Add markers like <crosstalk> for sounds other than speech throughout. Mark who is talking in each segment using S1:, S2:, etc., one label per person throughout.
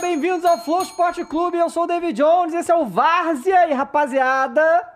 S1: bem-vindos ao Flow Sport Clube. Eu sou o David Jones, esse é o Várzea e rapaziada.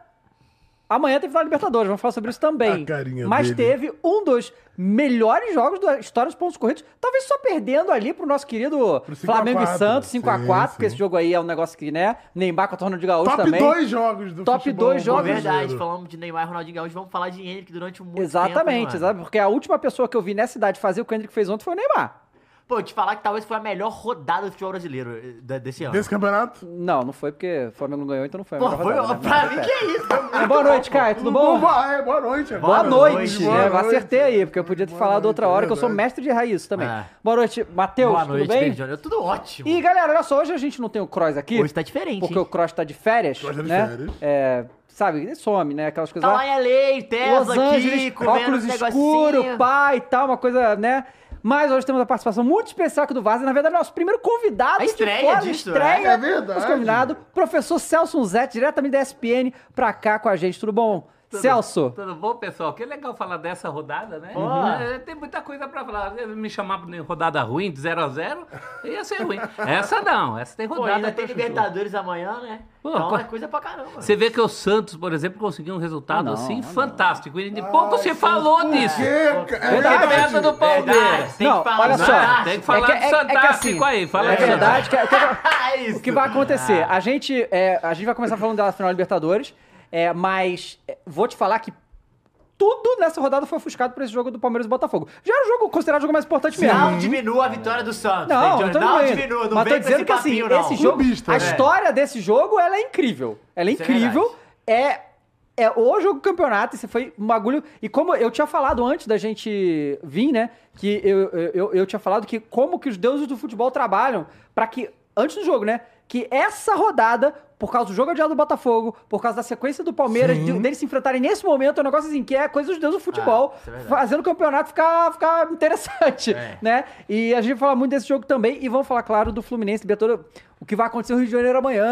S1: Amanhã tem final da Libertadores, vamos falar sobre isso também.
S2: A carinha
S1: Mas
S2: dele.
S1: teve um dos melhores jogos da história dos pontos corridos, talvez só perdendo ali pro nosso querido
S2: cinco a
S1: Flamengo e
S2: quatro.
S1: Santos, 5x4,
S2: Sim,
S1: porque
S2: sim.
S1: esse jogo aí é um negócio que, né? Neymar com a torno de gaúcho
S2: Top
S1: também.
S2: dois jogos do
S1: Top
S2: futebol
S1: dois jogos.
S2: brasileiro.
S3: Verdade, falamos de Neymar e Ronaldinho Gaúcho, vamos falar de Henrique durante muito
S1: Exatamente,
S3: tempo.
S1: exatamente, porque a última pessoa que eu vi nessa idade fazer o que o Hendrick fez ontem foi o Neymar.
S3: Pô, te falar que talvez foi a melhor rodada do futebol brasileiro eh, da- desse ano.
S2: Desse campeonato?
S1: Não, não foi porque o Flamengo não ganhou, então não foi. a
S3: Pô,
S1: melhor
S3: foi,
S1: rodada, né?
S3: pra mim que é isso. foi muito
S1: Boa
S3: bom,
S1: noite,
S3: pô.
S1: Caio, tudo bom?
S2: Boa, é, boa noite.
S1: Boa
S2: agora.
S1: noite.
S3: boa
S1: é,
S2: noite.
S1: acertei aí, porque eu podia ter
S2: Boa
S1: falado
S2: noite,
S1: outra hora, que eu sou
S2: verdade.
S1: mestre de raiz também.
S3: É.
S1: Boa noite, Matheus,
S3: Boa
S1: tudo
S3: noite,
S1: bem?
S3: David Jones. Tudo ótimo.
S1: E galera, olha só, hoje a gente não tem o Cross aqui,
S3: Hoje tá diferente.
S1: porque
S3: hein?
S1: o Cross tá de férias,
S2: Cross tá de
S1: né?
S2: férias.
S1: É, sabe, ele some, né, aquelas coisas
S3: Tá lá em LA, Tesla
S1: Los Angeles,
S3: aqui, comendo
S1: óculos
S3: um
S1: escuro,
S3: negocinho.
S1: pai e tal, uma coisa, né? Mas hoje temos a participação muito especial aqui do Vaza. Na verdade, é nosso primeiro convidado.
S3: A estreia
S1: de fora,
S3: disso,
S1: estreia.
S2: é verdade.
S1: Nosso convidado, professor Celso Unzetti, diretamente da SPN, pra cá com a gente. Tudo bom? Celso?
S4: Tudo bom, pessoal? Que legal falar dessa rodada, né? É, tem muita coisa pra falar. Às vezes Me chamar de rodada ruim, de 0 a 0 ia ser ruim. Essa não, essa tem
S3: Pô,
S4: rodada.
S3: ainda tem
S4: pra chuchu.
S3: Libertadores amanhã, né?
S4: Pô,
S3: então
S4: co-
S3: é coisa pra caramba.
S4: Você vê que o Santos, por exemplo, conseguiu um resultado
S1: Ah, não, ah,
S4: assim
S1: não.
S4: fantástico. E de pouco se falou disso.
S2: Que, ca- é
S4: Verdade.
S2: verdade.
S4: do Palmeiras.
S3: Tem
S1: Não,
S3: que falar
S1: olha
S3: do
S1: só.
S3: Santástico. <laughs>
S4: Tem que falar
S1: É que- é-
S4: do
S1: é que
S4: Santástico
S1: assim,
S4: aí. Fala
S1: É
S4: do Santástico.
S1: verdade. que- que-
S3: É isso.
S1: o que vai acontecer?
S3: Ah.
S1: A gente, é, a gente vai começar falando da final da Libertadores, é, mas é, vou te falar que tudo nessa rodada foi ofuscado por esse jogo do Palmeiras e Botafogo. Já era o jogo considerado o jogo mais importante mesmo.
S3: Não diminua a vitória do Santos.
S1: Não,
S3: David
S1: eu tô
S3: Jones. não
S1: dizendo.
S3: diminua, não
S1: Mas
S3: vem
S1: tô
S3: com esse
S1: dizendo que assim,
S3: papinho, não.
S1: esse jogo,
S2: Clubista,
S1: a
S2: né?
S1: história desse jogo, ela é incrível. Ela é
S3: Isso é
S1: incrível. É, é o jogo do campeonato, esse foi um bagulho. E como eu tinha falado antes da gente vir, né? Que eu, eu, eu, eu tinha falado que como que os deuses do futebol trabalham pra que, antes do jogo, né? Que essa rodada, por causa do jogo adiado do Botafogo, por causa da sequência do Palmeiras, de- deles se enfrentarem nesse momento, é um negócio assim, que é coisa dos deuses do futebol.
S3: Ah, isso é verdade.
S1: fazendo o campeonato ficar, ficar interessante,
S3: É.
S1: né? E a gente vai falar muito desse jogo também e vamos falar, claro, do Fluminense, Beto, o que vai acontecer no Rio de Janeiro amanhã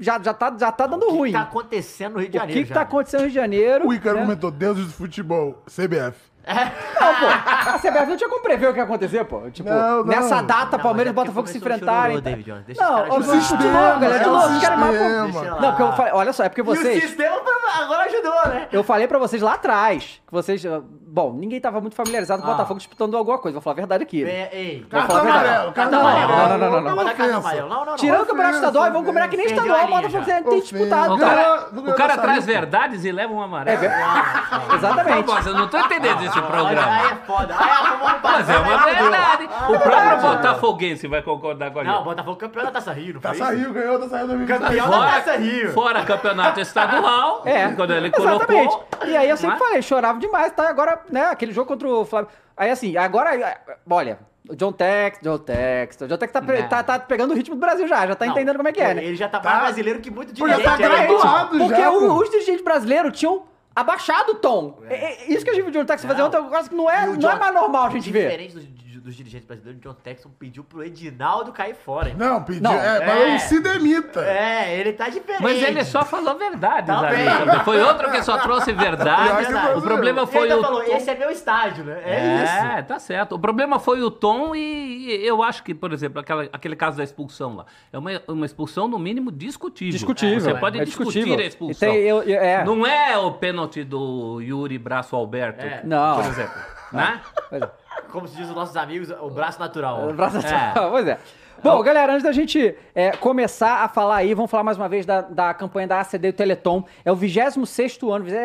S1: já, já, tá, já tá dando
S3: O que
S1: ruim.
S3: que tá acontecendo no Rio de
S1: o
S3: Janeiro?
S1: que, que tá acontecendo no Rio de Janeiro?
S2: O Icaro
S1: né?
S2: comentou, deuses do futebol, CBF.
S1: Não, pô, a CBF não tinha como prever o que ia acontecer, pô. Tipo,
S2: Não, não.
S1: nessa data,
S3: Não,
S1: Palmeiras e
S3: mas é porque
S1: Botafogo se
S3: começou o
S1: enfrentarem. tá?
S3: chororô, David Jones. Deixa os
S1: não,
S3: caras
S1: ó,
S3: jogar.
S1: isso é de novo, galera. De
S2: é o
S1: novo, os caras matam.
S2: sistema.
S3: Deixa lá.
S1: Não, porque eu falei, olha só, é porque
S3: E o
S1: vocês.
S3: sistema agora ajudou, né?
S1: Eu falei pra vocês lá atrás que vocês. ah, Bom, ninguém tava muito familiarizado com o
S3: Ah.
S1: Botafogo disputando alguma coisa, vou falar a verdade aqui.
S3: Ei, ei.
S2: Cartão
S1: falar a verdade.
S2: amarelo, cartão
S1: Não,
S2: amarelo.
S1: não, não, não, não, não.
S3: Não vai dar cartão
S2: Ofensa.
S3: amarelo. Não, não, não.
S1: Tirando o campeonato
S2: Ofensa,
S1: estadual, e vamos combinar que nem
S3: ofensa.
S1: estadual, o
S3: Perdeu a
S1: Botafogo
S3: linha
S1: tem, tem
S2: Ofensa.
S1: disputado.
S4: O
S2: Ganhou-
S1: cara.
S4: cara,
S2: ganhou
S4: o cara
S2: da
S4: traz
S2: saída.
S4: verdades e leva um amarelo.
S3: Tá
S1: Exatamente.
S4: Nossa, eu não tô entendendo esse
S3: Aí
S4: programa.
S3: é foda. Aí arrumou um
S4: Mas é uma verdade. O próprio botafoguense vai concordar com a gente.
S3: Ah, Não, o Botafogo campeão da Taça Rio, não
S1: É
S3: foi
S2: Taça
S3: isso?
S2: Rio ganhou, tá Taça Rio 2020.
S3: Campeão da Taça Rio.
S4: Fora campeonato estadual,
S1: É,
S4: quando ele
S1: exatamente.
S4: colocou.
S1: E aí eu sempre
S4: Mas-
S1: falei, chorava demais, tá? Agora, né, aquele jogo contra o Flamengo. Aí assim, agora, ah, olha, o John Tex, John Tex, o John Tex tá, pre-
S4: Não.
S1: tá, tá pegando o ritmo do Brasil já, já tá
S3: Não,
S1: entendendo como é que é, né?
S3: Ele já tá
S2: Tá.
S3: mais brasileiro que muito
S2: Pô, já
S3: dirigente.
S2: tá
S3: aí.
S2: graduado já.
S1: Porque o-
S2: pô.
S1: os dirigentes brasileiros tinham abaixado o tom. É, é isso que a gente viu o John Tex fazer
S3: Não.
S1: ontem, é um negócio que não é,
S3: E
S1: não
S3: o
S1: é
S3: John-
S1: mais normal a gente ver.
S3: Diferente dos, dos dirigentes brasileiros, o John Texton pediu pro Edinaldo cair fora. hein?
S2: Não, pediu.
S1: Não.
S2: é, mas
S3: É.
S2: ele se demita.
S3: É, ele tá diferente.
S4: Mas ele é só falou verdades
S3: Tá
S4: ali.
S3: bem.
S4: também. Foi outro que
S3: <laughs>
S4: só trouxe
S2: Pior
S4: verdades.
S2: que foi
S4: O problema
S3: Ah, Ele
S4: foi
S3: ainda
S4: o.
S3: falou,
S4: tom.
S3: esse é meu estádio, né? É, isso.
S4: É, tá certo. O problema foi o tom e e eu acho que, por exemplo, aquela- aquele caso da expulsão lá. É uma, uma expulsão, no mínimo, discutível.
S1: Discutível.
S4: Você pode
S1: é
S4: discutir
S1: discutível.
S4: a expulsão.
S1: E tem- eu- eu- é.
S4: Não é o pênalti do Yuri Braço Alberto,
S3: É.
S1: Não.
S4: por
S1: <laughs>
S4: exemplo. Né?
S1: Pois é.
S3: Como se diz os nossos amigos, o braço natural.
S1: O braço
S4: É.
S1: <laughs> pois é. Bom, galera, antes da gente é, começar a falar aí, vamos falar mais uma vez da, da campanha da ACD e Teleton. É o 26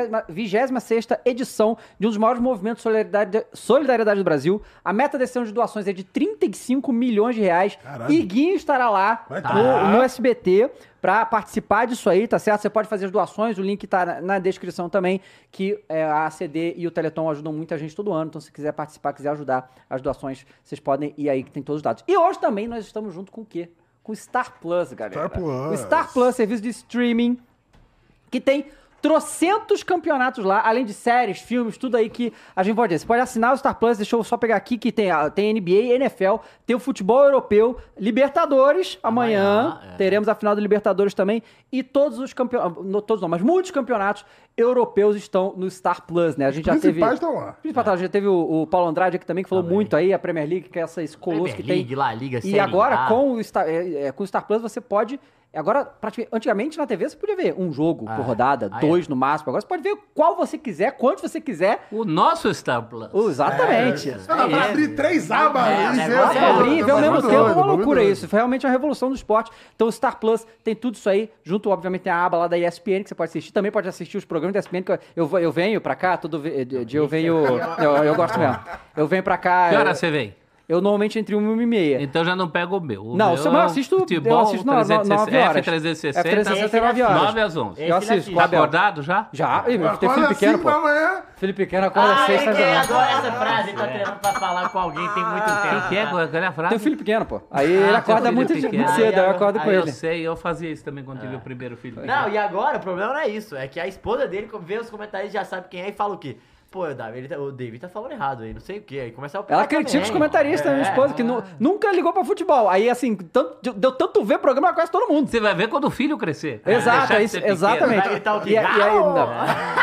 S1: ano, 26 edição de um dos maiores movimentos de solidariedade, solidariedade do Brasil. A meta desse ano de doações é de 35 milhões de reais.
S2: Caralho.
S1: Iguinho estará lá
S2: Vai
S1: no,
S2: tá.
S1: no SBT pra participar disso aí, tá certo? Você pode fazer as doações, o link tá na, na descrição também, que é, a ACD e o Teleton ajudam muita gente todo ano, então se quiser participar, quiser ajudar as doações, vocês podem ir aí que tem todos os dados. E hoje também nós estamos junto com o quê? Com o Star Plus, galera.
S2: Star Plus.
S1: O Star Plus, serviço de streaming que tem trocentos campeonatos lá, além de séries, filmes, tudo aí que a gente pode ver. Você pode assinar o Star Plus, deixa eu só pegar aqui que tem, a- tem NBA, NFL, tem o futebol europeu, Libertadores, amanhã,
S3: Amanhã, é.
S1: teremos a final do Libertadores também, e todos os campeonatos, não todos não, mas muitos campeonatos europeus estão no Star Plus, né? A gente já teve...
S2: principais estão lá.
S1: Principal, tá, já teve o, o Paulo Andrade aqui também, que falou muito aí, a Premier League, que é essas colosso
S3: Premier
S1: que tem.
S3: League, La Liga,
S1: E
S3: Série
S1: agora,
S3: A.
S1: com o, Star, é, é, com o Star Plus, você pode. Agora, praticamente, antigamente na TV você podia ver um jogo
S3: Ah,
S1: por rodada,
S3: ah,
S1: dois no máximo. Agora você pode ver qual você quiser, quanto você quiser.
S4: O nosso Star Plus.
S1: Exatamente.
S2: Não, dá Ah, pra
S1: É.
S2: abrir três abas e
S3: É, o
S2: ver
S3: negócio
S1: Nossa,
S2: essa-
S3: é
S1: abrir e ver ao
S2: Tá
S1: mesmo
S2: muito
S1: tempo é
S2: doido,
S1: uma
S2: muito
S1: loucura
S2: doido.
S1: isso. Foi realmente uma revolução do esporte. Então o Star Plus tem tudo isso aí. Junto, obviamente, tem a aba lá da ESPN que você pode assistir. Também pode assistir os programas da ESPN. Que eu- eu, vou- eu venho pra cá, todo ve- de- de- eu venho... Eu, eu gosto mesmo. Eu venho pra cá...
S4: Que hora
S1: Ah, Eu,
S4: você vem?
S1: eu normalmente entre uma e uma e meia.
S4: Então já não pega o meu. O
S1: Não,
S4: meu
S1: você- mas eu
S4: é o
S1: assisto- eu
S4: futebol,
S1: assisto na- na- nove horas. É
S4: F360.
S1: F360,
S3: Esse ele
S1: nove horas.
S3: assiste.
S4: 9 às 11.
S3: Esse
S1: Eu
S3: ele é
S1: assisto,
S3: assiste.
S4: Tá
S1: Abel.
S4: acordado já?
S1: Já? Ih, meu, tem
S2: Acorda
S1: filho pequeno,
S2: cinco da
S1: pô.
S2: manhã.
S1: Filho pequeno acorda
S3: Ah,
S1: sexta
S3: é que
S1: da
S3: eu
S1: manhã.
S3: adoro essa frase. Ele tá treinando pra falar com alguém tem muito tempo.
S4: O que é?
S3: tá?
S4: Qual é a frase?
S1: Tem um filho pequeno, pô. Aí
S4: Ah,
S1: ele
S4: tem
S1: acorda
S4: filho
S1: muito,
S4: pequeno.
S1: muito
S3: Aí
S1: cedo, aí eu
S3: agora-
S1: acordo com
S3: aí
S4: Eu
S1: ele. Ah.
S4: sei, eu fazia isso também quando tive o primeiro filho.
S3: Não, e agora o problema não é isso. É que a esposa dele vê os comentários e já sabe quem é e fala o quê? Pô, o David, tá- o David tá falando errado aí, não sei o quê. Aí começa a É.
S1: Ela critica os comentaristas, né?
S4: É,
S1: minha esposa, que nu- nunca ligou pra futebol. Aí, assim, tanto- deu- deu tanto ver programa com quase todo mundo.
S4: Você vai ver quando o filho crescer.
S1: Exato,
S4: Deixar
S1: é
S4: de
S1: isso,
S4: ser pequeno. tá
S1: exatamente.
S3: Vai gritar o quê?
S1: E, a- e aí,
S3: Galo!
S1: não. <laughs>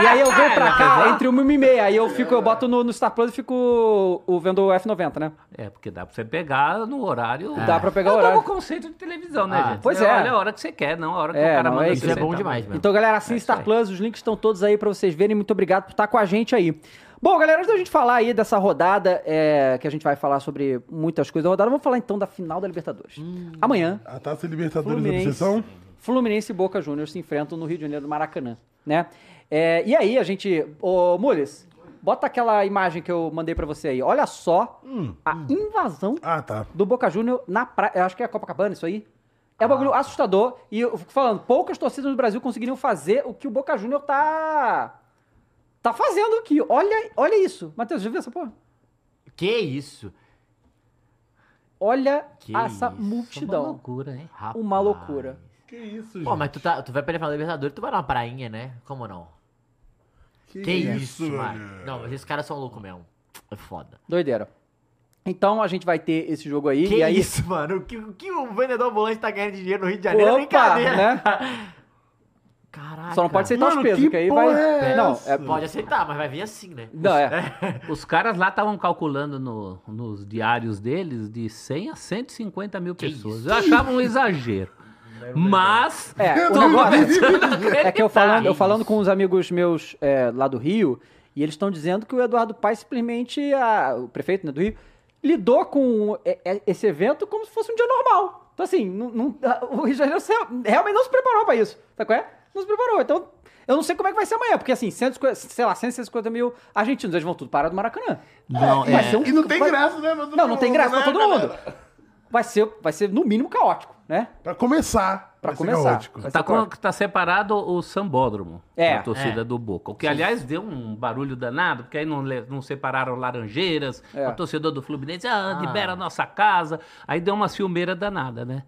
S1: E aí eu venho pra cá
S4: Exato.
S1: entre uma e meia. Aí eu fico, eu boto no, no Star Plus e fico o, vendo o F90, né?
S4: É, porque dá pra você pegar no horário.
S1: Dá pra pegar
S4: é
S1: o horário.
S4: É o conceito de televisão, né,
S3: Ah,
S4: gente?
S1: pois
S4: Você
S1: é.
S4: Olha a hora que você quer, não a hora que
S1: É,
S4: o cara
S1: não,
S4: manda
S1: é
S3: Isso
S4: você
S3: é bom
S4: sentar.
S3: demais, mano.
S1: Então, galera, assim, Star
S4: aí.
S1: Plus, os links estão todos aí pra vocês verem. Muito obrigado por estar com a gente aí. Bom, galera, antes da gente falar aí dessa rodada, é, que a gente vai falar sobre muitas coisas da rodada, vamos falar então da final da Libertadores. Amanhã,
S2: A Taça Libertadores da
S1: Fluminense,
S2: Obsessão.
S1: Fluminense e Boca Juniors se enfrentam no Rio de Janeiro, no Maracanã, né? É, e aí a gente... Ô, Mules, bota aquela imagem que eu mandei pra você aí. Olha só a invasão
S2: Ah, tá.
S1: do Boca Júnior na praia. Eu acho que é Copacabana isso aí. É um bagulho assustador. E eu fico falando, poucas torcidas no Brasil conseguiriam fazer o que o Boca Júnior tá. tá fazendo aqui. Olha, olha isso. Matheus, já viu essa porra?
S3: Que isso?
S1: Olha
S3: Que
S1: essa
S3: isso, é
S4: Uma
S1: multidão.
S4: loucura, hein?
S3: Rapaz.
S1: Uma loucura.
S2: Que isso, gente.
S3: Pô, mas tu, tá, tu vai pra ele falar Libertadores, tu vai numa prainha, né? Como não? Que isso, mano.
S2: velho.
S3: Não, mas esses caras são loucos mesmo. É foda.
S1: Doideira. Então a gente vai ter esse jogo aí.
S3: Que
S1: e aí.
S3: isso, mano? O que, o que o vendedor ambulante tá ganhando de dinheiro no Rio de Janeiro
S1: Opa,
S3: é brincadeira.
S1: né?
S3: Caraca.
S1: Só
S3: Ah,
S1: não pode aceitar
S2: Mano,
S1: os pesos,
S2: que
S1: que, aí
S2: porra
S1: vai.
S2: é
S1: não,
S2: essa?
S1: é.
S3: Pode aceitar, mas vai vir assim, né?
S1: Não,
S3: <laughs>
S1: é.
S4: Os caras lá estavam calculando no- nos diários deles de 100 a 150 mil pessoas. Eu achava um exagero.
S3: um
S4: Mas.
S2: <laughs>
S1: É, o
S2: Não,
S1: negócio <laughs> é que eu falando, eu
S3: Isso.
S1: falando com uns amigos meus é, lá do Rio, e eles estão dizendo que o Eduardo Paes simplesmente, a- o prefeito né, do Rio, lidou com é, é, esse evento como se fosse um dia normal. Então, assim, não- não- a- o Rio de Janeiro se- realmente não se preparou pra isso. Sabe qual é? Não se preparou. Então, eu não sei como é que vai ser amanhã, porque assim, 150, sei lá, 150 mil argentinos, eles vão tudo parar do Maracanã.
S4: Não,
S1: vai ser um-
S2: E não é. tem
S1: vai-
S2: graça, né? pra todo
S1: Não, não tem
S2: mundo,
S1: graça pra
S2: né,
S1: todo
S2: galera?
S1: mundo. Vai ser, vai ser no mínimo caótico, né?
S2: Pra começar.
S1: Pra
S2: vai ser
S1: começar.
S2: caótico.
S1: Vai ser
S4: Tá, com-
S1: caótico.
S4: tá separado o sambódromo
S1: É,
S4: da torcida
S3: é.
S4: do Boca. O que, aliás, deu um barulho danado, porque aí não, le- não separaram laranjeiras,
S1: É.
S4: o torcedor do Fluminense, ah,
S3: Ah.
S4: libera a nossa casa. Aí deu uma ciumeira danada, né?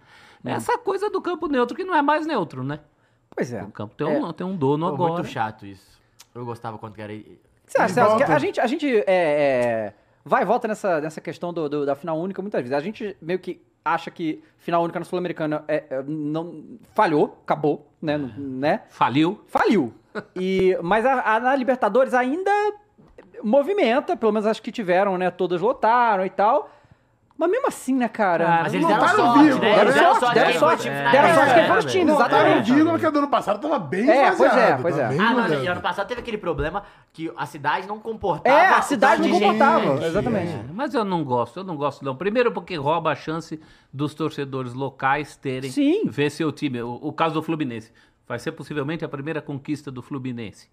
S1: É.
S4: Essa coisa do campo neutro que não é mais neutro, né?
S1: Pois é.
S4: O campo tem um, tem um dono
S3: Pô,
S4: agora.
S3: muito chato isso. Eu gostava quando era...
S1: Você acha,
S2: Eles
S1: Celso, que a
S2: voltam.
S1: gente, a gente é, é, vai e volta nessa, nessa questão do, do- da final única muitas vezes. A gente meio que acha que final única no Sul-Americano é, é, não falhou, acabou, né? não- né?
S4: Faliu.
S1: Faliu. E, mas a, a na Libertadores ainda movimenta, pelo menos as que tiveram, né? Todas lotaram e tal. Mas mesmo assim, né, cara?
S4: Cara,
S3: Mas eles
S2: Não
S3: deram
S2: tá no
S3: sorte,
S2: vivo,
S3: né?
S2: agora.
S3: Eles deram sorte,
S1: Deram
S3: quem
S1: sorte,
S3: foi time
S1: deram
S3: na
S1: sorte,
S3: época,
S1: quem
S3: né,
S1: foi os
S3: velho?
S1: times,
S2: Não, tá no
S1: exatamente.
S2: Dino, porque a do ano passado tava bem
S1: É,
S2: esvaziado.
S1: pois é, pois
S2: tá
S1: é.
S2: bem
S3: Ah, não,
S2: esvaziado.
S3: e ano passado teve aquele problema que a cidade não comportava.
S1: É,
S3: o
S1: a cidade não
S3: tanto de gente.
S1: comportava,
S2: gente.
S1: exatamente.
S4: É, mas eu não gosto, eu não gosto não. Primeiro porque rouba a chance dos torcedores locais terem
S1: Sim.
S4: ver seu time. O, o caso do Fluminense vai ser possivelmente a primeira conquista do Fluminense.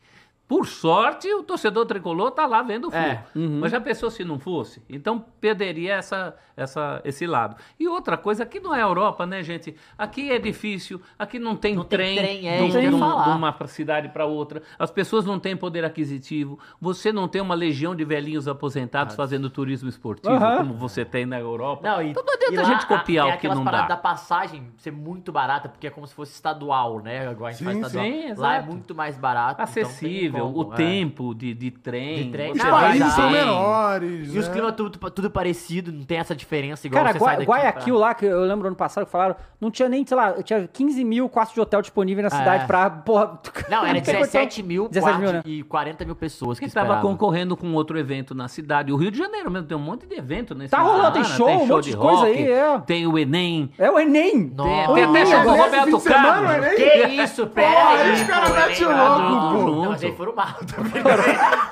S4: Por sorte, o torcedor tricolor tá lá vendo o furo.
S3: É,
S4: Mas já pensou se não fosse? Então perderia essa, essa, esse lado. E outra coisa, aqui não é Europa, né, gente? Aqui é difícil, aqui não tem
S3: Não tem
S4: trem,
S3: trem, é,
S4: de um-
S3: isso que eu ia
S4: de um-
S3: falar.
S4: de uma cidade para outra. As pessoas não têm poder aquisitivo. Você não tem uma legião de velhinhos aposentados fazendo turismo esportivo,
S1: Aham.
S4: como você tem na Europa.
S3: Não, e,
S4: então não adianta
S3: e
S4: a
S3: lá
S4: gente copiar
S3: é
S4: o que
S3: aquelas
S4: não
S3: paradas
S4: dá.
S3: da passagem ser muito barata, porque é como se fosse estadual, né? Agora a gente faz
S2: Sim,
S3: estadual.
S4: sim,
S3: lá é
S4: exato.
S3: muito mais barato. então tem
S4: Acessível,
S3: como,
S4: o
S3: é.
S4: tempo de, de trem.
S3: De trem,
S4: você
S2: Os
S3: Não,
S4: vai
S2: países
S3: mas
S2: são
S4: bem.
S3: aí-
S2: menores.
S3: E os
S2: né?
S3: climas tudo, tudo parecido, não tem essa diferença igual
S1: Cara,
S3: você
S1: Gua-
S3: sai daqui
S4: é
S1: Guayaquil lá, que eu lembro ano passado que falaram, não tinha nem, sei lá, tinha 15 mil quartos de hotel disponíveis na
S3: É.
S1: cidade pra, porra...
S3: pra- <laughs> Não,
S1: <laughs>
S3: era
S1: tem condição.
S3: 17 mil,
S1: 17 mil,
S3: quartos e 40 mil pessoas que
S4: Que estava
S3: esperavam.
S4: concorrendo né? com outro evento na cidade. O Rio de Janeiro mesmo tem um monte de evento nesse
S1: Tá
S4: final
S1: rolando,
S4: de
S1: tem
S4: semana,
S1: show, um monte de coisa aí, é.
S4: Tem o Enem.
S1: É o Enem!
S4: Tem,
S3: Nossa.
S4: tem até
S1: Ih,
S4: show do
S1: nesse
S2: fim
S4: Roberto
S2: de semana,
S4: Carlos.
S2: o Enem?
S3: Que isso, pera
S2: Porra,
S3: aí.
S2: esse cara
S3: pô,
S2: mete
S3: hein,
S2: o
S3: cara,
S2: louco,
S4: pô.
S3: Não, mas aí foram mal também.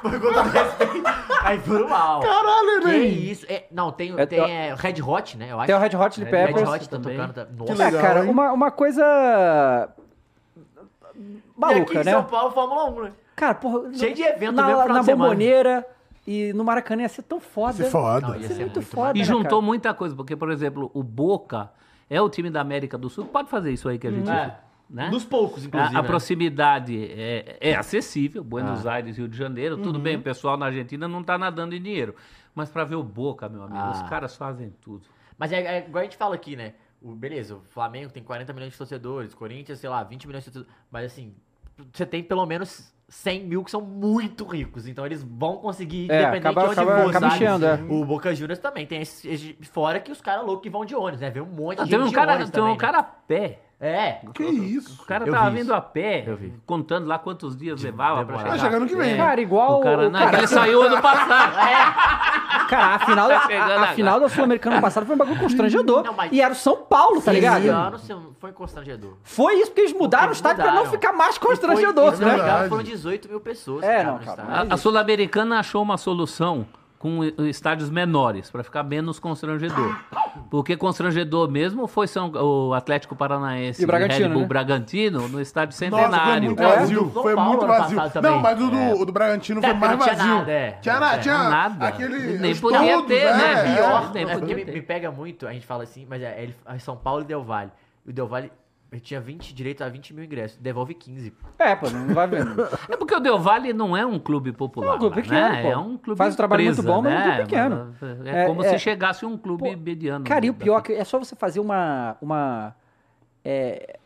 S3: Por conta do respeito. <laughs> Aí foram mal.
S2: Caralho,
S3: Que
S2: Enem.
S3: isso? É, não, tem,
S1: É,
S3: tem
S1: ó.
S3: é, Red Hot, né? Eu acho.
S1: Tem o Red Hot Chili
S3: Red
S1: Peppers.
S3: Hot tá
S4: também.
S3: tocando. tá-
S2: Que
S3: Nossa.
S1: É,
S2: legal,
S1: cara,
S2: hein?
S1: uma, uma coisa...
S3: e aqui
S1: Maluca,
S3: em
S1: né?
S3: São Paulo, Fórmula 1, né?
S1: Cara, porra...
S3: Cheio de evento
S1: na,
S3: mesmo final
S1: Na
S3: de semana.
S1: Bomboneira e no Maracanã ia ser tão foda.
S2: Isso é foda.
S3: Não, ia
S1: Ia ser
S3: ser
S1: muito
S3: muito
S1: foda,
S4: E
S1: né,
S4: juntou
S1: cara?
S4: muita coisa, porque, por exemplo, o Boca é o time da América do Sul. Pode fazer isso aí que a gente.
S3: É.
S4: Né?
S3: Dos poucos,
S4: A-
S3: inclusive.
S4: A,
S3: né? Ah.
S4: proximidade é, é acessível, Buenos Aires, Rio de Janeiro, tudo
S3: Uhum.
S4: bem, o pessoal na Argentina não tá nadando em dinheiro. Mas pra ver o Boca, meu amigo,
S3: Ah.
S4: os caras fazem tudo.
S3: Mas é, é igual a gente fala aqui, né? O, beleza, o Flamengo tem 40 milhões de torcedores, Corinthians, sei lá, 20 milhões de torcedores. Mas assim, você tem pelo menos 100 mil que são muito ricos. Então eles vão conseguir,
S1: É,
S3: independente
S1: acaba-
S3: de onde
S1: acaba-
S3: for,
S1: acaba
S3: sabe?
S1: enchendo, é.
S3: O Boca Juniors também tem esse, esse- Fora que os caras loucos que vão de ônibus, né? Vem um monte
S4: Ah,
S3: de
S4: tem
S3: gente
S4: um
S3: de
S4: cara,
S3: ônibus
S4: tem um
S3: também, né?
S4: cara a pé.
S1: <laughs>
S3: É,
S2: Que
S4: O
S2: isso?
S4: cara
S3: Eu
S4: tava
S3: vi
S4: vindo
S3: isso.
S4: a pé,
S3: Eu vi.
S4: contando lá quantos dias levava
S3: demorar.
S4: pra
S3: Ah,
S4: chegar. É.
S2: Tá chegando que vem.
S1: Cara, igual...
S4: O cara, não, ele saiu
S3: <laughs>
S4: ano passado.
S1: Tá Cara, a final, da-
S4: Tá chegando
S1: a,
S4: agora.
S1: final do Sul-Americano ano passado foi um bagulho constrangedor.
S3: Não, mas-
S1: E era o São Paulo, tá ligado?
S3: esse ano assim, foi constrangedor.
S1: Foi isso, porque eles mudaram o
S3: Porque
S1: estádio pra não
S3: mudaram.
S1: ficar mais
S3: E
S1: constrangedor,
S3: foi- e, se não me
S1: né?
S2: Verdade.
S3: engano, Foram 18 mil pessoas.
S1: É,
S3: que
S1: não,
S3: ficaram no
S1: cara,
S3: estádio.
S1: mas-
S4: A, a Sul-Americana achou uma solução com e- estádios menores, para ficar menos constrangedor. Porque constrangedor mesmo foi São, o Atlético Paranaense
S1: E o Bragantino,
S4: Red Bull
S1: né?
S4: Bragantino no estádio
S2: Nossa, foi
S4: centenário.
S2: muito
S1: É?
S2: vazio.
S3: Do São
S2: Foi
S3: Paulo
S2: muito
S3: ano
S2: vazio.
S3: passado também.
S2: Não, mas o do,
S3: É.
S2: o do Bragantino
S3: Não,
S2: foi mais
S3: não tinha
S2: vazio.
S3: nada, é.
S2: Tinha
S3: Não
S2: nada,
S4: tinha
S2: tinha
S4: nada.
S2: aquele.
S4: Nem
S2: os
S4: podia ter, né?
S2: é,
S4: Pior,
S2: é.
S4: né?
S3: É porque me,
S4: Tem.
S3: me pega muito, a gente fala assim, mas é, ele, a São Paulo e Del Valle. E o Del Valle ele tinha 20 direito a 20 mil ingressos, devolve 15.
S1: É, pô, não vai vendo.
S4: É porque o Del Valle não é um clube popular.
S1: É um clube
S4: lá,
S1: pequeno,
S4: né?
S1: pô.
S4: É um clube
S1: Faz um trabalho muito bom, mas é um
S4: né?
S1: clube pequeno.
S4: É,
S1: É,
S4: como
S1: é.
S4: se chegasse um clube
S1: Pô,
S4: mediano.
S1: <laughs> Cara, e o
S4: da-
S1: pior é que é só você fazer uma. uma é,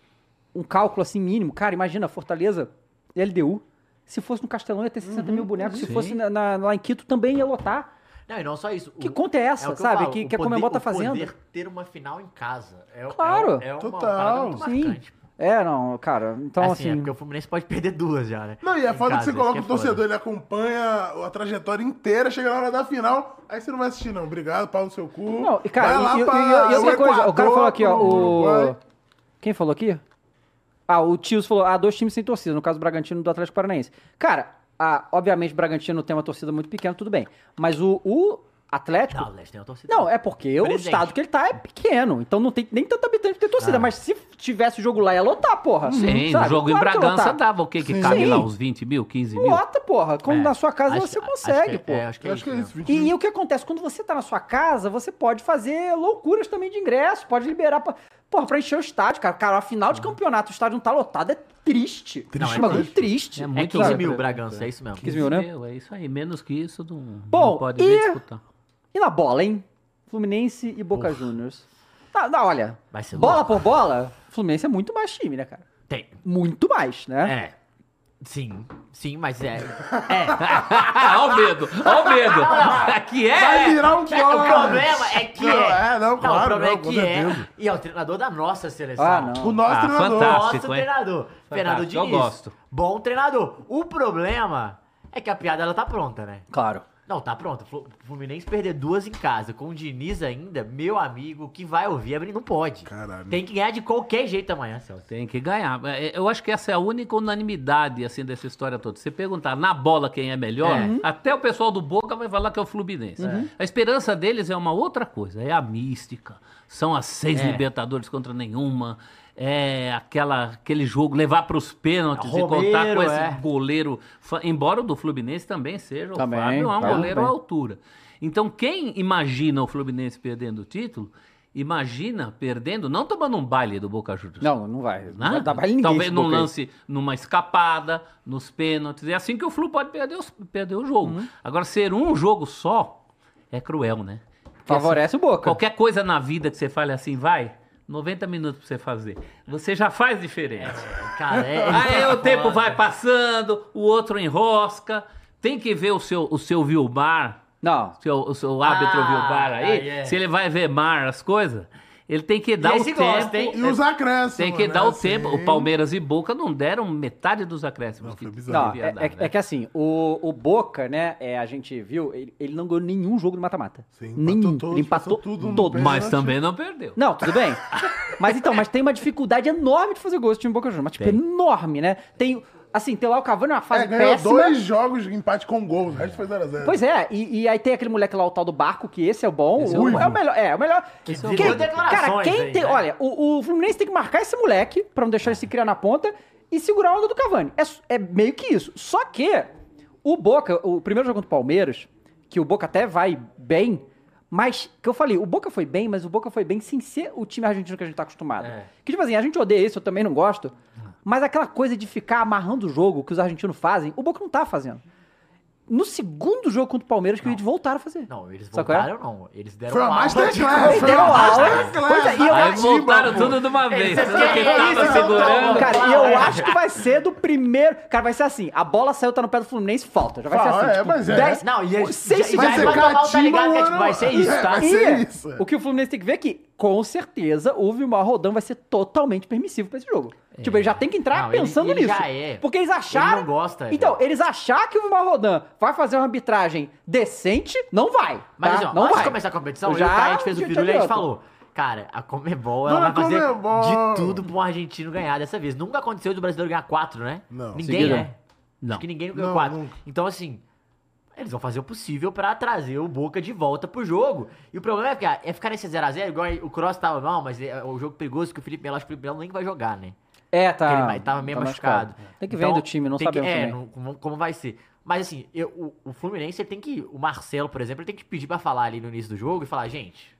S1: um cálculo assim mínimo. Cara, imagina, Fortaleza e LDU. Se fosse no Castelão ia ter 60
S3: Uhum.
S1: mil bonecos. Se
S4: sim.
S1: fosse na- na- lá em Quito também ia lotar.
S3: Não, e não só isso.
S1: Que
S3: o-
S1: conta é essa,
S3: o eu
S1: sabe?
S3: falo,
S1: que
S3: o
S1: que a
S3: poder-
S1: Comembol tá
S3: o poder
S1: fazendo.
S3: ter uma final em casa. É,
S1: Claro.
S3: É, é uma
S2: Total.
S3: parada muito marcante.
S1: É, não, cara. Então,
S3: Assim,
S1: assim.
S3: é porque o Fluminense pode perder duas já, né?
S2: Não, e é
S3: Em
S2: foda que
S3: casa,
S2: você
S3: isso
S2: coloca
S3: é
S2: o
S3: foda.
S2: torcedor, ele acompanha a trajetória inteira, chega na hora da final, aí você não vai assistir, não. Obrigado, pau no seu cu.
S1: Não, e cara,
S2: Vai lá
S1: e, e-
S2: pra
S1: e- e outra
S2: o
S1: coisa, o cara
S2: Equador,
S1: falou aqui, ó.
S2: pro
S1: O...
S2: Uruguai.
S1: Quem falou aqui? Ah, o Tios falou, ah, dois times sem torcida, no caso o Bragantino e do Atlético Paranaense. Cara, ah, obviamente o Bragantino tem uma torcida muito pequena, tudo bem. Mas o, o Atlético.
S3: Não, o
S1: Não,
S3: Leste tem uma torcida.
S1: é porque o
S3: Presente. Ah.
S1: estado que ele tá é pequeno, então não tem nem tanto habitante pra ter torcida. Mas se tivesse jogo lá, ia lotar, porra.
S4: Sim,
S1: Sabe?
S4: o jogo em
S1: Claro que ia
S4: Bragança
S1: lotar.
S4: dava o quê? Que cabe
S1: Sim.
S4: lá uns 20 mil, 15 mil?
S1: Lota, porra. Como
S3: É,
S1: na sua casa
S3: acho-
S1: você
S3: acho
S1: consegue,
S3: que-
S1: pô.
S3: É, acho que
S2: Eu acho que é isso,
S3: mesmo.
S2: Vitinho.
S1: E, e o que acontece? Quando você tá na sua casa, você pode fazer loucuras também de ingresso, pode liberar pra, porra, pra encher o estádio, cara. Cara, a final de campeonato, o estádio não tá lotado, é triste.
S2: Triste
S1: é um bagulho
S3: mesmo.
S1: triste.
S4: É
S3: É
S4: muito
S3: 15
S1: sabe?
S3: mil, Bragança, é isso mesmo.
S1: 15 mil, né?
S4: É isso aí, menos que isso não,
S1: Bom,
S4: não pode
S1: e-
S4: nem disputar.
S1: E na bola, hein? Fluminense e Boca Juniors. Tá, não, olha,
S3: Vai ser
S1: bola
S3: louco.
S1: por bola, Fluminense é muito mais time, né, cara?
S3: Tem.
S1: Muito mais, né?
S3: É. Sim. Sim, mas
S1: <laughs>
S3: é.
S4: Olha o medo, olha o medo. Que
S2: Vai
S4: é?
S2: virar um
S3: É, o problema é que
S2: Não,
S3: é.
S2: é, não, claro,
S3: o problema
S2: não,
S3: é
S2: com
S3: que é.
S2: certeza.
S3: E é o treinador da nossa seleção.
S1: Ah, não.
S2: O nosso
S4: Ah,
S2: treinador.
S4: fantástico.
S3: Nosso
S4: hein?
S3: treinador. Fernando Diniz.
S4: eu gosto.
S3: Bom treinador. O problema é que a piada ela tá pronta, né?
S1: Claro.
S3: Não, tá pronta. Flu- Fluminense perder duas em casa com o Diniz ainda, meu amigo, que vai ouvir, ele não pode.
S2: Caralho.
S3: Tem que ganhar de qualquer jeito amanhã, Celso.
S4: Então, Tem que ganhar. É, Eu acho que essa é a única unanimidade assim dessa história toda. Se perguntar na bola quem é melhor,
S3: É. Uhum.
S4: até o pessoal do Boca vai falar que é o Fluminense. A esperança deles é uma outra coisa, é a mística. São as seis
S3: É.
S4: Libertadores contra nenhuma. é, aquela, aquele jogo, levar para os pênaltis
S3: Romero,
S4: e contar com esse
S3: é.
S4: goleiro. fa- Embora o do Fluminense também seja,
S1: Também,
S4: o Fábio é um
S1: tá,
S4: goleiro
S1: também.
S4: à altura. Então, quem imagina o Fluminense perdendo o título, imagina perdendo, não tomando um baile do Boca Juniors.
S1: Não, não vai. Não vai
S4: Né?
S1: dar pra ninguém.
S4: Talvez
S1: esse
S4: num
S1: Boca aí.
S4: lance, numa escapada, nos pênaltis. É assim que o Flu pode perder, os- perder o jogo.
S3: Uhum.
S4: Agora, ser um jogo só é cruel, né? Porque,
S1: Favorece o
S4: assim,
S1: Boca.
S4: qualquer coisa na vida que você fale assim, vai, 90 minutos pra você fazer. Você já faz diferente.
S3: Cara, é.
S4: <laughs> Aí o tempo vai passando, o outro enrosca. Tem que ver o seu, o seu Vilmar,
S1: Não.
S4: seu, o seu árbitro
S3: Ah,
S4: Vilmar aí,
S3: aí é.
S4: se ele vai ver mar as coisas. Ele tem que
S3: E
S4: dar
S3: aí
S4: o
S3: se
S4: tempo.
S3: gosta, hein?
S2: E os acréscimos.
S4: Tem que
S2: né?
S4: dar o
S2: Assim.
S4: tempo. O Palmeiras e Boca não deram metade dos acréscimos.
S2: Não, foi
S4: que
S2: bizarro.
S1: Não,
S4: devia
S1: é,
S4: dar,
S1: é-
S4: né?
S1: é que assim, o, o Boca, né, é, a gente viu, ele, ele não ganhou nenhum jogo de mata-mata.
S2: Sim, empatou
S1: Nenhum.
S2: todos,
S1: ele empatou
S2: passou tudo no
S1: todos.
S2: pé.
S4: Mas também não perdeu.
S1: Não, tudo bem. mas então, mas tem uma dificuldade enorme de fazer gol esse time do Boca Juniors. Mas, tipo, enorme, né? Tem, assim, tem lá o Cavani uma fase
S2: É, ganhou
S1: péssima.
S2: dois jogos de empate com gol. O resto foi
S4: né?
S2: 0x0.
S1: Pois é, e, e aí tem aquele moleque lá, o tal do barco, que esse é o bom.
S4: Esse é
S1: o-
S4: o ruivo.
S1: é o melhor. É, é o melhor.
S3: Que
S1: Quem-
S3: virou
S1: cara,
S3: declarações
S1: quem
S3: aí,
S1: tem.
S3: né?
S1: Olha, o, o Fluminense tem que marcar esse moleque pra não deixar ele se criar na ponta e segurar a onda do Cavani. É, s- é meio que isso. Só que o Boca, o primeiro jogo contra o Palmeiras, que o Boca até vai bem, mas que eu falei, o Boca foi bem, mas o Boca foi bem sem ser o time argentino que a gente tá acostumado.
S3: É. Ah.
S1: Que tipo assim, a gente odeia isso, eu também não gosto. Mas aquela coisa de ficar amarrando o jogo que os argentinos fazem, o Boca não tá fazendo. No segundo jogo contra o Palmeiras, que eles voltaram a fazer.
S3: Não, eles
S1: Sabe qual é?
S3: voltaram, não. Eles deram
S2: Foi uma
S3: aula
S2: masterclass. né? Foi
S1: Deu
S2: uma
S1: aula. Pois é,
S2: masterclass.
S1: e eu
S4: Aí
S1: acho-
S4: voltaram tudo de uma vez.
S3: Esse
S4: Tudo que
S3: é
S4: tava
S3: isso,
S4: segurando.
S3: Antônio.
S1: Cara,
S3: Claro,
S1: eu
S3: é.
S1: acho que vai ser do primeiro. Cara, vai ser assim: a bola saiu, tá no pé do Fluminense, falta. Já vai ser
S2: Ah,
S1: assim.
S2: é,
S1: tipo,
S2: mas é.
S3: Não, e eles-
S1: seis
S3: já-
S1: segundos.
S3: já- vai tomar o tá ligado, que é tipo, vai ser isso,
S2: É,
S3: tá?
S2: Vai
S1: E
S2: ser isso. é.
S1: O que o Fluminense tem que ver é que, com certeza, o Vilmar Rodão vai ser totalmente permissivo pra esse jogo. Tipo, ele já tem que entrar
S3: É. Não, ele-
S1: pensando
S3: ele
S1: nisso.
S3: já é.
S1: Porque eles acharam.
S3: Ele não gosta,
S1: Então,
S3: é.
S1: eles acharam que o Vilmar Rodan vai fazer uma arbitragem decente, não vai.
S3: Mas
S1: tá?
S3: assim, ó,
S1: não
S3: antes
S1: vai.
S3: de começar a competição,
S1: Eu
S3: já,
S1: já-
S3: a gente fez o
S1: já te
S3: firulho e a gente
S1: adianto.
S3: falou. Cara, a Comebol ela
S2: Dona
S3: vai fazer
S2: Comebol.
S3: de tudo pra um argentino ganhar dessa vez. Nunca aconteceu do brasileiro ganhar quatro, né?
S2: Não.
S3: Ninguém,
S1: Seguida.
S3: né?
S4: Não.
S3: Acho que ninguém ganhou
S2: Não,
S3: quatro.
S2: nunca.
S3: Então, assim, eles vão fazer o possível pra trazer o Boca de volta pro jogo. E o problema é ficar, é ficar nesse 0x0, igual aí, o Cross tava mal, mas é o jogo perigoso que o Felipe Melo, acho que o Felipe Melo nem vai jogar, né?
S1: É,
S3: Porque
S1: tá.
S3: ele tava meio
S1: tá
S3: machucado.
S1: Tem que ver
S3: Então,
S1: do time, não
S3: tem que-
S1: sabemos
S3: é,
S1: também.
S3: não- como, como vai ser. Mas assim, eu- o, o Fluminense ele tem que. O Marcelo, por exemplo, ele tem que pedir pra falar ali no início do jogo e falar, gente.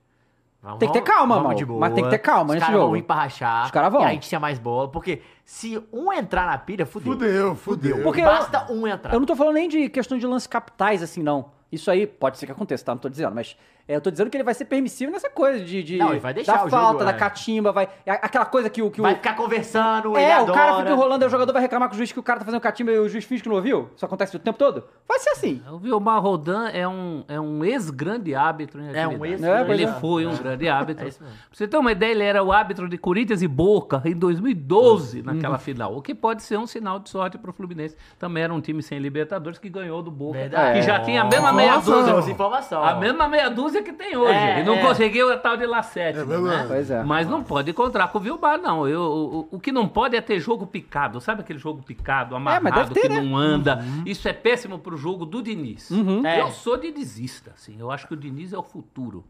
S3: vamos-
S1: Tem que ter calma,
S3: vamos
S1: Mauro,
S3: de boa.
S1: mas tem que ter calma
S3: Os
S1: nesse
S3: caras vão
S1: jogo.
S3: vir pra rachar.
S1: Os caras vão.
S3: E aí tinha mais bola. Porque se um entrar na pilha, fudeu.
S2: Fudeu, fudeu.
S1: Porque eu-
S3: Basta um entrar.
S1: Eu não tô falando nem de questão de lances capitais, assim, não. Isso aí pode ser que aconteça, tá? Não tô dizendo, mas é, eu tô dizendo que ele vai ser permissivo nessa coisa de. de-
S3: Não, ele vai deixar
S1: da
S3: o jogo,
S1: falta, da
S3: é.
S1: catimba, vai. é Aquela coisa que o. Que o
S3: Vai ficar conversando, ele
S1: é, o
S3: adora.
S1: cara fica enrolando, aí o jogador vai reclamar com o juiz que o cara tá fazendo catimba e o juiz finge que não ouviu. Isso acontece o tempo todo? Vai ser assim.
S4: O Vilmar Rodan é um, é um ex-grande árbitro em
S3: É um
S4: atividade.
S3: ex-
S1: É, pois
S4: Ele
S1: é.
S4: foi um grande árbitro.
S3: É isso
S4: pra
S3: mesmo.
S4: você ter uma ideia, ele era o árbitro de Corinthians e Boca em
S3: Hum.
S4: 2012, naquela final. O que pode ser um sinal de sorte para o Fluminense. Também era um time sem Libertadores que ganhou do Boca.
S3: Verdade.
S1: É.
S3: É.
S4: Que já tinha a mesma meia
S2: Informação.
S4: dúzia.
S3: Temos informação.
S4: A mesma meia dúzia que tem hoje.
S3: É,
S4: e não
S3: é.
S4: conseguiu a tal de Lacete. né?
S2: É verdade.
S1: Pois é.
S4: Mas não pode encontrar com o Vilmar, não. Eu, o, o que não pode é ter jogo picado. Sabe aquele jogo picado, amarrado,
S1: deve ter,
S4: que
S1: né?
S4: não anda? Isso é péssimo pro jogo do Diniz.
S3: É.
S4: Eu sou dinizista, assim. Eu acho que o Diniz é o futuro.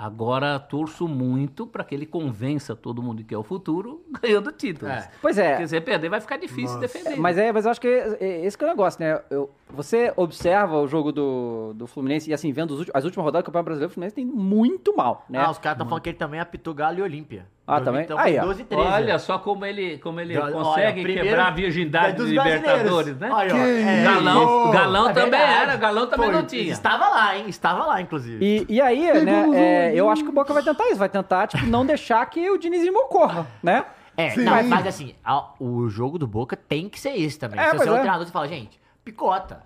S4: Agora, torço muito para que ele convença todo mundo que é o futuro, <laughs> ganhando títulos.
S3: É.
S1: Pois é.
S4: Quer dizer, perder vai ficar difícil defender.
S1: Mas é, mas eu acho que é- é- esse que é o negócio, né? Eu- você observa o jogo do, do Fluminense e assim, vendo os ulti- as últimas rodadas do Campeonato Brasileiro, o Fluminense tem muito mal, né?
S3: Ah, os caras estão falando que ele também apitou Galo e Olímpia.
S1: Ah,
S3: Dois-
S1: também?
S3: Então,
S1: Aí, ó.
S3: 12 e 13.
S4: Olha só como ele, como ele
S3: Olha,
S4: consegue
S3: primeiro-
S4: quebrar a virgindade
S3: dos
S4: é dos Libertadores,
S3: brasileiros.
S4: né?
S3: Olha, ó,
S2: Que
S3: é,
S2: isso.
S4: Galão,
S2: Pô,
S4: galão
S3: é
S4: também
S3: verdade.
S4: era, galão também
S3: Foi,
S4: não tinha.
S3: Estava lá, hein? Estava lá, inclusive.
S1: E, e aí, né,
S2: um
S1: é, eu acho que o Boca vai tentar isso, vai tentar, tipo, não deixar que o dinizismo ocorra, né?
S3: É,
S2: Sim.
S3: não, mas assim, a- o jogo do Boca tem que ser esse também.
S1: É,
S3: Se você
S1: pois
S3: é um
S1: é.
S3: treinador, você fala, gente, picota.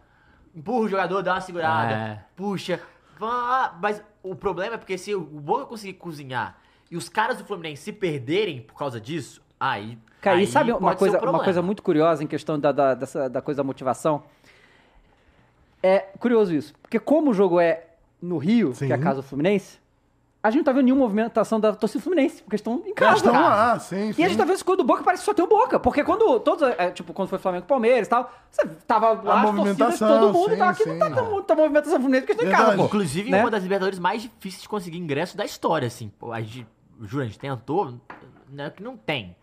S3: Empurra o jogador, dá uma segurada,
S4: É.
S3: puxa. vá- Mas o problema é porque se o Boca conseguir cozinhar e os caras do Fluminense se perderem por causa disso, aí.
S1: Cara,
S3: aí
S1: e sabe
S3: pode
S1: uma
S3: ser
S1: coisa,
S3: um
S1: uma
S3: problema.
S1: coisa muito curiosa em questão da, da, dessa, da coisa da motivação? É curioso isso, porque como o jogo é no Rio,
S2: Sim.
S1: que é a casa do Fluminense, a gente não tá vendo nenhuma movimentação da torcida fluminense, porque estão em casa.
S2: Eles estão
S1: cara.
S2: lá, sim, sim.
S1: E a gente tá vendo esse gol do Boca, parece que só tem o Boca. Porque quando todos, é, tipo, quando foi Flamengo e Palmeiras e tal, você tava lá, as torcidas,
S2: movimentação,
S1: todo mundo,
S2: sim,
S1: tá, aqui
S2: sim.
S1: não tá todo mundo, tá movimentação fluminense porque estão em casa,
S2: Verdade.
S1: pô.
S3: Inclusive,
S1: Né?
S3: uma das Libertadores mais difíceis de conseguir ingresso da história, assim. Pô, A gente, jura, a gente tentou, né, que não tem.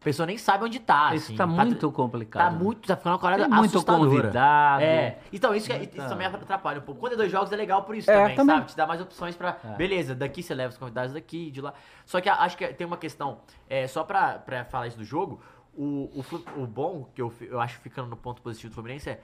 S3: A pessoa nem sabe onde tá.
S4: Isso
S3: assim.
S4: tá muito complicado.
S3: Tá muito, tá ficando uma parada
S4: Tem muito né?
S3: assustadora.
S4: convidado.
S3: É. Então, isso, que,
S4: Muita-
S3: isso também atrapalha um pouco. Quando é dois jogos é legal por isso
S1: É,
S3: também,
S1: também.
S3: sabe? Te dá mais opções pra. Beleza, daqui você leva os convidados daqui, de lá. Só que a- acho que tem uma questão, é, só pra, pra falar isso do jogo, o, o, Flu- o bom que eu, fi- eu acho ficando no ponto positivo do Fluminense é.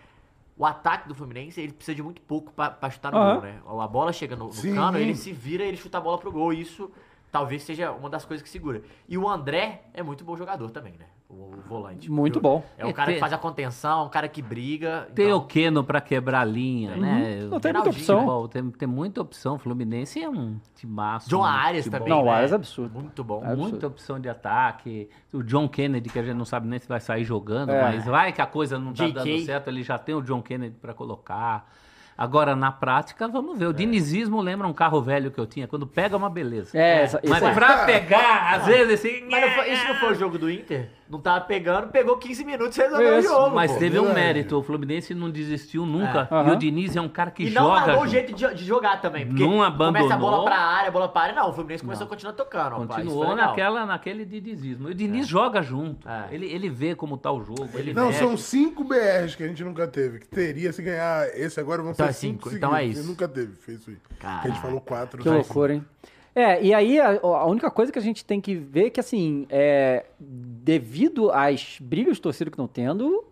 S3: O ataque do Fluminense, ele precisa de muito pouco pra, pra chutar no
S1: Aham.
S3: gol, né? A bola chega no, no
S2: Sim.
S3: cano, ele se vira e ele chuta a bola pro gol. E isso talvez seja uma das coisas que segura. E o André é muito bom jogador também, né? O, o volante.
S1: Muito
S3: Eu-
S1: bom.
S3: é o
S4: É,
S3: cara que
S4: tem-
S3: faz a contenção, é um cara que briga.
S4: Tem
S3: então-
S4: o Keno pra quebrar a linha,
S3: É,
S4: né?
S1: Uhum, não tem
S3: muita
S4: Ronaldinho,
S1: opção.
S4: bom, Tem, tem muita opção. Fluminense é um timaço.
S3: John
S4: um
S3: Arias
S4: futebol.
S3: também.
S1: Não, o
S3: né?
S1: Arias é absurdo.
S3: Muito bom.
S1: É. absurdo.
S4: Muita opção de ataque. O John Kennedy, que a gente não sabe nem se vai sair jogando,
S1: É.
S4: mas vai que a coisa não tá
S3: JK.
S4: dando certo, ele já tem o John Kennedy pra colocar. Agora, na prática, vamos
S3: É.
S4: ver. O dinizismo lembra um carro velho que eu tinha. Quando pega, é uma beleza.
S1: É, essa-
S4: Mas
S1: essa-
S4: pra pegar, às vezes assim.
S3: Ah. Mas não foi- isso não é foi o jogo do Inter? Não tava pegando, pegou 15 minutos e resolveu
S1: Isso,
S3: o jogo.
S4: Mas
S3: pô.
S4: teve um
S2: verdade.
S4: mérito. O Fluminense não desistiu nunca.
S1: É.
S4: E
S1: Aham.
S4: o Diniz é um cara que
S3: E não
S4: joga.
S3: largou o
S4: junto.
S3: jeito de, de jogar também. Porque
S4: Não
S3: Começa a bola
S4: abandonou.
S3: pra área, bola pra área. Não, o Fluminense começou a continuar tocando. rapaz, isso
S4: Continuou
S3: foi legal.
S4: naquela, naquele didizismo. E o Diniz joga junto.
S3: É.
S4: Ele, ele vê como tá o jogo. Ele
S2: Não,
S4: mexe.
S2: são cinco BRs que a gente nunca teve. Que teria se ganhar esse agora, vão
S3: Então
S2: ser
S3: é
S2: cinco.
S3: cinco, então é
S2: seguidos.
S3: isso. Ah,
S2: E nunca teve, fez isso aí.
S3: Caraca.
S2: Que a gente falou quatro.
S1: Que
S2: né?
S1: loucura, hein? É, e aí a, a única coisa que a gente tem que ver é que, assim, é, devido às brigas de torcida que estão tendo,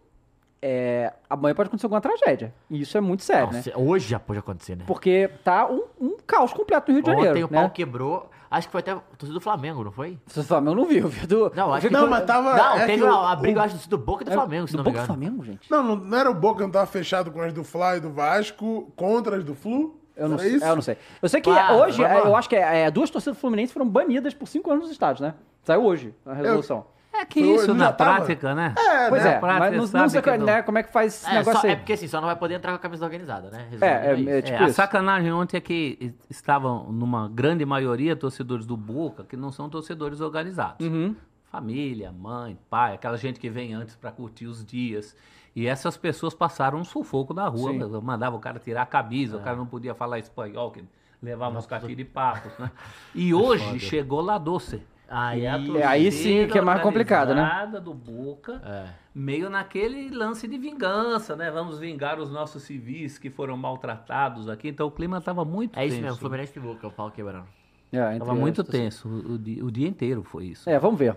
S1: é, amanhã pode acontecer alguma tragédia. E isso é muito sério,
S3: Não,
S1: né?
S3: se- Hoje já pode acontecer, né?
S1: Porque tá um, um caos completo no Rio de
S3: Ontem
S1: Janeiro,
S3: o
S1: né?
S3: pau quebrou. Acho que foi até o torcedor do Flamengo, não foi?
S1: O Flamengo não viu, viu? Do,
S3: Não, acho
S1: viu
S3: que
S1: do-
S2: Não, mas tava.
S3: não,
S2: é
S3: teve
S2: que o-
S3: uma, a
S2: o-
S3: briga, acho, do Boca e do Flamengo, se
S1: é, do
S3: não me
S1: Boca do
S3: engano.
S1: Flamengo, gente?
S2: Não, não, não era o Boca que não tava fechado com as do Fly, do Vasco, contra as do Flu?
S1: Eu não, é
S2: Era
S1: sei,
S2: isso?
S1: eu não sei. Eu sei que
S3: Pá,
S1: hoje,
S3: vamos
S1: é,
S3: lá.
S1: eu acho que é, é, duas torcidas do Fluminense foram banidas por cinco anos nos estádios, né? Saiu hoje a resolução.
S4: É que
S2: Eu-
S4: isso
S2: eu
S4: na
S2: já tava-
S4: prática, né?
S2: É,
S1: pois
S2: né?
S1: é,
S4: Prática,
S1: mas não- não,
S4: sabe
S1: sei
S4: que
S1: qual-
S4: não.
S1: né, como é que faz esse
S3: É, só-
S1: negócio aí.
S3: é porque assim, só não vai poder entrar com a camisa organizada, né? Resumindo,
S1: É,
S3: isso.
S1: é, é, tipo
S4: É, a
S1: isso.
S4: sacanagem ontem é que estavam, numa grande maioria, torcedores do Boca que não são torcedores organizados.
S1: Uhum.
S4: Família, mãe, pai, aquela gente que vem antes pra curtir os dias. E essas pessoas passaram um sufoco na rua,
S1: Sim. É.
S4: mandava o cara tirar a camisa, o cara não podia falar espanhol, que levava uns catiripapos,
S1: <laughs>
S4: né? E hoje chegou La Doce.
S3: Aí
S4: que é
S3: é,
S4: a
S1: aí sim que É tipo, é mais
S4: torcida
S1: complicado, né? É.
S4: organizada do Boca,
S3: É.
S4: meio naquele lance de vingança, né? Vamos vingar os nossos civis que foram maltratados aqui. Então o clima estava muito
S3: É isso
S4: tenso.
S3: mesmo, Fluminense e Boca, o pau quebrando.
S1: É, entre
S4: Tava
S1: as
S4: muito
S1: torcidas.
S4: tenso. O, o di- o dia inteiro foi isso.
S1: É, vamos ver.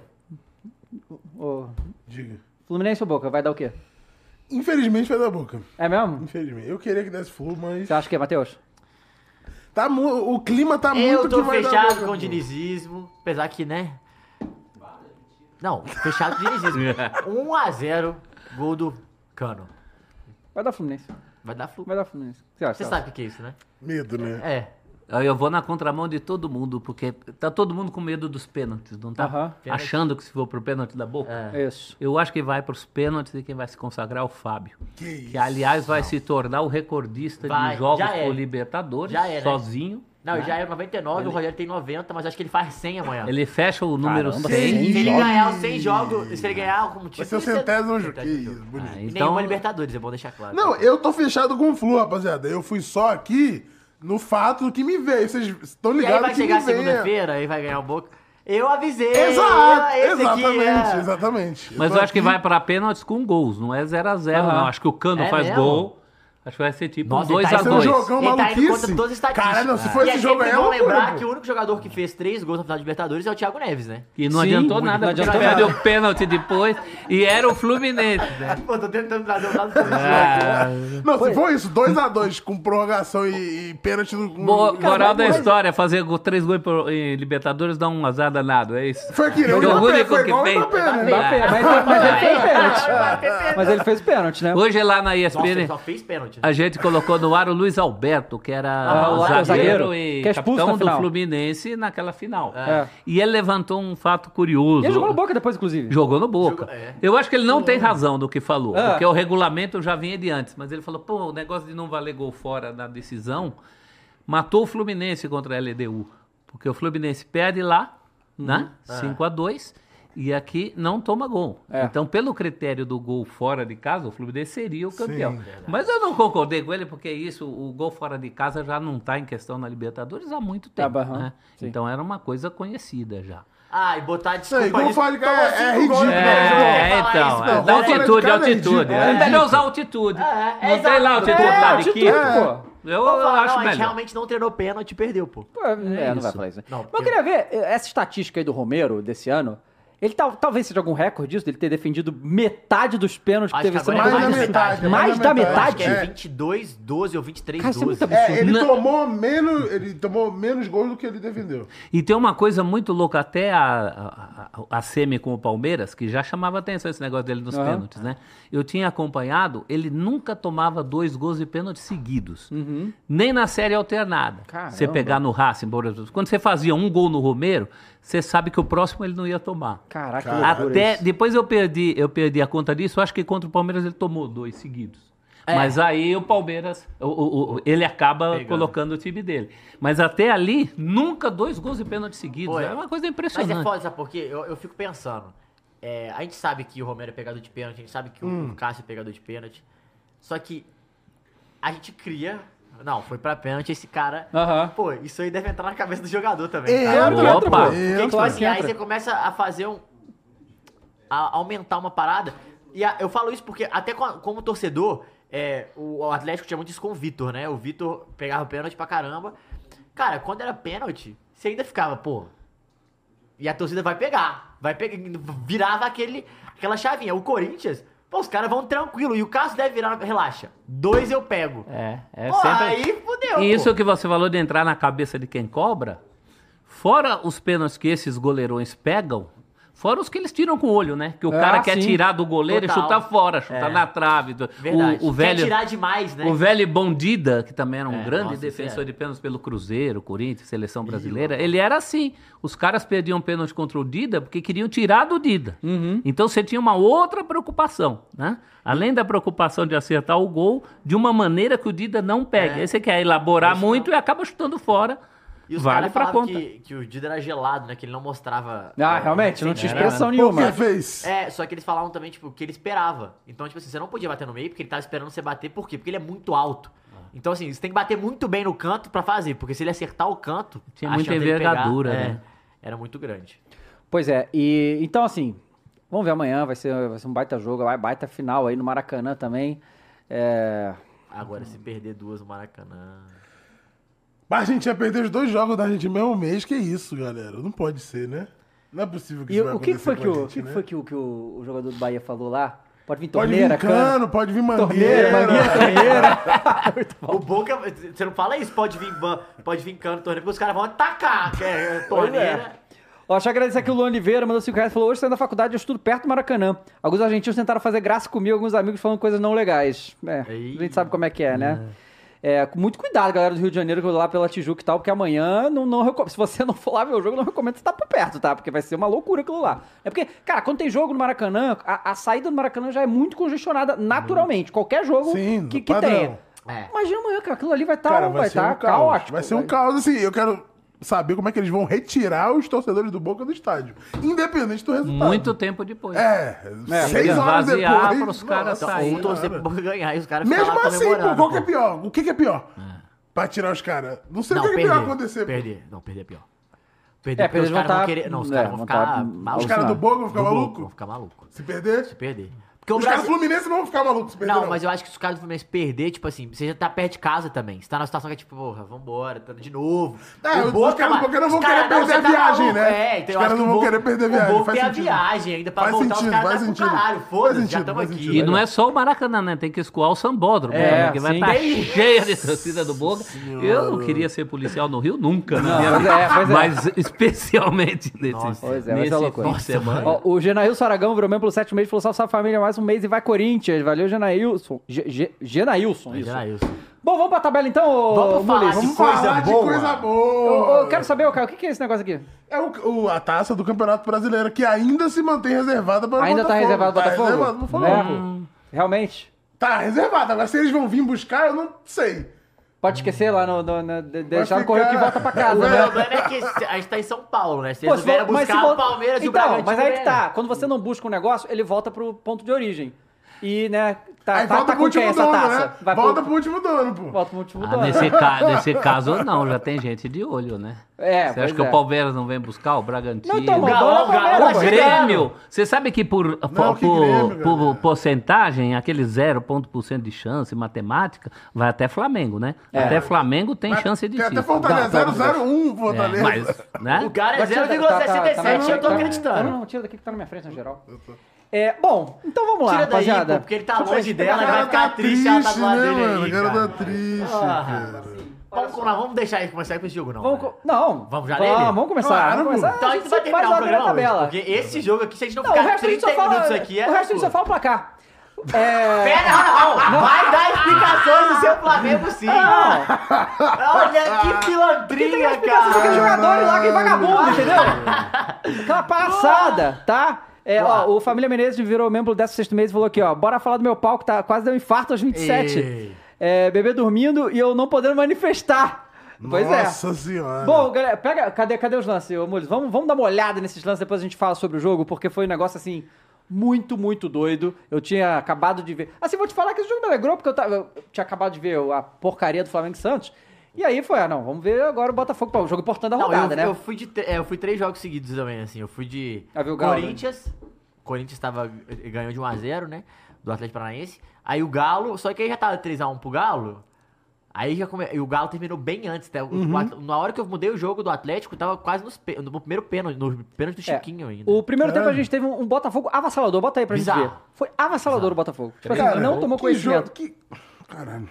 S1: O
S2: Diga.
S1: Fluminense ou Boca vai dar o quê?
S2: Infelizmente vai dar Boca.
S1: É mesmo?
S2: Infelizmente. Eu queria que desse Flu, mas.
S1: Você acha que é, Matheus?
S2: Tá mu... O clima tá muito
S3: Eu tô
S2: que vai dar
S3: fechado
S2: Boca,
S3: com o
S2: pô.
S3: dinizismo, apesar que, né? Não, fechado com o
S2: <laughs>
S3: dinizismo.
S2: É.
S3: 1x0, gol do Cano.
S1: Vai dar Fluminense.
S3: Vai dar flu.
S1: Vai dar Fluminense. Você acha?
S3: Você
S1: Celso?
S3: sabe o que que é isso, né?
S2: Medo, né?
S3: É.
S4: Aí Eu vou na contramão de todo mundo, porque tá todo mundo com medo dos pênaltis, não tá?
S1: Aham.
S4: Achando que se for pro pênalti da boca.
S3: É.
S1: Isso.
S4: Eu acho que vai pros pênaltis e quem vai se consagrar é o Fábio.
S2: Que
S4: Que,
S2: isso.
S4: aliás, vai se tornar o recordista
S3: Vai,
S4: de jogos
S3: já é.
S4: por Libertadores,
S3: Já é, né?
S4: sozinho.
S3: Não, já é 99, o Rogério tem 90, mas acho que ele faz 100 amanhã.
S4: Ele fecha o número
S1: Caramba,
S4: 100.
S3: Se ele
S2: Jogos.
S3: ganhar os 100 jogos, se ele ganhar como
S2: Vai
S3: título...
S2: ser o
S3: isso é-
S2: centésimo jogo. Que
S3: Centésimo
S2: isso,
S3: jogo.
S2: bonito.
S4: Ah,
S3: E
S4: Então-
S3: Nenhuma Libertadores, é bom deixar
S1: Ah,
S3: claro.
S2: Não,
S1: tá.
S2: eu tô fechado com o Flu, rapaziada. Eu fui só aqui no fato do que me veio. Vocês estão
S3: E aí
S2: ligados
S3: vai
S2: que me
S3: chegar
S2: veio.
S3: segunda-feira, aí vai ganhar o Boca. Eu avisei!
S2: Exato,
S3: esse aqui
S2: exatamente,
S3: é-
S2: exatamente.
S4: Mas
S2: tô
S4: eu acho que
S2: aqui-
S4: vai pra pênaltis com gols, não é 0x0,
S1: Aham.
S4: não. Acho que o Cano
S3: É
S4: faz
S3: mesmo?
S4: gol. Acho que vai ser tipo
S3: Nossa, ele tá
S2: Vai ser um
S4: 2x2.
S2: jogão
S3: Ele tá indo
S2: maluquice.
S3: contra todas as estatísticas.
S2: Caralho, se for
S3: e
S2: esse
S3: é
S2: jogo
S3: sempre
S2: aí, é
S3: bom
S2: uma
S3: lembrar
S2: loucura.
S3: que o único jogador que fez três gols na final de Libertadores é o Thiago Neves, né?
S4: E não
S1: Sim,
S4: adiantou
S1: não
S4: nada, porque
S1: adiantou
S4: perdeu
S1: nada.
S4: o pênalti depois e era
S3: <laughs>
S4: o Fluminense, né?
S3: <laughs> Pô, tô tentando trazer um <laughs> dado positivo
S4: Ah,
S2: Não, se for isso, 2x2 com prorrogação e, e pênalti no. no-
S4: Bo- moral da
S1: mas-
S4: história, fazer go- três gols pro- em Libertadores dá um azar danado, é isso.
S2: Foi que nem o
S4: Porque o
S2: Mbappé,
S4: único
S2: né? foi
S4: que
S2: igual o
S4: fez-
S2: Mbappé, né?
S4: Mbappé.
S1: Mas, mas, mas ele fez pênalti. Mas ele fez pênalti, né?
S4: Hoje é lá na
S3: Nossa, ele
S4: ESPN,
S3: só fez pênalti. né?
S4: a gente colocou no ar o Luiz Alberto, que era
S1: Ah, o
S4: zagueiro,
S1: zagueiro,
S4: e
S1: que é expulso
S4: capitão
S1: na
S4: do
S1: final.
S4: Fluminense naquela final.
S1: É.
S4: E ele levantou um fato curioso.
S1: E ele jogou no Boca depois, inclusive.
S4: Jogou no Boca.
S3: Jogou- é.
S4: Eu acho que ele não tem razão do que falou,
S1: Ah.
S4: porque o regulamento já vinha de antes, mas ele falou, pô, o negócio de não valer gol fora na decisão matou o Fluminense contra a LDU, porque o Fluminense perde lá,
S1: Uhum.
S4: né, 5 a 2 e aqui não toma gol.
S1: Ah. É.
S4: Então, pelo critério do gol fora de casa, o Fluminense seria o campeão.
S2: Verdade.
S4: Mas eu não concordei com ele, porque isso, o gol fora de tá casa já não está em questão na Libertadores há muito tempo.
S1: Tá, aham.
S4: né?
S1: Sim.
S4: Então, era uma coisa conhecida já.
S3: Ah, e botar desculpa.
S2: igual
S3: nisso.
S2: fala que
S3: Tomou
S2: é-
S3: cinco
S2: é
S3: gols,
S2: ridículo,
S3: não,
S2: né?
S3: não vou
S4: É,
S3: falar
S4: então.
S3: isso,
S4: é,
S3: não.
S2: Fora
S4: Da
S2: de
S4: altitude,
S2: casa é
S4: altitude.
S2: ridículo,
S4: É
S2: é
S4: melhor
S2: ridículo.
S4: usar altitude.
S3: É, é
S4: Não tem lá
S3: exato.
S4: altitude
S1: É,
S4: lá de
S1: altitude,
S4: Quito.
S1: pô.
S4: Eu
S3: Vamos falar,
S4: acho
S3: não, a gente
S4: melhor.
S3: realmente não treinou pênalti e perdeu, pô.
S1: Pô, É, não vai
S4: isso.
S1: falar isso. né?
S3: Não,
S1: Mas eu
S3: porque-
S1: queria ver eh, essa estatística aí do Romero desse ano. Ele tal- talvez seja algum recorde disso, dele ter defendido metade dos pênaltis que
S3: Acho
S1: teve
S3: que
S1: esse
S3: agora
S1: ano.
S3: é mais
S1: Mais
S3: da
S1: da
S3: metade,
S1: metade.
S3: né?
S1: Mais da
S3: Acho que
S1: metade?
S3: é
S2: É.
S3: 22, 12 ou 23,
S1: Cara, isso é
S3: 12.
S1: muito absurdo.
S2: É, ele
S4: Na-
S2: tomou menos. Ele tomou menos gols do que ele defendeu.
S4: E tem uma coisa muito louca, até a, a, a- a Semi com o Palmeiras, que já chamava atenção esse negócio dele nos
S1: Aham.
S4: pênaltis, né? Eu tinha acompanhado, ele nunca tomava dois gols de pênalti seguidos.
S3: é. Hum.
S1: Uhum.
S4: Nem na série alternada.
S1: Caramba.
S4: Você pegar no Racing, por exemplo, quando você fazia um gol no Romero, você sabe que o próximo ele não ia tomar.
S1: Caraca, que
S2: Cara,
S1: loucura
S4: Até
S1: isso.
S4: depois eu perdi, eu perdi a conta disso. eu Acho que contra o Palmeiras ele tomou dois seguidos.
S3: É.
S4: Mas aí o Palmeiras, o- o- o- ele acaba
S3: Pegando.
S4: colocando o time dele. Mas até ali, nunca dois gols de pênalti seguidos.
S3: Foi.
S4: É uma coisa
S3: Mas
S4: impressionante.
S3: é foda, sabe por quê? Eu, eu fico pensando. É, a gente sabe que o Romero é pegador de pênalti, a gente sabe que o Cássio é pegador de pênalti. Só que a gente cria. Não, foi pra pênalti esse cara.
S1: Aham.
S3: Pô, isso aí deve entrar na cabeça do jogador também.
S2: É,
S3: cara.
S1: Entra, entra,
S4: Opa.
S1: pô.
S2: Entra.
S3: Porque, tipo
S1: Claro
S3: assim,
S1: que
S3: aí
S1: entra.
S3: você começa a fazer um. a aumentar uma parada. E a- eu falo isso porque, até com a- como torcedor, é, o, o Atlético tinha muito isso com o Vitor, né? O Vitor pegava pênalti pra caramba. Cara, quando era pênalti, você ainda ficava, pô. E a torcida vai pegar. Vai pegar. Virava aquele, aquela chavinha. O Corinthians, pô, os caras vão tranquilo. E o Cássio deve virar. Relaxa. Dois eu pego.
S4: É, é
S3: pô,
S4: sempre.
S3: aí fudeu.
S4: E isso
S3: pô.
S4: que você falou de entrar na cabeça de quem cobra, fora os pênaltis que esses goleirões pegam, fora os que eles tiram com o olho, né? Que o
S1: Ah,
S4: cara quer
S1: sim.
S4: tirar do goleiro
S3: Total.
S4: e chutar fora, chutar
S3: É.
S4: na trave. do-
S3: Verdade.
S4: O, o velho.
S3: Quer tirar demais, né?
S4: O velho Bondida, que também era um
S3: É,
S4: grande
S3: nossa,
S4: defensor
S3: sério.
S4: de pênaltis pelo Cruzeiro, Corinthians, seleção brasileira, ele era assim. Os caras perdiam pênalti contra o Dida porque queriam tirar do Dida.
S3: Uhum.
S4: Então você tinha uma outra preocupação, né? Além da preocupação de acertar o gol de uma maneira que o Dida não pegue. Aí você quer elaborar muito e acaba chutando fora.
S3: É. E os
S4: vale
S3: caras
S4: pra
S3: falavam
S4: conta.
S3: Que, que o Dida era gelado, né? Que ele não mostrava.
S1: Ah,
S3: é,
S1: realmente, não tinha
S4: Era,
S1: expressão
S2: O
S1: nenhuma.
S2: que fez?
S3: É, só que eles falavam também, tipo, que ele esperava. Então, tipo assim, você não podia bater no meio porque ele tava esperando você bater. Por quê? Porque ele é muito alto.
S2: Ah.
S3: Então, assim, você tem que bater muito bem no canto pra fazer. Porque se ele acertar o canto.
S4: Tinha
S3: a
S4: muita
S3: chance dele
S4: envergadura,
S3: pegar, é,
S4: né?
S3: Era muito grande.
S1: Pois é, e então assim, vamos ver amanhã, vai ser, vai ser um baita jogo, vai baita final aí no Maracanã também. É,
S3: Agora, se perder duas no Maracanã.
S2: Mas a gente ia perder os dois jogos da gente no mesmo mês, que isso, galera. Não pode ser, né? Não é possível que
S1: E
S2: isso vai
S1: o que que foi
S2: acontecer
S1: que
S2: com a
S1: o, o
S2: gente,
S1: que que
S2: né?
S1: foi que o, que o o jogador do Bahia falou lá? Pode vir
S2: Pode vir
S1: torneira, cana.
S2: cano, pode vir
S1: Torneira,
S2: mangueira.
S1: mangueira, torneira.
S3: O Boca. Você não fala isso, pode vir, ban- pode vir cano, torneira, porque os caras vão atacar. Que é, torneira.
S1: Ó, deixa eu agradecer aqui o Luan Oliveira, mandou 5 reais, falou, hoje saindo da faculdade, eu estudo perto do Maracanã. Alguns argentinos tentaram fazer graça comigo, alguns amigos falando coisas não legais. É,
S3: Ei.
S1: a gente sabe como é que é, né? É, com muito cuidado, galera do Rio de Janeiro, que eu vou lá pela Tijuca e tal, porque amanhã não, não recom- se você <laughs> não for lá ver o jogo, não recomendo você estar por perto, tá? Porque vai ser uma loucura aquilo lá. É porque, cara, quando tem jogo no Maracanã, a, a saída do Maracanã já é muito congestionada naturalmente. Qualquer jogo
S2: Uhum. Sim,
S1: que, que
S2: padrão.
S1: tenha.
S3: É.
S1: Imagina amanhã, cara, aquilo ali vai estar
S2: Cara,
S1: vai
S2: vai ser
S1: tá
S2: um caos.
S1: caótico.
S2: Vai ser um caos, assim. Eu quero saber como é que eles vão retirar os torcedores do Boca do estádio. Independente do resultado.
S4: Muito tempo depois.
S2: É, seis horas
S4: Esvaziar
S2: depois.
S4: pros caras
S2: nossa,
S3: Então,
S4: sair.
S3: ou torcer pro
S2: cara.
S3: Boca ganhar e os caras
S2: Mesmo
S3: ficam lá
S2: assim, pô,
S3: comemorando,
S2: qual que é
S3: pô.
S2: pior? O que que é pior? Pra tirar os caras. Não sei o
S3: Não,
S2: que, que é
S3: perder,
S2: pior acontecer.
S3: Perder. Não, perder é pior. Perder
S1: É,
S3: porque os
S1: perder vão
S3: caras vão
S1: tá-
S3: querer. Não, os
S1: é,
S3: caras vão
S1: vão
S3: ficar
S1: tá
S2: Os
S3: malucos.
S2: caras do Boca vão ficar
S3: Do Boca,
S2: malucos?
S3: Vão ficar malucos.
S2: Se perder,
S3: Se perder. Porque o
S2: os caras do
S3: Brasil.
S2: Fluminense não vão ficar malucos se perder.
S3: Não, mas eu acho que se os caras do Fluminense perder, tipo assim, você já tá perto de casa também. Você tá na situação que é tipo, porra, vambora, tá de novo.
S2: É, os caras do
S3: mano,
S2: Boca não
S3: os
S2: vão
S3: caras-
S2: querer perder
S3: você
S2: a viagem,
S3: maluco.
S2: né?
S3: É, então
S2: Os
S3: eu
S2: caras
S3: acho que
S2: não
S3: o
S2: vão
S3: Boca-
S2: querer perder a viagem,
S3: O Boca
S2: faz
S3: tem a
S2: sentido.
S3: viagem ainda pra
S2: Faz
S3: voltar, os
S2: sentido,
S3: caras
S2: faz
S3: tá com
S2: sentido.
S3: caralho.
S2: Faz
S3: Foda-se, já
S2: sentido,
S3: estamos
S2: faz
S3: aqui.
S2: sentido.
S4: E não é só o Maracanã, né? Tem que escoar o sambódromo,
S1: É,
S4: também, que vai
S1: sim.
S4: estar
S3: Tem-
S4: cheio de torcida do Boca.
S2: Senhora.
S4: Eu não queria ser policial no Rio nunca, né?
S1: Não, pois é, pois é.
S4: Mas especialmente nesse,
S3: Nossa.
S1: Pois é, vai ser
S4: nesse
S1: loucura.
S4: fim de semana.
S1: Ó, o Genailson Saragão virou membro pelo sete meses, falou salve, salve família, mais um mês e vai Corinthians. Valeu, Genailson. Ge- Ge- Genailson, isso.
S3: Era isso.
S1: Bom, vamos pra tabela então, ô,
S3: Vamos falar
S1: Mules?
S3: de
S1: Vamos-
S2: Vamos
S3: coisa
S2: falar de
S3: boa.
S2: coisa
S1: Eu,
S2: boa.
S1: eu quero saber, ô, Caio, o que que é esse negócio aqui?
S2: É o, o- a taça do Campeonato Brasileiro, que ainda se mantém reservada para o
S1: Ainda tá
S2: Botafogo.
S1: reservado o
S2: Tá
S1: Botafogo?
S2: reservado pro
S1: É,
S2: Botafogo.
S1: Realmente?
S2: Tá reservado. Agora, se eles vão vir buscar, eu não sei.
S1: Pode esquecer lá, no, no, no, de- deixar no
S2: ficar-
S1: correio que volta pra
S2: <laughs>
S1: casa,
S3: O
S1: né?
S3: problema é que se- a gente tá em São Paulo, né? Se
S1: Pô,
S3: eles
S1: se
S3: vieram
S1: vo- mas se
S3: buscar
S1: vo-
S3: o Palmeiras e o
S1: Então,
S3: Bragantino.
S1: mas aí que
S3: ganha.
S1: tá. Quando você não busca um negócio, ele volta pro ponto de origem. E, né, tá,
S2: Aí
S1: tá,
S2: volta
S1: tá
S2: pro
S1: com quem
S2: último
S1: essa
S2: dono,
S1: taça?
S2: né?
S1: Vai
S2: volta
S1: pro,
S2: pro último dono, pô.
S1: volta pro último
S4: Ah,
S1: dono.
S4: nesse, ca- nesse caso, não, já tem gente de olho, né?
S1: É,
S4: Você
S1: pois
S4: acha que
S1: é.
S4: o Palmeiras não vem buscar? O Bragantino?
S1: Não, então,
S4: o
S1: o
S3: Galão,
S1: dono é o
S3: Galão,
S1: Palmeiras,
S3: tá
S1: pô.
S4: Grêmio! Você sabe que por, por,
S2: que Grêmio,
S4: por-
S2: galera.
S4: porcentagem, aquele 0,1% de chance, matemática, vai até Flamengo, né?
S1: É.
S4: Até Flamengo tem chance de
S2: Tem até
S4: título.
S2: Fortaleza
S1: Dá, tá,
S2: 001,
S4: É,
S2: Fortaleza.
S4: mas, né?
S3: O cara é
S1: Mas tira- tá- tá- tá na
S3: 0,67,
S1: minha
S3: eu
S1: frente, tá-
S3: tô
S1: Não,
S3: acreditando.
S1: não, tira daqui que tá na minha frente, na geral. É, bom, então vamos lá,
S3: Tira daí,
S1: rapaziada.
S3: pô, porque ele tá
S1: Deixa eu
S3: longe
S1: ver.
S2: O
S3: dela, Ela vai
S2: cara
S3: ficar
S2: tá
S3: triste, ela tá
S2: triste,
S3: do lado
S2: né,
S3: dele
S2: mano?
S3: aí,
S2: O cara
S3: cara.
S2: tá triste,
S3: Ah,
S2: cara.
S3: Vamos, com- vamos deixar ele começar com esse jogo, não.
S1: Vamos,
S3: né?
S1: co- não,
S3: Vamos já
S1: vamos,
S3: nele?
S1: vamos começar.
S2: Claro,
S1: vamos começar.
S3: Então a gente vai
S1: sempre faz
S3: terminar o
S1: uma grande
S3: programa hoje,
S1: tabela.
S3: Porque esse jogo aqui, se a gente não
S1: Não, o
S3: ficar
S1: resto a gente
S3: 30
S1: só fala.
S3: minutos aqui, é.
S1: o resto a gente só fala o
S3: <laughs>
S1: placar. É.
S3: Pera, não, não. Vai dar explicações do seu Flamengo sim.
S1: Não,
S3: Olha que
S1: tem Ah. que
S3: pilantrinha,
S1: explicar isso aqui,
S3: cara.
S1: jogadores lá, que é vagabundo, entendeu? Aquela palhaçada, tá? É, ó, o Família Menezes virou membro dessa sexto mês e falou aqui, ó. Bora falar do meu pau que tá, quase deu um infarto aos 27.
S3: Ei.
S1: É, bebê dormindo e eu não podendo manifestar. Pois é.
S2: Nossa senhora.
S1: Bom, galera, pega. Cadê, cadê os lances, ô Mules? Vamos, vamos dar uma olhada nesses lances, depois a gente fala sobre o jogo, porque foi um negócio assim. Muito, muito doido. Eu tinha acabado de ver. Assim, vou te falar que esse jogo me alegrou, porque eu, tava, eu tinha acabado de ver a porcaria do Flamengo e Santos. E aí foi, ah, não, vamos ver agora o Botafogo. Pô, o jogo importante da
S3: Não,
S1: rodada,
S3: eu,
S1: né?
S3: eu fui de tre- é, eu fui três jogos seguidos também, assim. Eu fui de
S1: Ah, viu o Galo, né?
S3: Corinthians. Corinthians tava, eh, ganhou de 1x0, né? Do Atlético Paranaense. Aí o Galo. Só que aí já tava 3x1 pro Galo. Aí já come... E o Galo terminou bem antes. Tá? O-
S1: Uhum.
S3: o At- Na hora que eu mudei o jogo do Atlético, tava quase nos pe- no primeiro pênalti, no pênalti do
S1: É,
S3: Chiquinho ainda.
S1: O primeiro tempo a
S2: Caralho.
S1: gente teve um, um Botafogo avassalador. Bota aí pra gente
S3: Bizarro.
S1: ver. Foi avassalador o Botafogo. Tipo assim,
S2: Cara,
S1: não tomou
S2: que jogo-
S1: conhecimento.
S2: que- Caralho.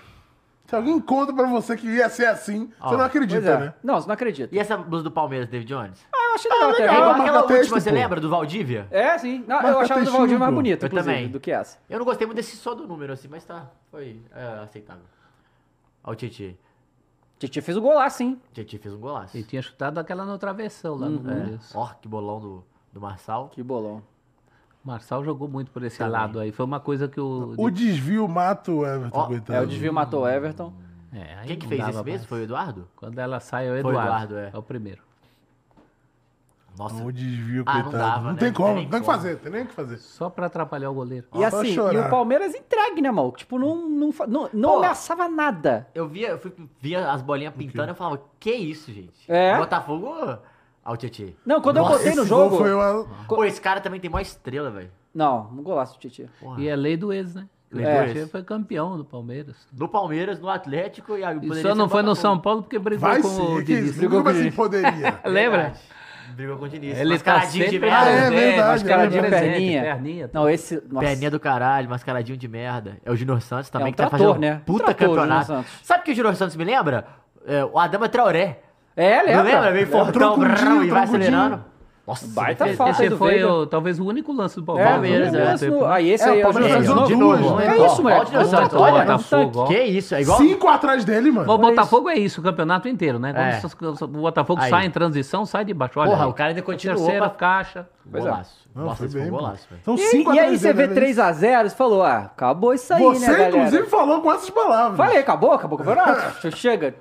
S2: Se alguém conta pra você que ia ser assim,
S3: Ó,
S2: você não
S1: Pois
S2: acredita,
S1: é.
S2: né?
S1: Não, você não acredita.
S3: E essa blusa do Palmeiras, David Jones?
S1: Ah, eu achei legal, até.
S3: É igual
S2: marca
S3: aquela última,
S2: texto,
S3: você
S2: pô.
S3: lembra? Do Valdívia?
S1: É, sim. Não, eu
S2: Marca
S1: achava do
S2: textinho,
S1: Valdir mais
S2: pô.
S1: bonito,
S3: Eu
S1: inclusive,
S3: também.
S1: do que essa.
S3: Eu não gostei muito desse só do número, assim, mas tá. Foi é, aceitável. Ó, o Tietchan.
S1: Tietchan fez o gol lá, sim.
S3: Tietchan fez um golaço.
S4: Ele tinha chutado aquela no travessão lá no Palmeiras.
S3: Ó, que bolão do, do Marçal.
S1: Que bolão.
S4: O Marçal jogou muito por esse
S3: Tá
S4: lado aí. Foi uma coisa que o.
S2: O desvio mata o Everton,
S3: Ó,
S2: coitado.
S1: É, o desvio matou o Everton.
S4: É, aí
S3: Quem que
S4: não
S3: fez
S4: dava
S3: esse mesmo?
S4: mais.
S3: Foi o Eduardo?
S4: Quando ela sai, é o
S3: Foi o
S4: Eduardo.
S3: Eduardo, é.
S4: é o primeiro.
S3: Nossa.
S2: O desvio,
S3: Ah, não
S2: coitado.
S3: dava, né?
S2: tem
S3: Não
S2: como,
S3: tem
S2: não tem o que
S3: como.
S2: fazer, tem nem o que fazer.
S4: Só pra atrapalhar o goleiro.
S1: E
S2: só
S1: assim, e
S2: chorar.
S1: o Palmeiras entregue, né, mal? Tipo, não, não, fa- não, não
S3: Pô.
S1: ameaçava nada.
S3: Eu via, eu fui, via as bolinhas pintando e eu falava, que isso, gente?
S1: É?
S3: Botafogo. Ó, o Tietchan.
S1: Não, quando eu
S3: Nossa,
S1: botei no
S2: Esse gol
S1: jogo.
S2: Foi uma...
S3: Pô, esse cara também tem maior estrela, velho.
S1: Não, um golaço do Tietchan.
S3: Porra.
S4: E é lei do ex, né? O
S3: Lei
S1: do
S4: Tietchan
S3: ex.
S4: foi campeão do Palmeiras.
S3: No Palmeiras, no Atlético e aí
S4: E
S3: poderia
S4: só
S3: ser
S4: não foi no
S3: Botafogo.
S4: São Paulo porque brigou
S2: Vai
S4: com o
S2: sim, que
S4: Diniz.
S2: isso.
S1: Brigou
S2: Brigou
S1: com o
S2: assim
S1: Diniz.
S2: poderia.
S4: Lembra?
S3: Brigou com o Diniz.
S4: Ele tá
S3: É, mascaradinho
S4: sempre...
S3: de merda.
S2: Ah, é verdade,
S1: Mascaradinha
S2: é
S1: de
S2: verdade.
S1: perninha.
S4: Perninha, tá.
S1: Não, esse. Nossa.
S3: Perninha do caralho, mascaradinho de merda. É o Junior Santos também
S1: É um
S3: que tá
S1: trator,
S3: fazendo
S1: né?
S3: puta
S1: Trator,
S3: campeonato.
S1: Junior Santos.
S3: Sabe o que o Junior Santos me lembra? É, o Adama Traoré.
S1: É, um lembra?
S3: Não lembra? Meio fortão,
S2: Troncudinho,
S3: brrr, e vai
S2: troncudinho.
S3: acelerando. Nossa,
S1: Baita
S3: que-
S1: falta aí
S4: Esse
S1: do
S4: foi
S1: Veiga.
S4: o- talvez o único lance do
S1: É,
S4: Palmeiras.
S1: Palmeiras,
S4: né?
S1: é. No... Aí esse
S2: É,
S1: aí
S2: o Palmeiras
S1: Júnior
S2: fez
S1: Santos.
S2: uma
S1: De
S2: duas,
S1: novo.
S2: né?
S1: Que
S2: Ó,
S1: isso, moleque?
S3: ó, o Júnior
S1: Olha,
S3: Santos,
S1: olha, <laughs>
S4: olha,
S1: é um tanque.
S4: Botafogo, ó.
S3: Que isso, é igual.
S2: Cinco atrás dele, mano.
S4: Mas o Botafogo é isso, o campeonato inteiro, né? Quando
S3: É.
S4: essas coisas- o Botafogo
S3: Aí.
S4: sai em transição, sai de baixo. Olha
S3: Porra,
S4: aí.
S3: o cara ainda continuou
S4: Terceira
S3: pra-
S4: caixa.
S1: Pois é.
S3: Golaço.
S2: Não,
S3: Nossa,
S2: foi
S3: esse foi um
S2: bem,
S3: golaço, velho.
S2: São
S1: E,
S2: cinco
S1: e aí
S2: atrás
S1: você
S2: dele,
S1: vê
S2: né?
S1: 3x0, você falou, ah, acabou isso aí,
S2: Você,
S1: né, galera?
S2: inclusive, falou com essas palavras.
S1: Falei, acabou, acabou o
S2: <laughs>
S1: campeonato. Chega.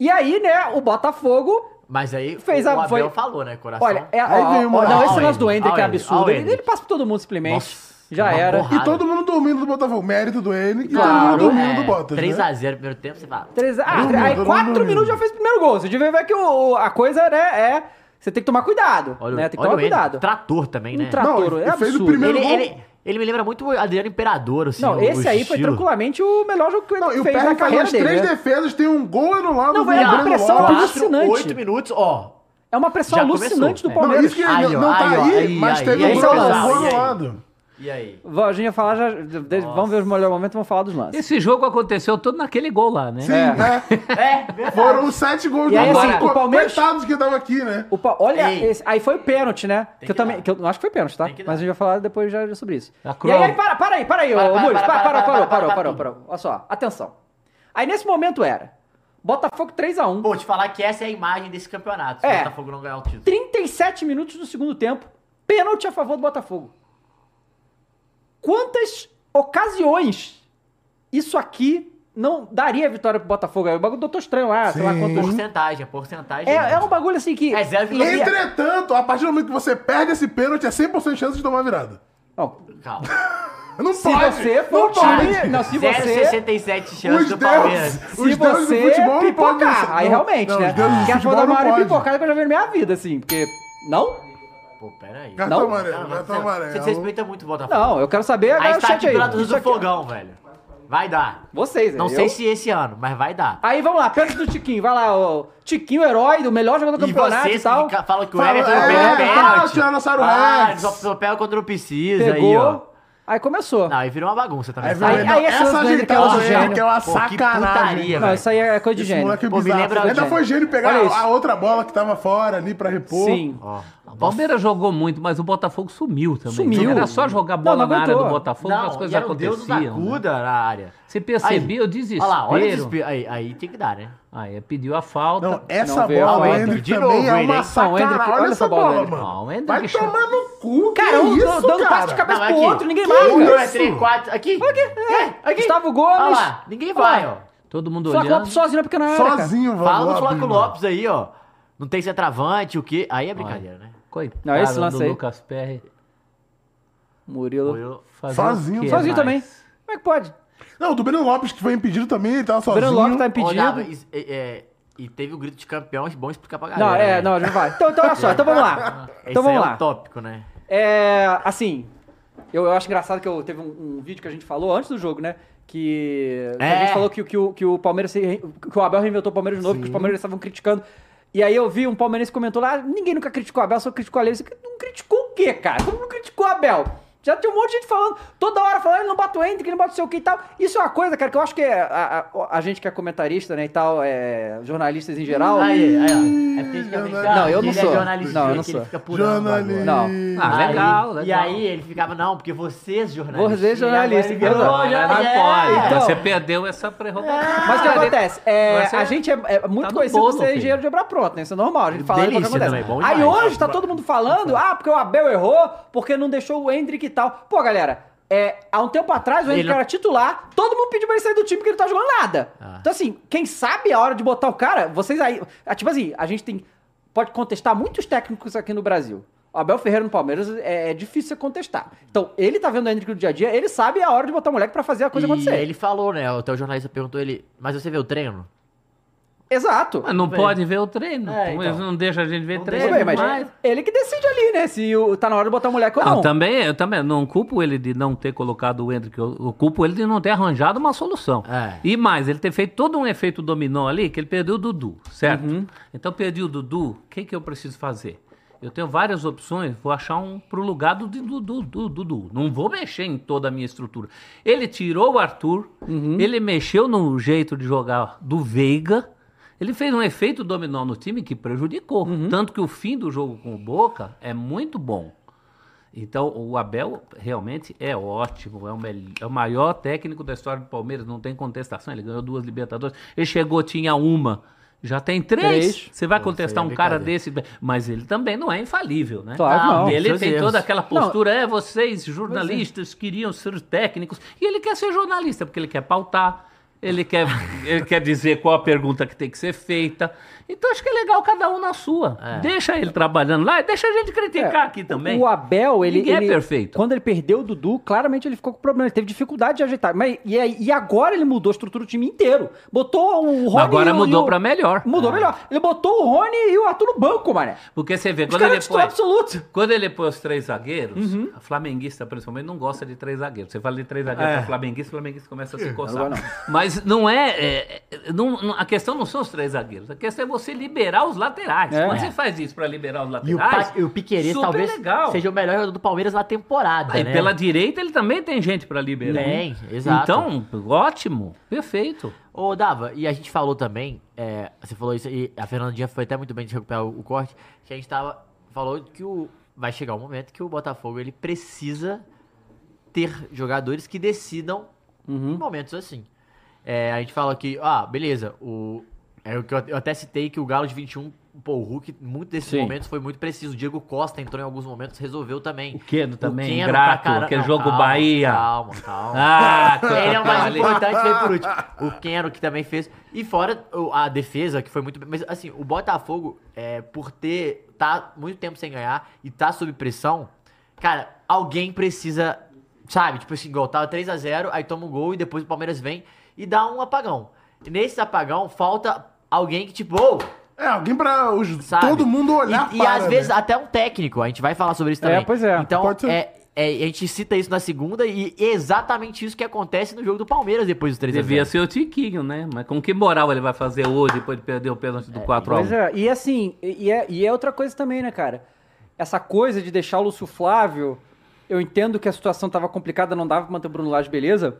S1: E aí, né, o Botafogo
S3: Mas aí
S1: Fez
S3: o
S1: a-
S3: Abel
S1: foi-
S3: falou, né? Coração.
S1: Olha, é,
S2: Aí
S1: ó,
S2: veio
S1: ó,
S2: uma-
S1: não, esse
S3: Olha
S1: lance do
S3: ele,
S1: Ender que é
S3: olha
S1: absurdo.
S3: ele,
S1: Ele,
S3: olha
S1: ele passa por todo mundo simplesmente.
S3: Nossa,
S1: já
S3: uma
S1: era.
S3: porrada.
S2: E todo mundo dormindo do Botafogo. Mérito do N e
S1: Claro,
S2: todo mundo
S3: é.
S2: dormindo do Botas, né?
S3: 3x0 no primeiro tempo, você fala.
S1: <laughs> Três- ah,
S2: Dormiu,
S1: aí
S2: todo mundo
S1: quatro
S2: dormiu.
S1: minutos já fez o primeiro gol. Você devia ver que o, o- a coisa né, é. Você tem que tomar cuidado.
S3: Olha, o-
S1: né? Tem que
S3: olha
S1: tomar
S3: o Ender,
S1: cuidado.
S3: Trator também, né?
S1: Um trator.
S2: Não,
S1: é
S2: ele fez o
S1: absurdo.
S2: primeiro-
S3: Ele,
S2: gol.
S3: ele, ele me lembra muito o Adriano Imperador, assim.
S1: Não,
S3: o-
S1: esse
S3: o
S1: aí foi
S3: estilo.
S1: tranquilamente o melhor jogo que ele
S2: Não, e o
S1: fez
S2: Perry
S1: na
S2: faz
S1: carreira
S2: umas
S1: dele.
S2: três
S1: né?
S2: defesas, tem um gol anulado.
S1: Não,
S2: do
S1: vai dar
S2: Breno
S1: pressão
S2: Lopes.
S1: pra
S3: Quatro,
S1: Alucinante.
S3: Oito minutos, ó.
S1: É uma pressão
S3: Já
S1: alucinante
S3: começou,
S1: do
S3: é.
S2: Não,
S1: Palmeiras.
S2: isso que não,
S3: Aí, ó,
S2: não tá
S3: aí, ó,
S2: aí,
S3: aí,
S2: mas
S3: aí,
S2: teve
S1: aí,
S2: um
S1: esse é o
S2: gol
S1: lance.
S2: gol
S3: E aí?
S2: anulado.
S3: E aí?
S1: Vó, a gente ia falar já. de- Vamos ver os melhores momentos, vamos falar dos lances.
S4: Esse jogo aconteceu todo naquele gol lá, né?
S2: Sim,
S3: <laughs>
S2: né?
S3: É, verdade.
S2: Foram os sete gols
S1: E
S2: do
S1: aí,
S4: assim,
S2: Botafogo.
S1: o Palmeiras-
S2: Coitados que tava aqui, né?
S1: O Pa- Olha,
S3: Ei.
S1: esse- aí foi o pênalti, né? Que, eu
S3: que
S1: também.
S3: dar.
S1: Que eu não acho que foi pênalti, tá?
S3: Tem que
S1: Mas a
S3: dar.
S1: gente vai falar depois já já sobre isso.
S4: A
S1: E aí,
S4: Crow.
S1: aí, para, para aí, para aí,
S3: Para,
S1: ô
S3: para,
S1: Mules.
S3: para,
S1: Para, para, parou,
S3: para, para,
S1: parou,
S3: para,
S1: parou,
S3: para
S1: parou. Olha só, atenção. Aí nesse momento era Botafogo 3x1,
S3: Pô, te falar que essa é a imagem desse campeonato. Se
S1: É.
S3: o Botafogo não ganhar o título.
S1: 37 minutos do segundo tempo, pênalti a favor do Botafogo. Quantas ocasiões isso aqui não daria vitória pro Botafogo? É o bagulho do Doutor Estranho lá, sei lá
S2: Sim.
S1: quanto.
S3: Porcentagem, é porcentagem.
S1: É,
S3: né?
S1: é um bagulho assim que.
S3: É 0,5.
S2: Entretanto, a partir do momento que você perde esse pênalti, é 100% de chance de tomar virada.
S1: Não,
S3: Calma.
S2: Não
S1: Se
S2: pode!
S1: você for
S2: não
S1: o time-
S2: pode!
S1: não, se você.
S3: 0,67 chance
S2: Os
S3: do Palmeiras.
S2: deuses,
S1: Se
S2: os deuses do
S1: você
S2: futebol não podem
S1: pipocar,
S2: ser-
S1: aí
S2: não,
S1: realmente,
S2: não,
S1: né?
S2: os deuses do
S1: Que acho que foi
S2: futebol
S1: a
S2: não
S1: maior
S2: pode.
S1: pipocada que eu já vi na minha vida, assim, porque. Não?
S3: Pô, peraí.
S2: Cartão
S1: Não?
S2: amarelo, cartão amarelo.
S3: Você desrespeita muito o Botafogo.
S1: Não, eu quero saber
S3: Aí
S1: agora o
S3: está
S1: chat
S3: aqui
S1: aí.
S3: pela do
S1: Isso aqui, ó.
S3: fogão, velho. Vai dar.
S1: Vocês,
S3: Não
S1: eu-
S3: sei se esse ano, mas vai dar.
S1: Aí vamos lá, pênalti do Tiquinho, vai lá, ó. Tiquinho, herói, do melhor jogador do
S3: E
S1: campeonato
S3: vocês
S1: e tal.
S3: que falam que o
S2: Fala,
S3: Everton
S2: é,
S3: perdeu
S2: ah,
S3: pênalti.
S2: o Tiranossauro
S3: Ah,
S2: Rex.
S3: só pega quando não precisa aí, ó. Ah,
S1: Pegou. Aí começou.
S3: Não, aí virou uma bagunça também.
S2: Aí virou-
S3: Aí-
S1: aí
S2: não,
S1: esse
S2: essa
S1: lance do Henrique é
S2: ajeitão
S1: outro
S2: do
S1: gênio.
S2: Henrique é uma
S3: Pô, que putaria,
S2: sacanagem.
S1: Não, isso aí é coisa de
S2: Esse
S1: gênio.
S2: moleque é
S3: Pô, me
S2: bizarro.
S3: lembra o
S2: Ainda
S3: gênio.
S2: foi gênio pegar
S1: Olha isso.
S2: a, a outra bola que tava fora ali pra repor.
S1: Sim.
S3: Ó,
S4: O Palmeiras jogou muito, mas o Botafogo sumiu também. né?
S1: Sumiu.
S4: Era só jogar
S1: Não, não
S4: bola na área do
S1: aguentou.
S4: Botafogo que as
S3: Não, e
S4: coisas
S3: era o Deus nos
S4: aconteciam. né?
S3: acuda na área.
S4: Você percebeu o
S3: Olha
S4: desespero.
S3: lá, olha o desespero. Aí, aí tem que dar, né?
S4: Aí pediu a falta.
S2: Não, é- essa
S1: Não veio
S2: bola
S1: ao
S2: do
S1: Hendrick.
S2: Hendrick
S3: De
S2: também
S3: novo
S2: é
S3: ele,
S2: uma
S3: hein?
S1: Não, Hendrick,
S2: sacanagem. Olha essa bola, mano.
S4: Não, o Hendrick
S2: Vai
S4: chuta.
S2: tomar no cu, que
S1: é Cara, um
S2: isso,
S1: dando
S2: cara?
S1: passe de cabeça
S3: Não,
S1: pro
S3: aqui.
S1: outro, ninguém
S3: Que
S1: marca.
S3: Um, dois,
S2: isso?
S3: três, quatro. Aqui. É, aqui.
S1: Gustavo
S3: Olha
S1: Gomes.
S3: lá, ninguém vai, ó.
S4: Todo mundo
S1: Flávio
S4: olhando.
S1: Lopes sozinho na pequena área, cara.
S2: Sozinho, velho.
S3: Fala do
S2: Lopes,
S3: Flávio
S2: mano.
S3: Lopes aí, ó. Não tem centroavante, o quê? Aí é brincadeira, né?
S4: Coitado
S1: Não, esse lance
S4: do
S1: aí.
S4: Lucas Perry.
S1: Murilo.
S3: Eu-
S4: Fazer
S2: Sozinho.
S4: o quê
S1: Sozinho
S4: mais?
S1: também. Como é que pode?
S2: Não, do Breno Lopes, que foi impedido também, ele tava
S1: O
S2: sozinho.
S1: Breno Lopes tá impedido.
S3: Olha, mas, é, é, e teve o grito de campeão, é bom explicar pra galera.
S1: Não, é,
S3: né?
S1: não, já vai. Então, então olha só, então vamos
S3: <laughs>
S1: lá.
S3: Esse
S1: Então
S3: aí
S1: vamos
S3: é
S1: lá.
S3: o tópico, né?
S1: É, assim, eu, eu acho engraçado que eu teve um, um vídeo que a gente falou antes do jogo, né? Que, que a
S3: É.
S1: gente falou que, o- que o, que o Palmeiras se re- que o Abel reinventou o Palmeiras de novo, que os Palmeiras estavam criticando. E aí eu vi um palmeirense comentou lá, ninguém nunca criticou o Abel, só criticou a Leila. Eu disse, Não criticou o quê, cara? Todo mundo criticou o Abel. Já tem um monte de gente falando, toda hora falando, "Ah, ele não bate o Hendrick, ele não bate o seu que e tal. Isso é uma coisa, cara, que eu acho que é a, a- a gente que é comentarista, né, e tal, é, jornalistas em geral.
S3: Aí, aí, ó. É porque a gente fica brincando
S1: Não, eu
S3: que
S1: não
S3: ele
S1: sou.
S3: É jornalista,
S1: Não, eu não
S3: que ele
S1: sou.
S3: fica apurando
S2: Jornalista.
S1: Não.
S4: Ah,
S3: Aí-
S4: legal, legal.
S3: E aí ele ficava, não, porque vocês jornalistas.
S1: Vocês jornalistas,
S3: E agora ele virou
S1: é exato.
S4: Não
S3: jornalista. É.
S4: pode.
S1: Então-
S4: Você perdeu essa prerrogativa.
S1: Mas o que acontece? É,
S4: Mas você-
S1: a gente é, é muito
S4: tá no
S1: conhecido por
S4: bolo,
S1: ser
S4: filho.
S1: engenheiro de obra pronta, né? Isso é normal, a gente fala
S3: Delícia
S1: que acontece.
S3: também, bom
S1: Aí
S3: demais.
S1: hoje tá todo mundo falando, ah, porque o Abel errou, porque não deixou o Hendrick e tal. Pô, galera, é, há um tempo atrás o
S3: Ele
S1: Hendrick
S3: não-
S1: era titular, todo mundo pediu pra ele sair do time porque ele não tá jogando nada.
S3: Ah.
S1: Então assim, quem sabe a hora de botar o cara, vocês aí... ah, Tipo assim, a gente tem... Pode contestar muitos técnicos aqui no Brasil. O Abel Ferreira no Palmeiras é, é difícil você contestar. Então, ele tá vendo o Hendrick no dia a dia, ele sabe a hora de botar o moleque pra fazer a coisa
S3: E
S1: acontecer.
S3: ele falou, né? Até o jornalista perguntou ele, mas você vê o treino?
S1: Exato.
S4: Mas não pode ver o treino.
S3: É, então.
S4: Eles não deixam a gente ver
S3: Não
S4: treino.
S1: Tudo bem, mas
S4: mas-
S1: ele que decide ali, né? Se o, tá na hora de botar o moleque ou
S4: Não,
S1: não.
S4: Ah, também, eu também não culpo ele de não ter colocado o Hendrick, eu, eu culpo ele de não ter arranjado uma solução.
S3: É.
S4: E mais, ele ter feito todo um efeito dominó ali, que ele perdeu o Dudu, certo? Então, perdi o Dudu, o que, que eu preciso fazer? Eu tenho várias opções, vou achar um pro lugar do Dudu. Do, do- Dudu. Não vou mexer em toda a minha estrutura. Ele tirou o Arthur, ele mexeu no jeito de jogar do Veiga, ele fez um efeito dominó no time que prejudicou. Tanto que o fim do jogo com o Boca é muito bom. Então, o Abel realmente é ótimo, é o, mel- é o maior técnico da história do Palmeiras, não tem contestação. Ele ganhou duas Libertadores, ele chegou, tinha uma, já tem três.
S1: Três.
S4: Você vai
S3: Pô,
S4: contestar
S3: isso aí é
S4: um cara
S3: brincadeira.
S4: desse, mas ele também não é infalível, né?
S1: Claro que não.
S4: Ele
S3: seus
S4: tem
S3: erros.
S4: toda aquela postura, é, vocês jornalistas queriam ser técnicos, e ele quer ser jornalista, porque ele quer pautar, ele quer, <laughs> ele quer dizer qual a pergunta que tem que ser feita. Então acho que é legal cada um na sua.
S3: É.
S4: Deixa ele trabalhando lá, e deixa a gente criticar aqui também.
S1: É. O Abel, ele,
S4: Ninguém é
S1: ele-
S4: perfeito.
S1: Quando ele perdeu o Dudu, claramente ele ficou com problema. Ele teve dificuldade de ajeitar. Mas, e, aí- e agora ele mudou a estrutura do time inteiro. Botou o Rony.
S4: Agora
S1: e o-
S4: mudou
S1: e o-
S4: pra melhor. Ah.
S1: Mudou melhor. Ele botou o Rony e o Arthur no banco, mané.
S4: Porque você vê,
S1: Os
S4: quando
S1: caras
S4: ele,
S1: é titular
S4: põe,
S1: absoluto.
S4: quando ele põe os três zagueiros, a flamenguista principalmente não gosta de três zagueiros. Você fala de três zagueiros pra flamenguista, o flamenguista começa a se coçar.
S1: agora
S4: Mas não é. é, é, não- não- a questão não são os três zagueiros, a questão é você liberar os laterais.
S1: É.
S4: Quando você faz isso pra liberar os
S3: E o,
S4: laterais.
S3: pa, e o Piquerez
S4: Ah, super
S3: talvez
S4: legal.
S3: seja o melhor jogador do Palmeiras na temporada,
S4: aí
S3: né?
S4: pela direita ele também tem gente pra liberar.
S3: Tem, exato.
S4: Então, ótimo, perfeito.
S3: Ô, Dava, e a gente falou também, é, você falou isso e a Fernandinha foi até muito bem de recuperar o, o corte, que a gente tava, falou que o, vai chegar um momento que o Botafogo ele precisa ter jogadores que decidam em momentos assim. É, a gente fala que, ah, beleza, o, é o que eu, eu até citei que o Galo de 21, pô, o Hulk, em muitos desses
S1: Sim.
S3: momentos foi muito preciso. O Diego Costa entrou em alguns momentos, resolveu também.
S4: O Keno também,
S3: Keno pra
S4: grato,
S3: cara-
S4: aquele
S3: Não,
S4: jogo
S3: calma,
S4: Bahia.
S3: Calma, calma.
S4: Ah,
S3: <laughs> Ele é o mais
S4: ali.
S3: importante, veio por último. O Keno que também fez. E fora o- a defesa, que foi muito bem. Mas assim, o Botafogo, é, por ter. tá muito tempo sem ganhar e tá sob pressão, cara, alguém precisa Sabe? Tipo assim, igual tava 3x0, aí toma um gol e depois o Palmeiras vem e dá um apagão. E nesse apagão, falta alguém que, tipo, ô,
S2: É, alguém pra os,
S3: sabe?
S2: todo mundo olhar
S3: E, e
S2: para,
S3: às
S2: né?
S3: vezes até um técnico, a gente vai falar sobre isso
S1: É,
S3: também.
S1: pois é.
S3: Então,
S2: Pode ser.
S3: é, é, a gente cita isso na segunda e é exatamente isso que acontece no jogo do Palmeiras depois do 3x0.
S1: é.
S4: Devia ser o Tiquinho, né? Mas com que moral ele vai fazer hoje, depois de perder o pênalti do 4x1?
S1: Pois é, e assim, e e é, e é outra coisa também, né, cara? Essa coisa de deixar o Lúcio Flávio, eu entendo que a situação tava complicada, não dava pra manter o Bruno Lage, beleza?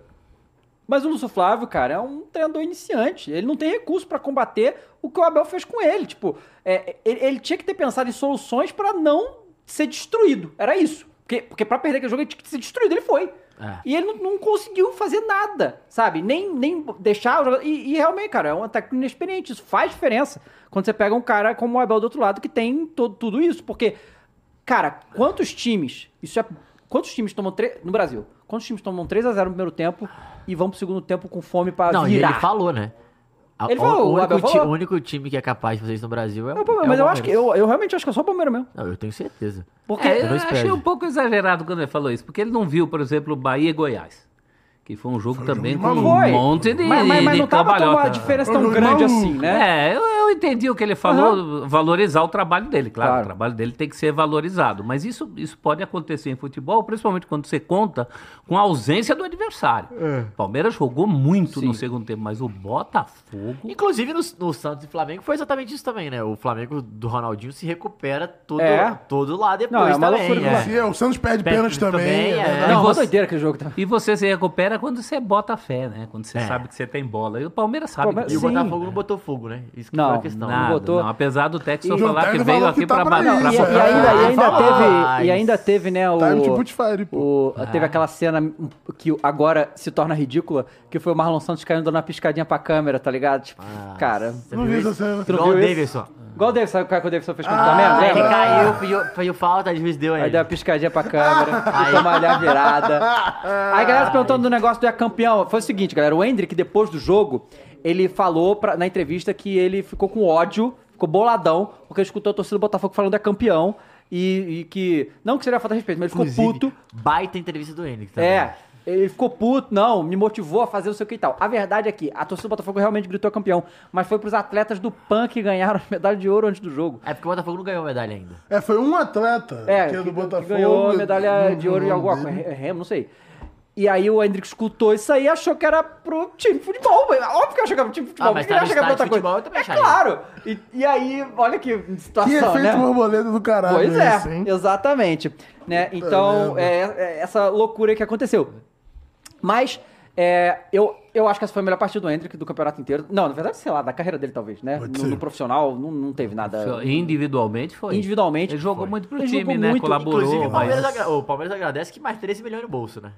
S1: Mas o Lúcio Flávio, cara, é um treinador iniciante. Ele não tem recurso pra combater o que o Abel fez com ele. Tipo, é, ele, ele tinha que ter pensado em soluções pra não ser destruído. Era isso. Porque, porque pra perder aquele jogo ele tinha que ser destruído. Ele foi.
S3: É.
S1: E ele não, não conseguiu fazer nada, sabe? Nem, nem deixar o jogador. E, e realmente, cara, é um técnico inexperiente. Isso faz diferença quando você pega um cara como o Abel do outro lado que tem todo, tudo isso. Porque, cara, quantos times. Isso é. Quantos times tomam. tre- No Brasil, quantos times tomam 3 a 0 no primeiro tempo e vão pro segundo tempo com fome pra
S3: Não, e
S1: virar?
S3: ele falou, né? A-
S1: Ele
S3: o-
S1: falou, o
S3: o, único
S1: Abel
S3: ti-
S1: falou.
S3: o único time que é capaz de fazer isso no Brasil é o
S1: Não, pô,
S3: é o
S1: mas eu acho que.
S3: Palmeiras.
S1: Eu, eu realmente acho que é só o Palmeiras mesmo.
S3: Não, eu tenho certeza.
S1: Porque.
S4: É,
S3: Eu não
S4: eu achei
S3: espero.
S4: um pouco exagerado quando ele falou isso, porque ele não viu, por exemplo, Bahia e Goiás. Que foi um jogo
S2: Foi um
S4: também
S2: jogo de
S4: com
S1: maluco.
S4: um monte de.
S1: mas, mas, mas
S4: de
S1: não tava tão uma
S4: cambalhota.
S1: diferença
S2: Ô,
S1: tão
S2: Bruno,
S1: grande
S2: maluco.
S1: assim, né?
S4: É, eu, eu entendi o que ele falou, valorizar o trabalho dele. Claro,
S1: Claro.
S4: o trabalho dele tem que ser valorizado. Mas isso, isso pode acontecer em futebol, principalmente quando você conta com a ausência do adversário.
S2: É.
S4: O Palmeiras jogou muito no segundo tempo, mas o Botafogo.
S3: Inclusive no, no Santos e Flamengo foi exatamente isso também, né? O Flamengo do Ronaldinho se recupera todo,
S1: É.
S3: todo lá depois
S1: Não, é uma
S3: também.
S1: loucura
S3: é.
S2: Se é, o Santos perde
S3: Perde
S2: pênalti também.
S3: também, é.
S2: né?
S1: Não,
S4: E
S1: uma
S4: você-
S1: doideira aquele jogo também.
S4: E você se recupera quando você bota fé, né? Quando você
S3: É.
S4: sabe que você tem bola. E o Palmeiras sabe.
S1: Palmeiras-
S3: E
S4: disso.
S3: o
S1: Sim.
S3: Botafogo não botou fogo, né? Isso que
S1: Não,
S3: foi a questão.
S1: não.
S4: Nada,
S1: botou.
S4: não, apesar do Texas
S1: E-
S4: falar que
S2: Jonathan
S4: veio
S2: falou
S4: aqui
S2: que tá
S4: pra
S2: pra
S4: bater.
S1: Não,
S2: isso,
S1: e,
S4: pra
S1: e né?
S4: bater.
S2: é.
S1: ainda, e ainda
S3: Rapaz.
S1: teve, e ainda teve, né, o...
S2: Time to put fire, Tá, tipo, pô.
S1: o- Teve aquela cena um, que agora se torna ridícula, que foi o Marlon Santos caindo dando uma piscadinha pra câmera, tá ligado? Tipo, cara...
S3: Você
S2: Não
S3: viu
S2: vi
S3: isso?
S2: essa cena.
S1: Tu não
S3: Ah, Igual o
S1: viu isso?
S3: Davidson.
S1: Igual o David, sabe o que o Davidson fez com o
S2: Ah,
S1: Flamengo?
S3: Aí ele
S1: Lembra?
S3: caiu, pediu, pediu falta, a juiz deu a
S1: Aí deu uma
S3: ele.
S1: piscadinha pra câmera, aí uma olhada virada. Aí a galera perguntando do negócio do é campeão. Foi o seguinte, galera, o Hendrick, depois do jogo, ele falou pra- na entrevista que ele ficou com ódio, ficou boladão, porque escutou a torcida do Botafogo falando é campeão. E, e que. Não que seria falta de respeito, mas ele ficou
S3: Inclusive, tá
S1: puto.
S3: Baita entrevista do Henrique também.
S1: É. Ele ficou puto, não, me motivou a fazer não sei o que e tal. A verdade é que a torcida do Botafogo realmente gritou campeão, mas foi pros atletas do PAN que ganharam a medalha de ouro antes do jogo.
S3: É porque o Botafogo não ganhou medalha ainda.
S2: É, foi um atleta
S1: É,
S2: que é do Botafogo. Uhum.
S1: ganhou a medalha
S2: não
S1: de
S2: vi o
S1: ouro em
S2: nome
S1: alguma
S2: dele.
S1: coisa, re- remo, não sei. E aí o Hendrick escutou isso aí e achou que era pro time de futebol. mas Óbvio que eu achava pro time de futebol,
S3: Ah, mas
S1: porque ele
S3: tá no
S1: achava pra outra
S3: estádio
S1: coisa.
S3: de futebol, eu também
S1: é
S3: acharia.
S1: claro! E, e aí, olha que
S2: Que
S1: situação, né?
S2: efeito borboleta do caralho
S1: Pois é,
S2: esse, hein?
S1: exatamente. Né? Então,
S2: merda.
S1: é, é essa loucura que aconteceu. Mas, é, eu, eu acho que essa foi a melhor partida do Hendrick do campeonato inteiro. Não, na verdade, sei lá, da carreira dele talvez, né?
S2: Pode
S1: No,
S2: ser.
S1: no profissional, não, não teve nada.
S4: Individualmente foi.
S1: Individualmente.
S4: Ele jogou muito pro
S1: Ele
S4: time,
S1: jogou
S4: né?
S1: muito,
S4: Colaborou.
S3: Inclusive, o Palmeiras,
S4: Mas...
S3: agra- o Palmeiras agradece que mais 13 milhões no bolso, né?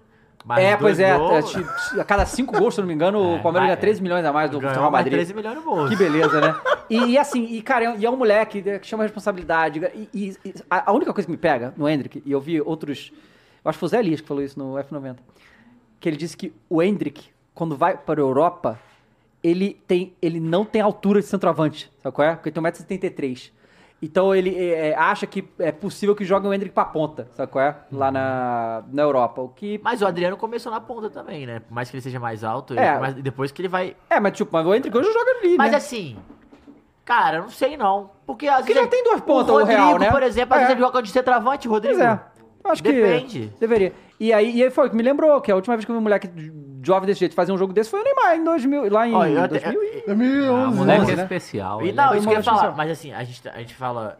S3: Mais
S1: É,
S3: dois
S1: pois é.
S3: gols,
S1: é, ti- ti- A cada cinco gols, se eu não me engano,
S3: É,
S1: o Palmeiras
S3: vai,
S1: ganha 13 milhões a mais do
S3: ganhou
S1: Real
S3: mais
S1: Madrid.
S3: 13 milhões no bolso.
S1: Que beleza, né? E, e assim, e cara, é um- e é um moleque né, que chama a responsabilidade. E, e- e a a única coisa que me pega no Hendrick, e eu vi outros. Eu acho que foi o Zé Elias que falou isso no F90. Que ele disse que o Hendrick, quando vai para a Europa, ele, tem, ele não tem altura de centroavante. Sabe qual é? Porque ele tem 1,73m. Então ele é, é, acha que é possível que jogue o Hendrick pra ponta, sabe qual é? Lá na, na Europa. O que
S3: Mas o Adriano começou na ponta também, né? Por mais que ele seja mais alto, ele
S1: É.
S3: começa- depois que ele vai.
S1: É, mas tipo, mas o Hendrick hoje joga ali,
S3: Mas
S1: né?
S3: assim, cara, eu não sei não. Porque às
S1: Porque
S3: vezes.
S1: já tem duas pontas, o
S3: Rodrigo,
S1: Real, né?
S3: por exemplo, às
S1: É.
S3: vezes ele joga de centroavante, o Rodrigo.
S1: Pois é. Eu Acho
S3: Depende.
S1: que deveria. E aí, e aí foi o que me lembrou, que a última vez que eu vi um moleque jovem desse jeito fazer um jogo desse foi o Neymar, em 2000, lá em
S3: Ó, eu até-
S1: 2000 e...
S2: 2011.
S4: Ah, moleque
S1: Onze,
S4: é
S1: né?
S4: especial.
S3: E
S4: ele
S3: não,
S4: é-
S3: isso que eu ia
S1: Ele é um
S3: falar.
S1: bom
S3: Mas assim, a gente, a gente fala.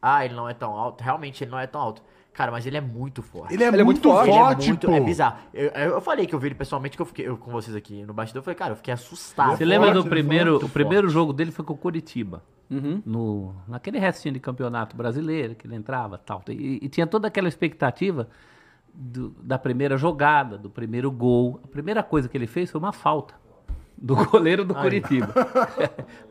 S3: Ah, ele não é tão alto. Realmente, ele não é tão alto. Cara, mas ele é muito forte.
S2: Ele é
S1: Ele é muito
S2: muito
S1: forte.
S3: Ele
S2: forte,
S3: é muito,
S2: pô.
S3: É bizarro. Eu, eu falei que eu vi ele pessoalmente, que eu fiquei eu, com vocês aqui no bastidor. Eu falei, cara, eu fiquei assustado.
S4: Você lembra
S2: forte, ele
S4: do primeiro?
S3: muito
S4: O primeiro jogo dele foi com o Curitiba.
S1: Uhum.
S4: No, naquele restinho de campeonato brasileiro que ele entrava tal. E, e tinha toda aquela expectativa do- da primeira jogada, do primeiro gol. A primeira coisa que ele fez foi uma falta do <laughs> goleiro
S3: <laughs>
S4: do Curitiba.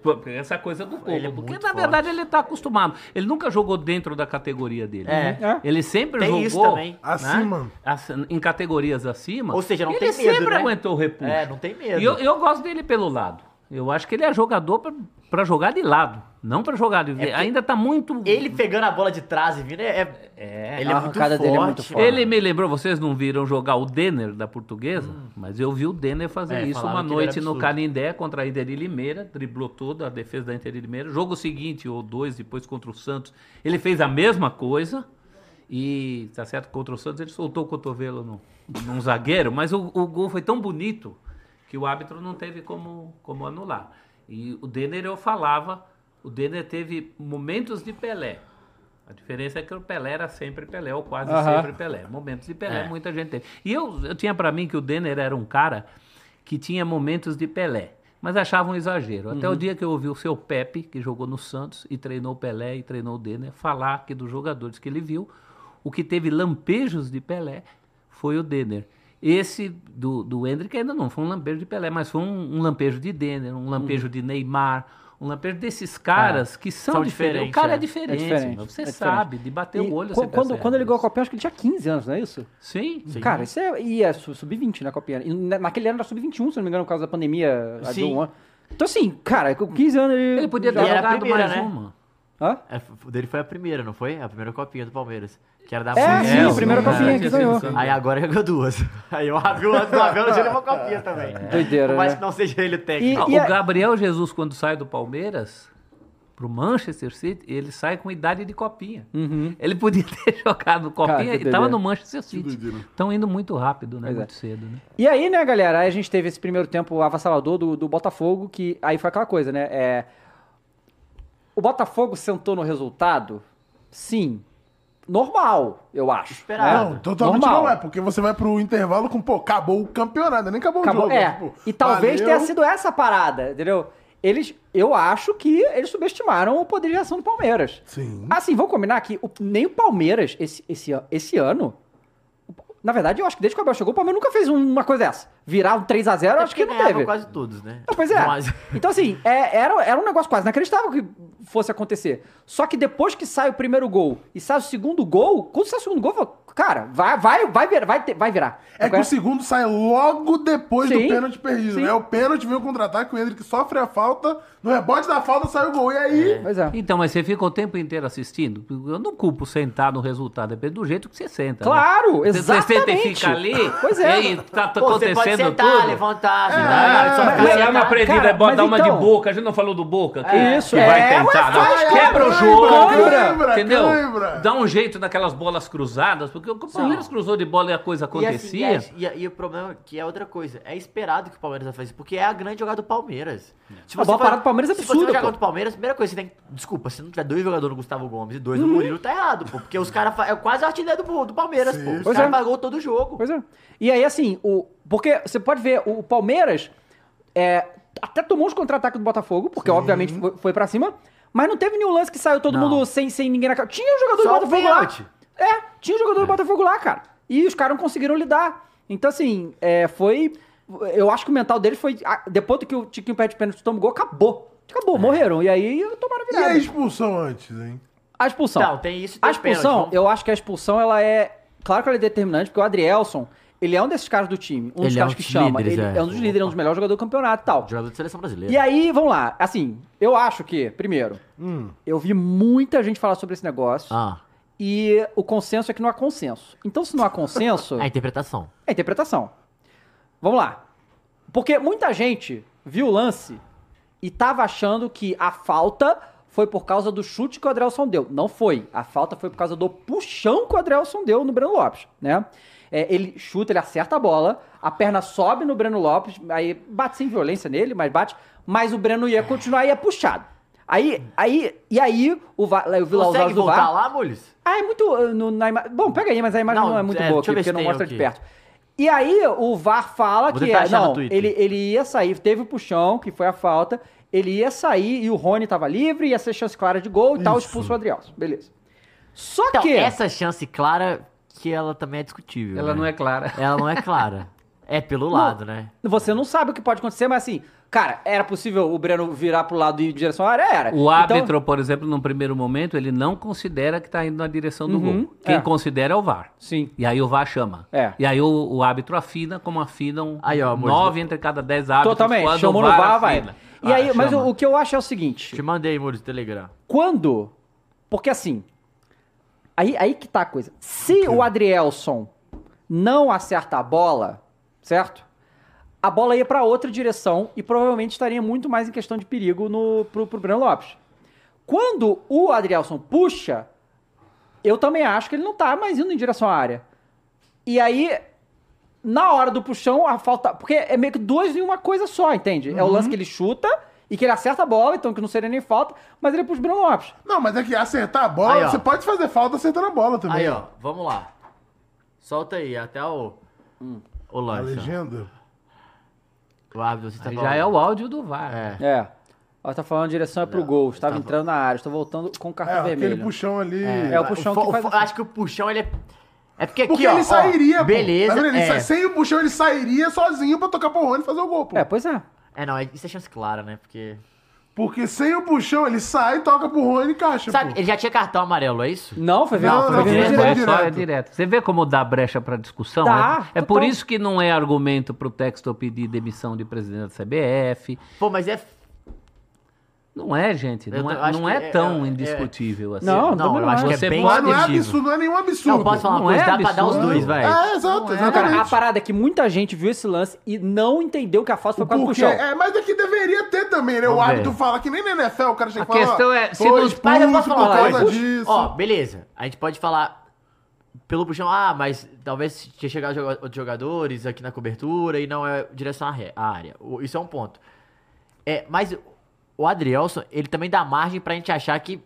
S4: Pô, Essa coisa do
S3: Ele é
S4: gol. Porque,
S3: muito
S4: na verdade, ele está acostumado. Ele nunca jogou dentro da categoria dele. né?
S3: É.
S1: É.
S4: Ele sempre
S3: Tem
S4: jogou
S3: isso
S1: né?
S3: também. né?
S2: Acima.
S4: ac- em categorias acima.
S3: Ou seja, não
S4: ele
S3: tem medo,
S4: sempre
S3: né?
S4: aguentou o repulso.
S3: É, não tem medo.
S4: E eu, eu gosto dele pelo lado. Eu acho que ele é jogador pra- pra jogar de lado. Não pra jogar, ele ainda tá muito.
S3: Ele pegando a bola de trás e vindo é. é-
S4: É.
S3: ele
S1: a
S3: é muito
S1: arrancada
S3: forte.
S1: dele é muito forte.
S4: Ele me lembrou, vocês não viram jogar o Denner da portuguesa? Mas eu vi o Denner fazer
S3: Hum. É,
S4: isso
S3: falaram
S4: uma
S3: que ele
S4: noite
S3: era
S4: no
S3: absurdo.
S4: Canindé contra a Inter de Limeira, driblou toda a defesa da Inter de Limeira. Jogo seguinte, ou dois, depois contra o Santos, ele fez a mesma coisa. E, tá certo, contra o Santos ele soltou o cotovelo no, num zagueiro, mas o, o gol foi tão bonito que o árbitro não teve como, como anular. E o Denner, eu falava, o Denner teve momentos de Pelé. A diferença é que o Pelé era sempre Pelé, ou quase
S1: Aham.
S4: sempre Pelé. Momentos de
S1: É.
S4: Pelé, muita gente teve. E eu, eu tinha pra mim que o Denner era um cara que tinha momentos de Pelé, mas achava um exagero. Até
S1: Uhum.
S4: o dia que eu ouvi o seu Pepe, que jogou no Santos e treinou o Pelé e treinou o Denner, falar que dos jogadores que ele viu, o que teve lampejos de Pelé foi o Denner. Esse do, do Hendrick ainda não foi um lampejo de Pelé, mas foi um, um lampejo de Denner, um
S1: Uhum.
S4: lampejo de Neymar, um lampejo desses caras que são,
S3: são
S4: diferentes. O
S3: diferentes,
S4: cara é,
S3: é.
S4: diferente,
S1: É diferente,
S4: meu, você
S1: é diferente.
S4: sabe, de bater
S1: E
S4: o olho
S1: qu-
S4: você
S1: quando,
S4: percebe
S1: quando ele ganhou a
S4: isso.
S1: Copinha, acho que ele tinha 15 anos, não é isso?
S4: Sim,
S3: Sim.
S1: Cara, isso é. E é su- sub-20, né, Copinha? E na- naquele ano era sub-21, se não me engano, por causa da pandemia. a
S3: Sim.
S1: do ano. Então, assim, cara, com 15 anos ele.
S4: ele podia
S1: já-
S4: ter
S3: era a
S4: jogado
S3: primeira,
S4: mais
S3: né?
S4: uma.
S1: Hã?
S3: É, f- o dele foi a primeira, não foi? A primeira copinha do Palmeiras. Que era da
S1: É,
S3: Bruna.
S1: sim, a primeira
S4: o-
S1: Copinha que
S4: é,
S1: ganhou.
S4: sim, sim.
S3: Aí agora <laughs> ganhou duas. Aí o Ravel antes do Ravel já levou copinha também.
S1: Doideira,
S3: Por mais
S1: né?
S3: que não seja ele o técnico.
S4: Ah,
S1: E é- a-
S4: o Gabriel Jesus, quando sai do Palmeiras pro Manchester City, ele sai com idade de copinha.
S1: Uhum.
S4: Ele podia <laughs> ter jogado copinha
S1: Cara, que
S4: e tava
S1: doideira.
S4: no Manchester City.
S2: doideira.
S4: Estão indo muito rápido, né?
S1: Pois é.
S4: muito cedo, né?
S1: E aí, né, galera? Aí a gente teve esse primeiro tempo avassalador do, do Botafogo, que aí foi aquela coisa, né? É, o Botafogo sentou no resultado? Sim. Normal, eu acho.
S3: Esperado.
S1: né?
S2: Não, totalmente
S1: Normal.
S2: não é, porque você vai pro intervalo com, pô, acabou o campeonato, nem acabou,
S1: Acabou-
S2: o jogo.
S1: é.
S2: tipo,
S1: e talvez
S2: valeu.
S1: tenha sido essa a parada, entendeu? Eles, eu acho que eles subestimaram o poder de reação do Palmeiras.
S2: Sim.
S1: Assim, vamos combinar que o- nem o Palmeiras, esse, esse, an- esse ano. o- Na verdade, eu acho que desde que o Abel chegou, o Palmeiras nunca fez uma coisa dessa. Virar um 3x0, eu acho que não
S3: ganhava
S1: teve.
S3: quase todos, né?
S1: Não, pois é.
S3: Mas-
S1: Então, assim, é- era, era um negócio quase inacreditável que fosse acontecer. Só que depois que sai o primeiro gol e sai o segundo gol, quando sai o segundo gol, eu falo, cara, vai, vai, vai, vir- vai, ter- vai virar.
S2: É que o segundo sai logo depois
S1: Sim,
S2: do pênalti perdido,
S1: sim.
S2: né? O pênalti veio contra-ataque, o Hendrick sofre a falta, no rebote da falta sai o gol. E aí,
S1: Pois é.
S4: Então, mas você fica o tempo inteiro assistindo? Eu não culpo sentar no resultado, depende do jeito que você senta. né?
S1: Claro,
S4: Você- Você senta e
S1: exatamente.
S4: fica ali,
S1: Pois é.
S4: e tá
S3: <laughs>
S4: tá
S3: Pô, você pode
S4: acontecendo
S3: sentar,
S4: tudo.
S1: né?
S3: levantar,
S2: É.
S3: sentar. só
S4: Ah,
S3: fica
S4: mas
S1: Cara,
S4: é uma
S3: sentado.
S4: aprendida,
S1: cara,
S4: é bota
S1: mas
S4: uma
S1: então-
S4: de boca. A gente não falou do boca. Que,
S1: É, isso,
S4: que
S1: é,
S4: vai
S1: ué,
S4: tentar. não.
S1: faz,
S4: quebra o
S2: cãibra,
S4: jogo,
S2: cãibra,
S4: entendeu?
S2: cãibra.
S4: Dá um jeito naquelas bolas cruzadas, porque o Palmeiras cruzou de bola e a coisa
S3: E assim,
S4: acontecia.
S3: E, e- e o problema que é outra coisa, é esperado que o Palmeiras vai fazer isso, porque é a grande jogada do Palmeiras. Se
S1: A bola parada do Palmeiras é
S3: Se
S1: absurda,
S3: você vai
S1: pô.
S3: jogar contra o Palmeiras, a primeira coisa que você tem que- Desculpa, se não tiver dois jogadores no Gustavo Gomes e dois
S1: Uhum.
S3: no Murilo, tá errado, pô. Porque os caras. fa- É quase a artilheira do, do Palmeiras,
S2: Sim.
S3: pô. Os
S1: Pois
S3: caras
S1: é.
S3: pagou todo o jogo.
S1: Pois é. E aí, assim, o... porque você pode ver, o o Palmeiras é, até tomou os contra-ataques do Botafogo, porque obviamente foi, foi pra cima, mas não teve nenhum lance que saiu todo
S4: Não.
S1: mundo sem, sem ninguém na cara. Tinha um jogador
S3: Só
S1: do
S3: o
S1: Botafogo
S3: pênalti.
S1: lá. É, tinha um jogador do Botafogo lá, cara. E os caras não conseguiram lidar. Então, assim, é, foi. Eu acho que o mental deles foi. ah, Depois do que o Tiquinho perde pênalti tomou gol, acabou.
S3: É.
S1: Acabou, morreram. E aí tomaram a
S2: e a
S1: virada.
S2: expulsão antes, hein?
S1: A expulsão.
S3: Não, tem isso e tem
S1: A
S3: o pênalti,
S1: expulsão,
S3: vamos-
S1: eu acho que a expulsão, ela é. Claro que ela é determinante, porque o Adrielson, ele é um desses caras do time. Um dos
S3: Ele é
S1: caras
S3: um
S1: que
S3: dos
S1: chama.
S3: líderes,
S1: ele é.
S3: é.
S1: um dos líderes, é um dos melhores jogadores do campeonato e tal.
S3: Jogador de seleção brasileira.
S1: E aí, vamos lá. Assim, eu acho que, primeiro, eu vi muita gente falar sobre esse negócio.
S3: Hum. Ah,
S1: E o consenso é que não há consenso. Então, se não há
S3: <laughs>
S1: consenso.
S3: a interpretação.
S1: É interpretação. Vamos lá. Porque muita gente viu o lance e tava achando que a falta foi por causa do chute que o Adrielson deu. Não foi. A falta foi por causa do puxão que o Adrielson deu no Breno Lopes, né? É, ele chuta, ele acerta a bola, a perna sobe no Breno Lopes, aí bate sem violência nele, mas bate. Mas o Breno ia continuar e é puxado. Aí, aí, e aí, o VAR, eu vi lá os
S3: Consegue
S1: olhos do
S3: voltar
S1: VAR.
S3: lá, Mules?
S1: Ah, é muito. uh, no- na ima- Bom, pega aí, mas a imagem não,
S3: Não,
S1: é muito
S3: é,
S1: boa aqui,
S3: deixa eu ver
S1: porque
S3: se
S1: não
S3: tem
S1: mostra de
S3: aqui.
S1: perto. E aí, o VAR fala
S3: Vou
S1: que
S3: tentar
S1: é,
S3: achar no
S1: não,
S3: Twitter.
S1: ele, ele ia sair, teve o puxão, que foi a falta, ele ia sair e o Rony tava livre, ia ser chance clara de gol e tal,
S2: Isso.
S1: expulsou o Adrielson. Beleza. Só
S3: Então,
S1: que.
S3: essa chance clara, que ela também é discutível.
S4: Ela não é clara.
S3: Ela não é clara. É pelo lado, né?
S1: Você não sabe o que pode acontecer, mas assim, cara, era possível o Breno virar pro lado e ir em direção à área? Era. Então,
S4: O árbitro, por exemplo, num primeiro momento, ele não considera que está indo na direção do
S1: Uhum,
S4: gol. Quem
S1: é.
S4: considera é o VAR.
S1: Sim.
S4: E aí o VAR chama.
S1: É.
S4: E aí o, o árbitro afina, como afinam
S3: Aí, ó, amor,
S4: nove entre cada dez árbitros.
S1: Totalmente.
S4: quando
S1: Chamou
S4: o
S1: no VAR, vai.
S4: afina.
S1: E aí,
S4: Ah,
S1: mas
S4: chama.
S1: o, o que eu acho é o seguinte:
S3: Te mandei, Muro, do Telegram.
S1: quando. Porque assim. Aí, aí que tá a coisa. Se o Adrielson não acerta a bola, certo? A bola ia pra outra direção e provavelmente estaria muito mais em questão de perigo no, pro, pro Breno Lopes. Quando o Adrielson puxa, eu também acho que ele não tá mais indo em direção à área. E aí, na hora do puxão, a falta. Porque é meio que dois em uma coisa só, entende? É o lance que ele chuta e que ele acerta a bola, então que não seria nem falta, mas ele puxa o Bruno Lopes.
S2: Não, mas é que acertar a bola,
S3: Aí, ó.
S2: você pode fazer falta acertando a bola também.
S3: Aí, ó, vamos lá. Solta aí, até o. O
S2: A
S3: lance. ó.
S2: legenda.
S3: O árbitro, você tá
S4: Aí já
S3: falando.
S4: é o áudio do VAR.
S3: É.
S1: É. Ela tá falando a direção é pro
S3: Não,
S1: gol, estava
S3: tá bom.
S1: entrando na área, estou voltando com o cartão
S2: É,
S1: vermelho.
S2: aquele puxão ali.
S1: É, o puxão
S3: fo-
S1: que faz
S3: fo-
S1: assim.
S3: Acho que o puxão, ele é... É porque aqui,
S2: Porque
S3: ó,
S2: ele
S3: ó,
S2: sairia, pô.
S3: Beleza,
S2: Tá vendo? Ele
S3: é.
S2: sa- Sem o puxão, ele sairia sozinho pra tocar pro Rony e fazer o gol, pô.
S1: É, pois é.
S3: É, não, é- isso é chance clara, né? Porque...
S2: Porque sem o puxão, ele sai, toca pro Rony e caixa,
S3: Sabe,
S2: pô.
S3: ele já tinha cartão amarelo, é isso?
S1: Não, foi vermelho.
S2: Não,
S1: foi
S2: não,
S1: vermelho direto.
S2: foi
S4: direto,
S2: direto.
S4: é só, é direto. Você vê como dá brecha para discussão?
S1: Dá,
S4: é é
S1: total.
S4: por isso que não é argumento para o texto pedir demissão de presidente da CBF.
S3: Pô, mas é...
S4: Não é, gente.
S3: Eu
S4: Não
S3: tô-
S4: é,
S3: acho
S4: não
S3: que
S4: é
S3: é-
S4: tão
S3: é-
S4: indiscutível assim.
S1: Não,
S3: Não, eu
S1: também
S3: acho
S1: não
S3: que
S1: é.
S3: é
S4: Você
S3: bem
S4: pode-
S2: Mas não é
S3: positivo.
S2: absurdo, não é nenhum absurdo.
S3: Não, posso falar
S4: Não
S3: uma coisa?
S4: é
S3: dá pra dar os
S4: absurdo.
S3: dois, vai.
S2: É, exato,
S4: Não
S1: Cara,
S4: é,
S1: a
S2: exatamente.
S1: parada é que muita gente viu esse lance e não entendeu que a falta foi por causa do
S2: Porque,
S1: puxão.
S2: é, mas é que deveria ter também, né? O
S3: Vamos ver.
S2: árbitro fala que nem na NFL, o cara chega
S4: A
S2: e fala.
S4: questão é, se
S2: foi
S4: nos-
S2: expulso
S3: Mas eu posso falar
S2: por
S3: uma
S2: causa
S3: coisa?
S2: disso.
S3: Ó, beleza. A gente pode falar pelo puxão, ah, mas talvez tinha chegado joga- outros jogadores aqui na cobertura e não é direção à ré- à área. O- Isso é um ponto. É, mas o Adrielson, ele também dá margem pra gente achar que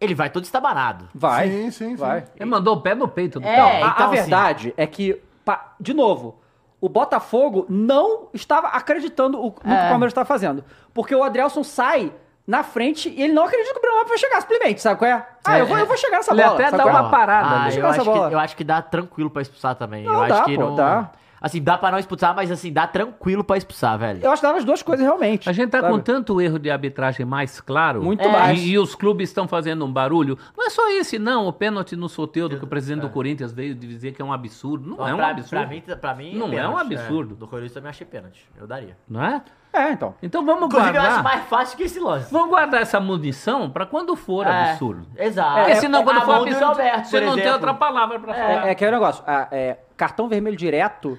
S3: ele vai todo estabanado.
S1: Vai.
S2: Sim, sim, sim.
S1: Vai.
S4: Ele mandou o pé no peito do
S3: É,
S1: Então,
S4: tal.
S1: a- a,
S3: então, assim-
S1: verdade é que, pa- de novo, o Botafogo não estava acreditando o- no que
S3: É.
S1: o Palmeiras estava fazendo. Porque o Adrielson sai na frente e ele não acredita que o Bruno Lopes vai chegar, simplesmente, sabe qual é? Ah,
S3: É,
S1: eu, vou,
S3: é.
S1: eu vou chegar nessa
S4: Ele
S1: bola.
S4: até
S1: sabe
S4: dá
S1: qual é?
S4: uma parada,
S3: Ah,
S4: né?
S3: eu,
S1: Chegou essa
S3: acho que,
S1: bola.
S3: eu acho que dá tranquilo pra expulsar também.
S1: Não,
S3: eu acho
S1: dá,
S3: que
S1: pô,
S3: não.
S1: dá.
S3: Assim, dá pra não expulsar, mas assim, dá tranquilo pra expulsar, velho.
S1: Eu acho que dava as duas coisas realmente.
S4: A gente tá
S1: sabe?
S4: com tanto erro de arbitragem mais claro.
S1: Muito
S4: e-
S1: mais.
S4: E, os clubes estão fazendo um barulho. Não é só esse, não. O pênalti no Soteudo que o presidente do Corinthians veio dizer que é um absurdo. Não
S3: é. Ó,
S4: é um
S3: pra,
S4: absurdo.
S3: Pra mim, pra mim né?
S4: Não é um absurdo.
S3: Do Corinthians também achei pênalti. Eu daria.
S4: Não é?
S1: É, então.
S4: Então vamos
S3: Inclusive, eu acho
S4: guardar.
S3: mais fácil que esse lance.
S4: Vamos guardar essa munição pra quando for
S3: É,
S4: absurdo.
S3: Exato. É,
S4: Porque senão, quando
S3: A
S4: for
S3: mão do
S4: absurdo,
S3: Roberto,
S4: você
S3: por
S4: não tem
S3: exemplo.
S4: outra palavra pra falar.
S1: É, é que é o negócio. ah, é, cartão vermelho direto,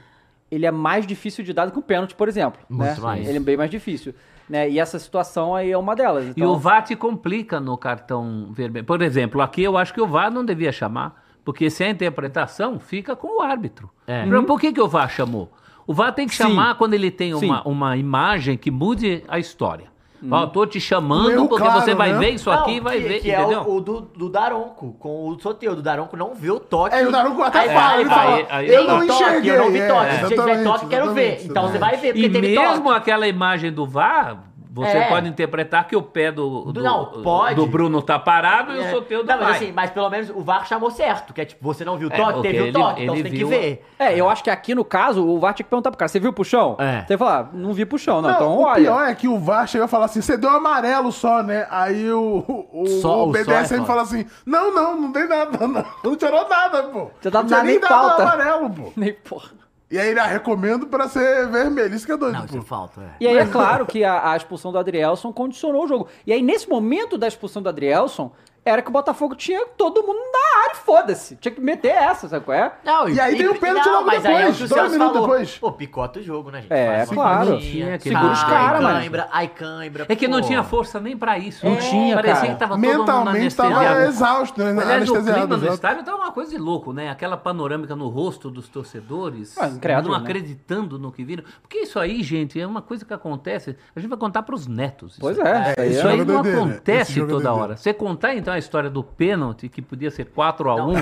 S1: ele é mais difícil de dar do que o pênalti, por exemplo.
S3: Muito
S1: né?
S3: mais.
S1: Ele é bem mais difícil. Né? E essa situação aí é uma delas.
S4: E
S1: então-
S4: o VAR te complica no cartão vermelho. Por exemplo, aqui eu acho que o VAR não devia chamar, porque se a interpretação fica com o árbitro.
S3: É.
S4: Por- Por que, que o VAR chamou? O VAR tem que
S1: Sim.
S4: chamar quando ele tem
S1: Sim.
S4: uma, uma imagem que mude a história. Ó, tô te chamando
S2: Um erro
S4: porque
S2: claro,
S4: você vai
S2: né?
S4: ver isso
S3: Hum. Não,
S4: aqui e vai
S3: que,
S4: ver,
S3: que
S4: entendeu?
S3: é o, o do, do Daronco, com o Soteudo. O Daronco não vê o toque.
S2: É, o Daronco até
S3: Aí
S2: fala,
S3: vai,
S2: ele
S3: vai,
S2: fala,
S3: aí- aí
S2: eu
S3: tem
S2: não
S3: toque, Eu não vi
S2: enxerguei,
S3: toque.
S2: é,
S3: Se tiver
S2: exatamente,
S3: toque, quero ver.
S2: exatamente,
S3: Então você vai ver, porque
S4: E
S3: teve
S4: mesmo
S3: toque.
S4: aquela imagem do VAR, você
S3: É.
S4: pode interpretar que o pé do, do,
S3: Não, pode.
S4: do Bruno tá parado e o
S3: É.
S4: Soteudo
S3: Não,
S4: vai.
S3: mas assim, mas pelo menos o VAR chamou certo. Que é tipo, você não viu o
S4: É,
S3: toque,
S4: porque
S3: teve o
S4: ele-
S3: toque, então
S4: ele
S3: você tem que
S4: viu-
S3: ver.
S1: É, eu acho que aqui no caso, o VAR tinha que perguntar pro cara: você viu o puxão?
S3: É.
S1: Você fala, "Ah, não vi puxão, não.
S2: Não,
S1: então
S2: o
S1: olha.
S2: pior é que o VAR chega e fala assim, você deu amarelo só, né? Aí o, o, o,
S3: Só, o só é
S2: BDSM
S3: foda.
S2: fala assim, não, não, não dei nada, <laughs> não, não tirou nada, pô.
S1: Você tá-
S2: não tinha
S1: nem
S2: nem dado
S1: falta.
S2: amarelo, pô.
S1: <laughs> Nem porra.
S2: E aí ele, ah, recomendo pra ser vermelho, isso que é doido,
S3: Não,
S2: pô.
S3: isso falta, é.
S1: E aí é claro que a, a expulsão do Adrielson condicionou o jogo. E aí, nesse momento da expulsão do Adrielson, era que o Botafogo tinha todo mundo na área, e foda-se. Tinha que meter essa, sabe qual é?
S3: Não,
S2: E aí tem o pênalti
S3: não,
S2: logo
S3: mas aí é o
S2: depois,
S3: que o
S2: dois
S3: Celso
S2: minutos
S3: falou.
S2: depois.
S3: Pô, picota o jogo, né, gente?
S1: É,
S3: Faz uma
S1: claro.
S3: coisinha,
S4: Segura os
S3: cai,
S1: cara, mano.
S3: Cãibra, ai, cãibra.
S4: É que não
S3: pô.
S4: tinha força nem pra isso.
S3: É.
S1: Não tinha,
S4: Parecia
S1: cara.
S4: que tava todo mundo
S2: Mentalmente
S4: anestesiado.
S2: tava exausto, né?
S4: Aliás, o clima
S2: Anestesiado.
S4: no
S2: exato.
S4: estádio tava uma coisa de louco, né? Aquela panorâmica no rosto dos torcedores,
S1: Ah, incrédulo,
S4: não
S1: né?
S4: acreditando no que viram. Porque isso aí, gente, é uma coisa que acontece. A gente vai contar pros netos. Isso
S1: Pois
S4: aí.
S1: é, isso aí
S2: isso
S1: é.
S4: Isso aí
S2: jogo é
S4: não
S2: doideira. Esse
S4: acontece
S2: jogo é
S4: toda
S2: doideira.
S4: hora. Você contar então a história do pênalti, que podia ser
S3: <laughs>
S4: 4x1.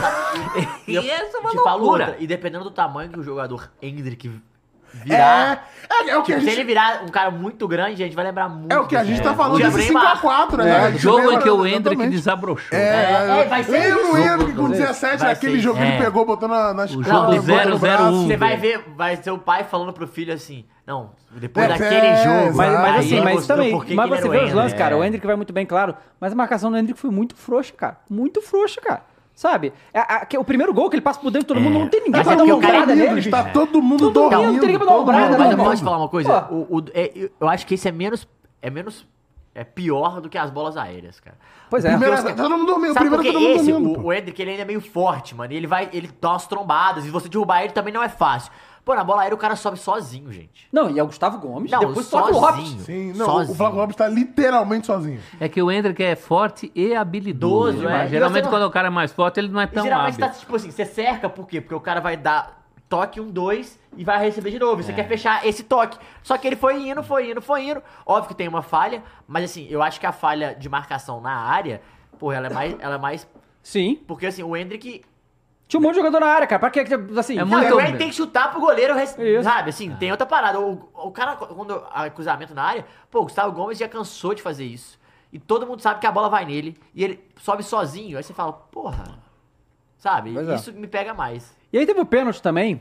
S4: e essa é uma
S3: Te falo
S4: loucura.
S3: outra, e dependendo do tamanho que o jogador Hendrick virar.
S2: É, é, é o que a
S3: Tipo, se ele
S2: gente.
S3: virar um cara muito grande, a gente vai lembrar muito.
S2: É o que a gente
S3: desse
S2: tá
S3: jogo.
S2: falando
S3: Tinha
S2: de
S3: Neymar.
S2: 5x4, né?
S4: O
S2: cara?
S4: jogo em que o
S2: Exatamente.
S4: Hendrick desabrochou. né?
S2: É,
S3: é, vai ser
S2: lembra o
S3: isso.
S2: Henrique com 17,
S3: Vai
S2: aquele
S3: ser
S2: jogo que
S4: isso.
S2: ele
S4: É.
S2: pegou, botou na, na escola,
S4: jogo
S2: botou no
S4: 001,
S2: braço.
S1: um.
S3: Você vai ver, vai ser o pai falando pro filho assim, não, depois
S2: É,
S3: daquele
S2: é,
S3: jogo.
S1: Mas, mas
S2: Aí
S1: assim,
S3: ele
S1: mas
S3: mostrou
S1: também.
S3: por que
S1: Mas
S3: que ele
S1: você
S3: era
S1: vê os lances,
S3: Hendrick,
S1: cara. O
S3: é.
S1: Hendrick vai muito bem, claro. Mas a marcação do Hendrick foi muito frouxa, cara. Muito frouxa, cara. Sabe? É, A- a- que- o primeiro gol que ele passa por dentro de todo mundo, não tem ninguém
S3: Mas
S1: pra
S3: é
S1: dar
S2: todo
S3: porque
S1: uma tá?
S2: mundo
S3: o cara
S1: olhada
S3: é
S1: nele.
S2: dormindo,
S3: livre,
S2: está
S3: né?
S2: todo mundo
S1: Todo mundo,
S2: dormindo.
S1: não tem ninguém pra dar uma
S2: todo
S1: olhada, né?
S2: mundo
S3: Mas eu
S1: Todo
S2: dormindo.
S3: posso te falar uma coisa?
S1: Pô.
S3: O- o- é- eu acho que esse é menos. É menos. É pior do que as bolas aéreas, cara.
S1: Pois é.
S2: Primeira- todo mundo dormindo.
S3: Sabe
S2: Primeiro
S3: porque
S2: todo mundo
S3: esse,
S2: dormindo.
S3: o,
S2: pô.
S3: o Hendrick, ele ainda é meio forte, mano. E ele vai, ele dá umas trombadas. E você derrubar ele também não é fácil. Pô, na bola aérea o cara sobe sozinho, gente.
S1: Não, e é o Gustavo Gomes,
S3: Não,
S1: depois toca o
S3: sozinho.
S1: Lopes.
S2: Sim, não,
S3: Sozinho.
S2: o Flávio Lopes tá literalmente sozinho.
S4: É que o Hendrick é forte e habilidoso.
S3: Doso, é.
S4: né?
S3: E você
S4: Geralmente
S3: não-
S4: quando o cara é mais forte, ele não é
S3: E
S4: tão
S3: geralmente
S4: hábil.
S3: tá tipo assim, você cerca por quê? Porque o cara vai dar toque um, dois e vai receber de novo. E Você quer fechar esse toque. Só que ele foi indo, foi indo, foi indo. Óbvio que tem uma falha, mas assim, eu acho que a falha de marcação na área, porra, ela é mais. Ela é mais
S1: Sim.
S3: porque assim, o Hendrick.
S1: Tinha um monte de jogador na área, cara. Pra que, assim...
S4: É
S3: Não,
S4: muito- É
S3: o Hendrick tem que chutar pro goleiro, o resto-
S1: Isso.
S3: sabe? Assim, tem outra parada. O, o cara, quando a cruzamento na área, pô, o Gustavo Gomes já cansou de fazer isso. E todo mundo sabe que a bola vai nele. E ele sobe sozinho. Aí você fala, porra. Sabe?
S1: Pois é.
S3: Isso me pega mais.
S1: E aí teve o pênalti também,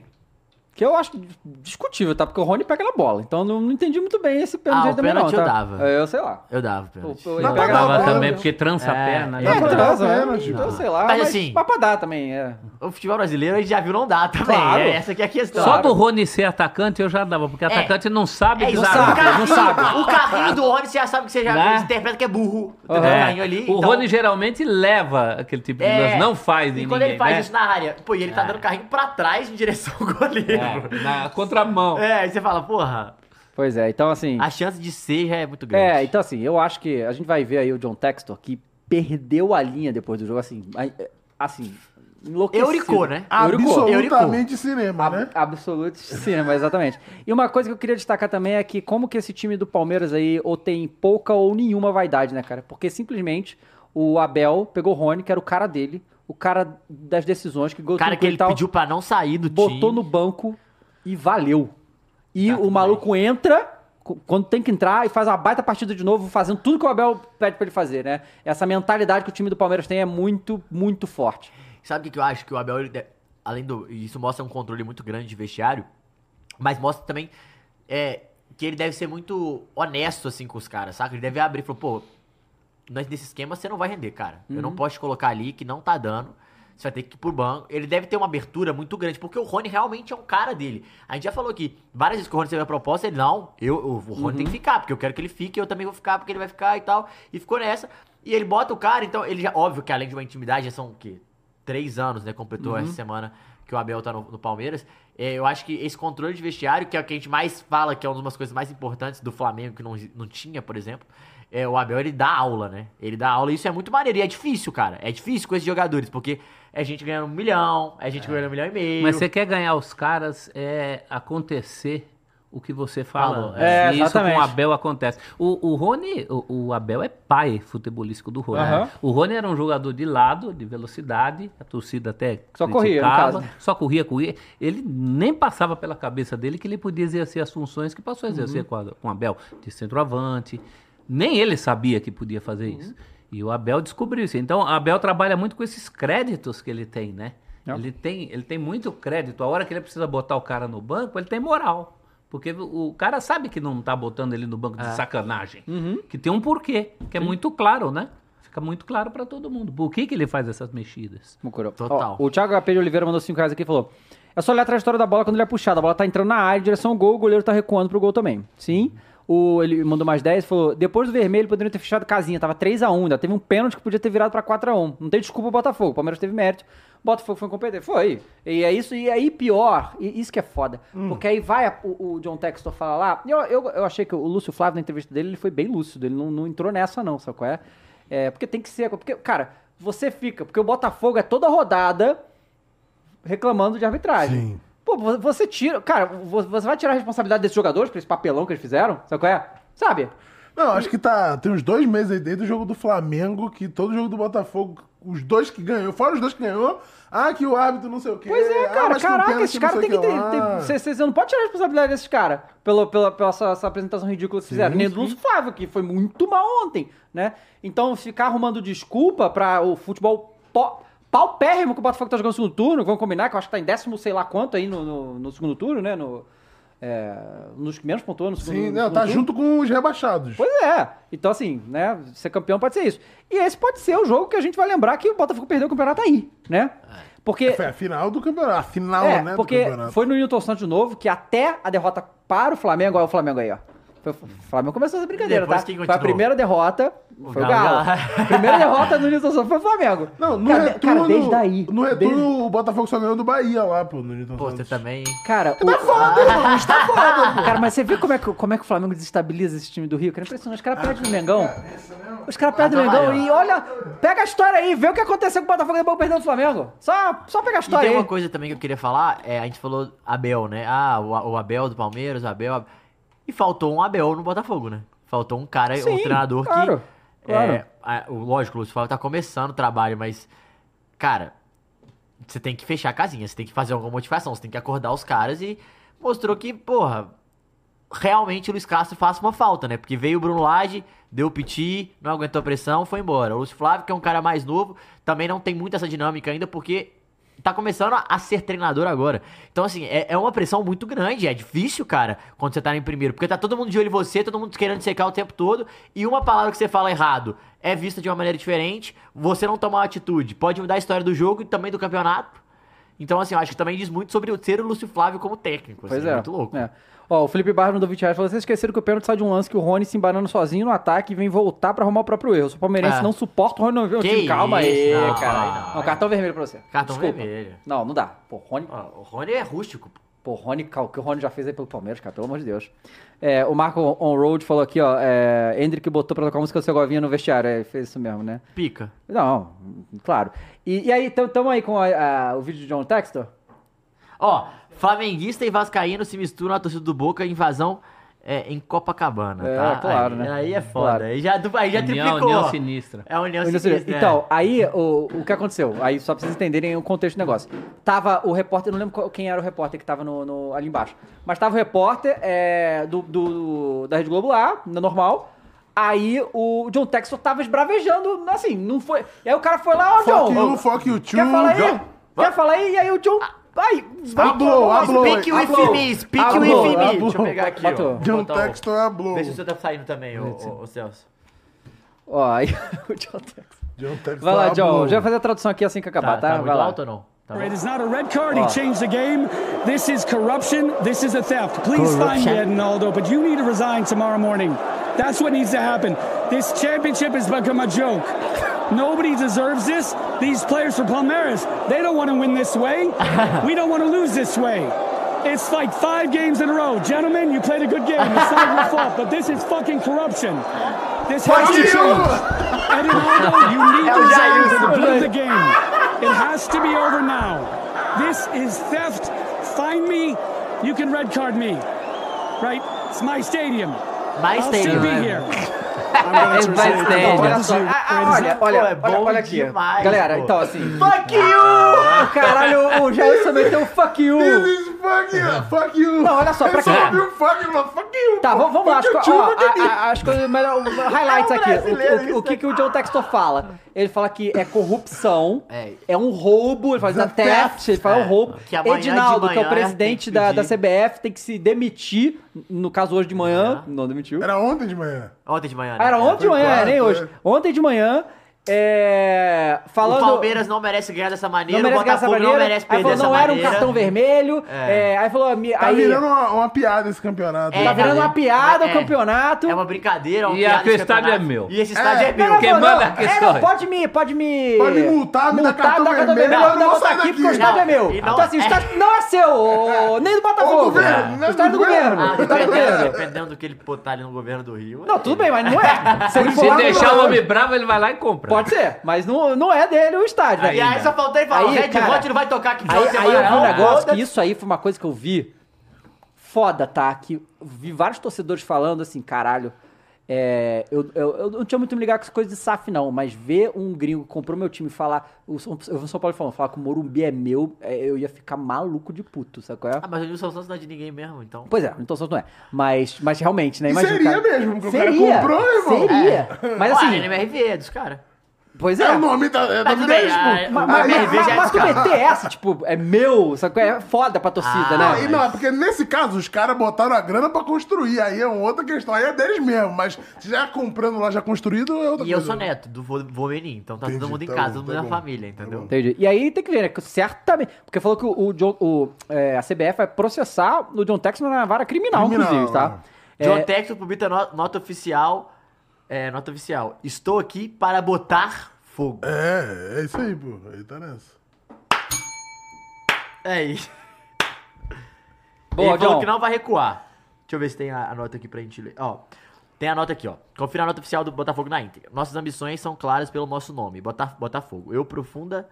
S1: que eu acho discutível, tá? Porque o Rony pega na bola. Então eu não, não entendi muito bem esse pênalti
S3: Ah,
S1: aí
S3: o
S1: também
S3: pênalti
S1: não,
S3: eu
S1: tá?
S3: dava.
S1: Eu sei lá.
S3: Eu dava, pênalti.
S1: Pô, pô,
S4: Eu
S1: ele
S2: tá
S1: pega
S4: dava
S1: na bola.
S2: né?
S1: né?
S4: também, porque trança a
S3: É,
S4: perna.
S3: é.
S4: né?
S1: É,
S2: Não,
S1: tem
S2: dava
S1: razão, né?
S2: pênalti,
S1: Então,
S2: pô.
S1: sei lá,
S3: Mas
S1: mas,
S3: assim-
S1: mas pra dar também, é.
S3: O futebol brasileiro a gente já viu não dá também.
S1: Claro.
S3: É, essa que é a questão.
S4: Só do Rony ser atacante eu já dava, porque atacante não sabe
S3: É isso,
S4: pisar.
S3: o carrinho,
S1: não sabe.
S3: O carrinho do Rony, você já sabe que você já
S4: Né?
S3: interpreta que é burro. Entendeu?
S1: Uhum.
S3: O
S4: É.
S3: carrinho ali.
S4: o
S3: então-
S4: Rony geralmente leva aquele tipo de
S3: É.
S4: lance, não faz em
S3: E
S4: ninguém,
S3: quando ele faz
S4: né?
S3: isso na área, pô, e ele tá dando carrinho pra trás em direção ao goleiro.
S4: É, na contramão.
S3: É, aí você fala, porra,
S1: Pois é, então assim.
S3: a chance de ser já é muito grande.
S1: É, então assim, eu acho que a gente vai ver aí o John Textor que perdeu a linha depois do jogo, assim. aí, é, Assim, enlouquecido.
S3: Euricô, né?
S1: Euricô.
S2: Absolutamente cinema, né?
S1: Absolute <laughs> cinema, exatamente. E uma coisa que eu queria destacar também é que como que esse time do Palmeiras aí ou tem pouca ou nenhuma vaidade, né, cara? Porque simplesmente o Abel pegou o Rony, que era o cara dele, o cara das decisões, que
S3: o
S1: gostou
S3: cara que ele
S1: tal,
S3: pediu pra não sair do time.
S1: botou no banco e valeu. E
S3: Tá,
S1: o
S3: tudo
S1: maluco entra cu- quando tem que entrar e faz uma baita partida de novo, fazendo tudo que o Abel pede pra ele fazer, né? Essa mentalidade que o time do Palmeiras tem é muito, muito forte.
S3: Sabe o que que eu acho? Que o Abel, ele deve- além do. e Isso mostra um controle muito grande de vestiário, mas mostra também é, que ele deve ser muito honesto, assim, com os caras, saca? Ele deve abrir e falar, pô, nós nesse esquema você não vai render, cara. Eu não posso te colocar ali que não tá dando. Você vai ter que ir pro banco. Ele deve ter uma abertura muito grande, porque o Rony realmente é um cara dele. A gente já falou aqui, várias vezes que o Rony teve a proposta, ele, não, eu, o Rony tem que ficar, porque eu quero que ele fique, eu também vou ficar, porque ele vai ficar e tal. E ficou nessa. E ele bota o cara, então, ele já, óbvio que além de uma intimidade, já são o quê? Três anos, né? Completou
S4: Uhum.
S3: essa semana que o Abel tá no, no Palmeiras. É, eu acho que esse controle de vestiário, que é o que a gente mais fala, que é uma das coisas mais importantes do Flamengo, que não, não tinha, por exemplo. É, o Abel, ele dá aula, né? Ele dá aula e isso é muito maneiro. E é difícil, cara. É difícil com esses jogadores, porque é gente ganhando um milhão, é gente ganhando um milhão e meio.
S4: Mas você quer ganhar os caras, é acontecer o que você fala.
S3: Falou.
S1: É,
S4: E isso com
S1: exatamente.
S4: o Abel acontece. O, o Rony, o, o Abel é pai futebolístico do Rony.
S1: Aham.
S4: O Rony era um jogador de lado, de velocidade, a torcida até
S1: Só corria, no
S4: criticava,
S1: caso.
S4: Só corria, corria. Ele nem passava pela cabeça dele que ele podia exercer as funções que passou a
S1: Uhum.
S4: exercer com, a, com o Abel, de centroavante. Nem ele sabia que podia fazer
S1: Uhum.
S4: isso. E o Abel descobriu isso. Então, o Abel trabalha muito com esses créditos que ele tem, né?
S1: Não.
S4: Ele tem, ele tem muito crédito. A hora que ele precisa botar o cara no banco, ele tem moral. Porque o o cara sabe que não tá botando ele no banco
S1: É.
S4: de sacanagem.
S1: Uhum.
S4: Que tem um porquê, que é muito claro, né? Fica muito claro para todo mundo. Por que, que ele faz essas mexidas?
S1: Mucurão.
S3: Total.
S1: Ó, o Thiago HP de Oliveira mandou 5 reais aqui e falou: É só olhar a trajetória da bola quando ele é puxado. A bola tá entrando na área, em direção ao gol, o goleiro tá recuando pro gol também. Sim. O, ele mandou mais 10 e falou: depois do vermelho, poderiam ter fechado casinha. Tava 3x1, ainda teve um pênalti que podia ter virado pra 4x1. Não tem desculpa o Botafogo. O Palmeiras teve mérito. O Botafogo foi incompetente. Foi. E é isso. E aí, pior, e isso que é foda. Porque aí vai a- o, o John Textor falar lá. Eu, eu, eu achei que o Lúcio Flávio, na entrevista dele, ele foi bem lúcido. Ele não, não entrou nessa, não, sabe qual é? É, porque tem que ser. Porque, cara, você fica. Porque o Botafogo é toda rodada reclamando de arbitragem.
S2: Sim.
S1: Pô, vo- você tira. Cara, vo- você vai tirar a responsabilidade desses jogadores por esse papelão que eles fizeram? Sabe qual é? Sabe?
S2: Não, acho que tá. Tem uns dois meses aí desde o jogo do Flamengo que todo jogo do Botafogo os dois que ganhou, fora os dois que ganhou, ah, que o árbitro não sei o quê.
S1: Pois é,
S2: ah,
S1: cara.
S2: mas que o
S1: caraca,
S2: pênalti
S1: esses
S2: não
S1: caras têm
S2: sei
S1: que
S2: o
S1: ter.
S2: quê ah. lá.
S1: ter- Vocês você não pode tirar a responsabilidade desses caras pela, pela, pela essa, essa apresentação ridícula que fizeram. Nem do Lúcio Flávio, que foi muito mal ontem, né? Então, ficar arrumando desculpa pra o futebol pó, paupérrimo que o Botafogo tá jogando no segundo turno, vamos combinar, que eu acho que tá em décimo sei lá quanto aí no, no, no segundo turno, né? No, é, nos que menos pontuou no segundo
S2: Sim,
S1: no
S2: não,
S1: segundo
S2: tá
S1: turno.
S2: junto com os rebaixados.
S1: Pois é. Então, assim, né? Ser campeão pode ser isso. E esse pode ser o jogo que a gente vai lembrar que o Botafogo perdeu o campeonanato aí, né? Porque
S2: Foi a final do campeonato. A final,
S1: é,
S2: né? do
S1: porque
S2: campeonato.
S1: foi no Newton Santos de novo que até a derrota para o Flamengo, olha o Flamengo aí, ó. Foi- O Flamengo começou essa brincadeira,
S3: Depois
S1: tá?
S3: quem
S1: Foi a
S3: continuou?
S1: primeira derrota, foi o Galo.
S3: Galo.
S1: primeira derrota no Newton Santos foi o Flamengo.
S2: Não, no
S1: cara,
S2: retorno.
S1: cara, desde aí.
S2: No retorno,
S1: desde-
S2: o Botafogo só ganhou do Bahia lá, pô, no Newton
S3: Pô, você
S2: Santos.
S3: também, hein?
S1: Cara, o... Ah.
S2: Tá foda, irmão. Está foda, pô.
S1: Cara, mas você vê como é, que, como é que o Flamengo desestabiliza esse time do Rio? Cara, é impressionante. Os caras perdem do Mengão. Os caras perdem do
S3: Ah, tá
S1: Mengão.
S3: aí,
S1: E olha, pega a história aí, vê o que aconteceu com o Botafogo depois perdendo o Flamengo. Só, só pega a
S3: E
S1: história
S3: tem
S1: aí.
S3: uma coisa também que eu queria falar, é, a gente falou Abel, né? Ah, o, o Abel do Palmeiras, o Abel, Abel. E faltou um Abel no Botafogo, né? Faltou um cara,
S1: Sim,
S3: um treinador
S1: claro,
S3: que.
S1: claro.
S3: É, a- o- lógico, o Lúcio Flávio tá começando o trabalho, mas. Cara, você tem que fechar a casinha, você tem que fazer alguma modificação, você tem que acordar os caras e mostrou que, porra, realmente o Luiz Castro faz uma falta, né? Porque veio o Bruno Lage, deu o piti, não aguentou a pressão, foi embora. O Lúcio Flávio, que é um cara mais novo, também não tem muito essa dinâmica ainda, porque tá começando a- a ser treinador agora. Então, assim, é, é uma pressão muito grande, é difícil, cara, quando você tá em primeiro, porque tá todo mundo de olho em você, todo mundo querendo te secar o tempo todo, e uma palavra que você fala errado é vista de uma maneira diferente, você não tomar uma atitude, pode mudar a história do jogo e também do campeonato. Então, assim, eu acho que também diz muito sobre o ser o Lúcio Flávio como técnico.
S1: Pois
S3: assim,
S1: é.
S3: Muito louco.
S1: É. Ó, o Felipe Barros mandou 20 reais falou: vocês esqueceram que o pênalti sai de um lance que o Rony se embanando sozinho no ataque e vem voltar pra arrumar o próprio erro. Se o palmeirense
S3: É.
S1: não suporta o Rony não vê o
S3: Que
S1: time. Calma
S3: isso,
S1: aí,
S3: não,
S1: cara.
S3: não.
S1: Não, cartão vermelho pra você.
S3: Cartão
S1: Desculpa.
S3: vermelho.
S1: Não, não dá. Pô, Rony,
S3: Ó, o Rony é rústico. pô.
S1: Pô, Rony, o que o Rony já fez aí pelo Palmeiras, cara, pelo amor de Deus. É, o Marco On Road falou aqui, ó. É, Hendrick botou pra tocar a música do Segovinha no vestiário. É, fez isso mesmo, né?
S3: Pica.
S1: Não, claro. E, e aí, tam- tamo aí com a- a- o vídeo de John Textor?
S3: Ó, flamenguista e vascaíno se misturam à torcida do Boca em invasão é, em Copacabana,
S1: É,
S3: tá?
S1: claro,
S3: aí,
S1: né?
S3: Aí é
S1: Claro.
S3: foda. Aí já, du- aí já
S4: União,
S3: triplicou.
S4: União Sinistra.
S3: É a União
S1: Então,
S3: Sinistra. é.
S1: Então, aí o, o que aconteceu? Aí só pra vocês entenderem o contexto do negócio. Tava o repórter, eu não lembro qual- quem era o repórter que tava no, no- ali embaixo, mas tava o repórter é, do, do- da Rede Globo lá, no normal. Aí o John Textor tava esbravejando, assim, não foi. E aí o cara foi lá, ó,
S2: Fuck
S1: John!
S2: you, fuck you, too.
S1: quer falar aí?
S2: John-
S1: Quer falar aí? E aí o John. Ai, um
S2: Hablou, hablou.
S3: Speak with
S2: hablou,
S3: me, speak
S1: hablou,
S3: with me.
S2: hablou.
S3: Deixa eu pegar aqui,
S1: Botou.
S3: ó.
S2: John
S3: Botar o-
S2: Texton é blow.
S3: Vê se o seu tá saindo também, ô, ô, ô Celso.
S1: Ó, aí <laughs> o John Textor.
S2: John Texton
S1: Vai lá,
S2: é
S1: John.
S2: blow.
S1: Já vai fazer a tradução aqui assim que acabar,
S3: Tá,
S1: tá?
S3: tá muito
S1: Vai lá.
S3: alto ou não? Tá
S5: It
S3: bom.
S5: is not a red card. He changed the game. This is corruption. This is a theft. Please find me, Edinaldo, but you need to resign tomorrow morning. That's what needs to happen. This championship has become a joke. Nobody deserves this. These players for Palmeiras, they don't want to win this way. we don't want to lose this way. It's like five games in a row. Gentlemen, you played a good game. It's not your fault, but this is fucking corruption. This has
S2: Fuck
S5: to
S2: you!
S5: change. Eduardo, you need to
S3: Jair
S5: resign to the
S3: Silva.
S5: blue of the game. It has to be over now. This is theft. Find me. You can red card me. Right? It's my stadium.
S3: Mais
S1: Tá
S5: I'll still be
S3: tem. né?
S5: here.
S4: Ele é, vai né?
S1: Não,
S4: estender.
S1: olha só. Ah, ah, olha, olha,
S3: Pô, é
S1: olha,
S3: bom
S1: olha aqui.
S3: demais,
S1: Galera,
S3: pô.
S1: então assim.
S3: Fuck
S2: um!
S3: you!
S1: Ah, caralho, o Jailson meteu fuck you.
S2: This is fuck you,
S1: um!
S2: fuck you.
S1: Não, olha só, É pra
S2: Ele só
S1: quem-
S2: ouviu fuck you, mas fuck you.
S1: Tá,
S2: pô.
S1: vamos, vamos lá. As,
S2: Fuck
S1: co-
S2: you, too,
S1: ó,
S2: fuck you.
S1: a- a- as coisas melhor. Highlights
S3: É um
S1: aqui.
S3: brasileiro
S1: O- O, o que,
S3: isso.
S1: que o John Textor fala? Ele fala que é corrupção,
S3: É.
S1: é um roubo, ele fala
S2: The
S1: da theft, ele fala é. um
S3: É.
S1: roubo.
S3: Que amanhã de
S1: Edinaldo, que é o
S3: manhã
S1: presidente
S3: tem que
S1: da, da
S3: pedir.
S1: CBF, tem que se demitir. No caso, hoje de manhã.
S3: É.
S1: Não demitiu.
S2: Era ontem de manhã.
S3: Ontem de manhã.
S1: Ah, era
S3: né?
S1: ontem de
S2: foi
S1: manhã,
S2: quarta,
S1: nem hoje.
S2: é.
S1: Ontem de manhã, é, falando...
S3: O Palmeiras não merece ganhar dessa maneira,
S1: não merece
S3: o
S1: ganhar essa
S3: Botafogo
S1: maneira.
S3: não merece
S1: aí
S3: perder
S1: falou,
S3: dessa
S1: não
S3: maneira.
S1: era um cartão vermelho.
S3: É.
S1: é, aí falou... mi-
S2: Tá
S1: aí,
S2: virando uma, uma piada esse campeonato.
S1: tá
S3: É,
S1: virando uma
S3: né?
S1: piada
S3: É.
S1: o campeonato.
S3: É uma brincadeira, é uma
S4: E
S3: piada
S4: aqui o
S3: esse
S4: estádio
S3: campeonato.
S4: é meu.
S3: E esse estádio é,
S1: não,
S3: meu.
S4: Quem
S1: não,
S4: manda
S1: não.
S4: a
S1: É,
S4: questão
S1: não,
S4: é.
S1: pode me... Pode me... Tá,
S2: Pode me multar, me dar cartão vermelho,
S1: vermelho,
S2: eu
S1: eu não
S2: não
S1: vou
S2: saio
S1: tá, aqui porque o
S2: daqui.
S1: estádio é meu.
S3: Não, e não-
S1: então assim, o
S3: é.
S1: estádio não é seu, ô, nem do
S2: Ô,
S1: Botafogo.
S2: governo, não
S1: O
S2: é
S1: estádio é do
S2: do governo.
S1: governo. O estádio
S3: Ah,
S1: é do
S3: dependendo,
S1: governo.
S3: dependendo do que ele botar ali no governo do Rio.
S1: Não, tudo bem, mas não é. Se ele for lá, não
S4: Se
S1: é.
S4: deixar o homem bravo, ele vai lá e compra.
S1: Pode ser, mas não, não é dele o estádio. né?
S3: E aí só faltou ele falar,
S1: Aí,
S3: o Red
S1: cara,
S3: Hot não vai tocar aqui
S1: Aí,
S3: final de
S1: aí eu vi um
S3: semana, não,
S1: negócio
S3: foda-se.
S1: que isso aí foi uma coisa que eu vi. Foda, tá? Que eu vi vários torcedores falando assim, caralho. é, eu, eu, eu não tinha muito me ligado com essa coisa de SAF, não, mas ver um gringo que comprou meu time e falar. o São- Eu vi o São Paulo falando, falar que o Morumbi é meu, é, eu ia ficar maluco de puto, sabe qual é?
S3: Ah, mas o Nilson Santos não é de ninguém mesmo, então.
S1: Pois é, então só não é. Mas, mas realmente, né?
S2: E
S1: Imagina,
S2: seria
S1: cara,
S2: mesmo, porque o cara
S1: seria,
S2: comprou, irmão.
S1: Seria. Mas
S3: Ué,
S1: assim,
S3: NMRV é dos caras.
S1: pois é.
S2: É o nome da, é
S3: Mas
S2: nome
S3: tudo
S2: deles,
S3: bem, ah,
S2: pô.
S1: Mas, mas, mas,
S2: Aí-
S3: NMRV já é
S1: mas tu
S3: dos caras.
S1: meter essa, tipo, é meu, sabe qual é? É foda pra torcida, né?
S3: Ah,
S2: Não, e não, é porque nesse caso os caras botaram a grana pra construir, aí é uma outra questão, aí é deles mesmo, mas já comprando lá já construído é outra
S3: E
S2: coisa.
S3: eu sou neto do Vô- vô Menin, então tá
S2: Entendi,
S3: todo mundo em
S2: tá
S3: casa,
S2: bom,
S3: todo
S2: tá
S3: mundo na
S2: bom,
S3: família,
S2: tá
S3: entendeu?
S2: bom.
S1: Entendi. E aí tem que ver, né? que Certamente. Porque falou que o, o John- o, é, a CBF vai processar o John Texman na vara criminal,
S2: Criminal,
S1: inclusive, tá? É,
S3: John Texton publica no- nota oficial. É, nota oficial. Estou aqui para botar fogo.
S2: É, é isso aí, pô. Aí tá nessa.
S3: É isso.
S1: Boa,
S3: Ele falou
S1: John.
S3: que não vai recuar. Deixa eu ver se tem a, a nota aqui pra gente ler. Ó, tem a nota aqui, ó. Confira a nota oficial do Botafogo na íntegra. Nossas ambições são claras pelo nosso nome, Bota- Botafogo. Eu, profunda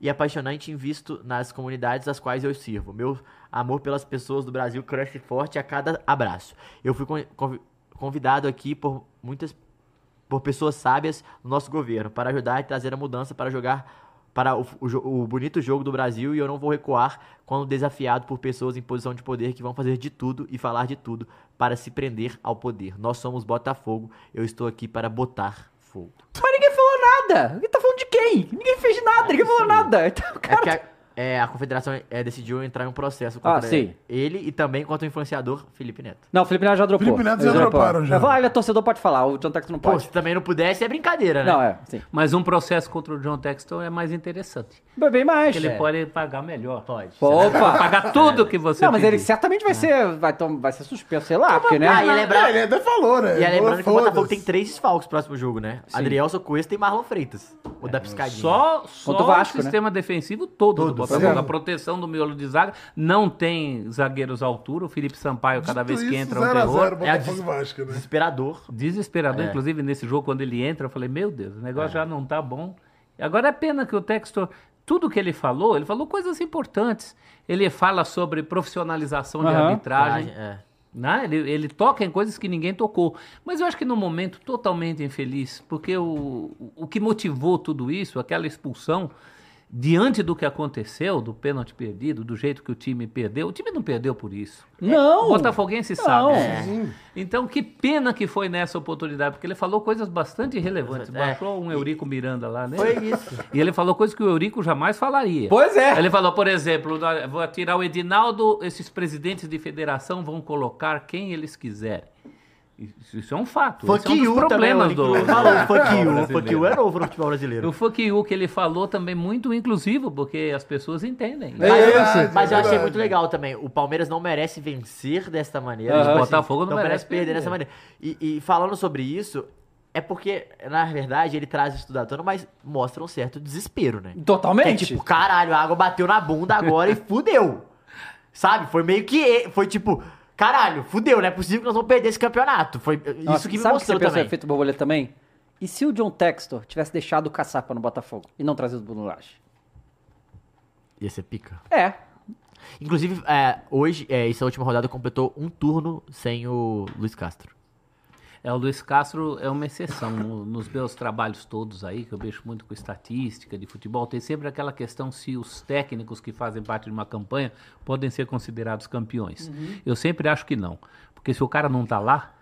S3: e apaixonante, invisto nas comunidades às quais eu sirvo. Meu amor pelas pessoas do Brasil cresce forte a cada abraço. Eu fui con- convi- convidado aqui por muitas por pessoas sábias no nosso governo para ajudar e trazer a mudança para jogar para o, o jo- o bonito jogo do Brasil e eu não vou recuar quando desafiado por pessoas em posição de poder que vão fazer de tudo e falar de tudo para se prender ao poder. Nós somos Botafogo, eu estou aqui para botar fogo.
S1: Mas ninguém falou nada. Ele tá falando de quem? Ninguém fez nada, ninguém falou nada. <laughs> Então, o
S3: É
S1: cara.
S3: que a, é, a confederação é, decidiu entrar em um processo
S1: Ah,
S3: contra
S1: sim.
S3: ele e também contra o influenciador Felipe Neto.
S1: Não, o Felipe Neto já dropou.
S2: Felipe Neto
S1: Ele
S2: já
S1: dropou.
S2: droparam, já.
S1: Vai falar, ele é torcedor, pode falar. O John Texman não
S3: Pô,
S1: pode.
S3: se também não pudesse, é brincadeira, né?
S1: não, é, sim.
S4: Mas um processo contra o John Texton é mais interessante.
S1: Bem, bem mais.
S4: Ele
S1: É.
S4: pode pagar melhor.
S3: Pode.
S1: Opa!
S4: Pagar tudo que você
S1: Não, mas ele
S4: pedir.
S1: certamente
S3: É.
S1: vai ser. Vai, tom- vai ser suspenso, sei lá, porque, né?
S3: Ah, e
S2: É,
S3: lembrar,
S2: ele até falou, né?
S3: E aí, lembrando que o Botafogo
S2: Foda-se.
S3: tem três desfalques no próximo jogo, né? Adrielson Cuesta e Marlon Freitas. O da piscadinha.
S4: Só, só
S1: Contra o Vasco, né?
S4: o sistema defensivo todo, do
S2: é.
S4: Botafogo. A proteção do miolo de zaga. Não tem zagueiros à altura. O Felipe Sampaio, cada
S2: Dito
S4: vez
S2: isso,
S4: que entra, é um
S2: zero a
S4: terror.
S2: zero,
S3: É a
S2: Botafogo e
S3: des-
S2: Vasco, né?
S3: Desesperador.
S4: Desesperador.
S3: É.
S4: Inclusive, nesse jogo, quando ele entra, eu falei, meu Deus, o negócio já não tá bom. Agora é pena que o Textor, tudo que ele falou, ele falou coisas importantes. Ele fala sobre profissionalização de
S1: Aham. Tá.
S4: arbitragem.
S3: É.
S4: né? Ele, ele toca em coisas que ninguém tocou. Mas eu acho que num momento totalmente infeliz, porque o, o que motivou tudo isso, aquela expulsão, diante do que aconteceu, do pênalti perdido, do jeito que o time perdeu, o time não perdeu por isso. É,
S1: Não!
S4: O Botafoguense
S1: Não.
S4: sabe.
S1: É.
S4: Então, que pena que foi nessa oportunidade, porque ele falou coisas bastante relevantes.
S3: É.
S4: Baixou um Eurico Miranda lá, né?
S3: Foi isso.
S4: E ele falou coisas que o Eurico jamais falaria.
S1: Pois é.
S4: Ele falou, por exemplo, "Nós- vou tirar o Edinaldo, esses presidentes de federação vão colocar quem eles quiserem. Isso, isso é um fato.
S3: Fuck
S4: Esse é um
S3: you
S4: dos problemas
S3: também,
S4: do.
S3: o Nick Cruz Falou, fuck you.
S4: brasileiro.
S3: Fuck you é novo no futebol brasileiro.
S4: <laughs> O fuck you que ele falou também muito inclusivo, porque as pessoas entendem. né?
S1: É
S3: Mas eu-
S2: verdade,
S3: mas eu achei
S2: verdade.
S3: muito legal também. O Palmeiras não merece vencer desta maneira.
S1: Aham.
S3: tipo
S4: O Botafogo não merece
S3: perder,
S4: perder.
S3: dessa maneira. E, e falando sobre isso, é porque, na verdade, ele traz isso tudo à tona, mas mostra um certo desespero, né? Que é
S1: Totalmente.
S3: tipo, caralho, a água bateu na bunda agora e fudeu. Sabe? Foi meio que. Foi tipo, caralho, fudeu, não é possível que nós vamos perder esse campeonato. Foi isso
S1: Nossa,
S3: que me
S1: sabe
S3: mostrou
S1: que você
S3: também.
S1: Pensa, feito borboleta também? E se o John Textor tivesse deixado o caçapa no Botafogo e não trazido o Bruno Lage?
S3: Ia ser pica.
S1: É.
S3: Inclusive, é, hoje, é, essa última rodada completou um turno sem o Luiz Castro.
S4: É, o Luiz Castro é uma exceção. No- nos meus trabalhos todos aí, que eu mexo muito com estatística de futebol, tem sempre aquela questão se os técnicos que fazem parte de uma campanha podem ser considerados campeões. Eu sempre acho que não. Porque se o cara não tá lá,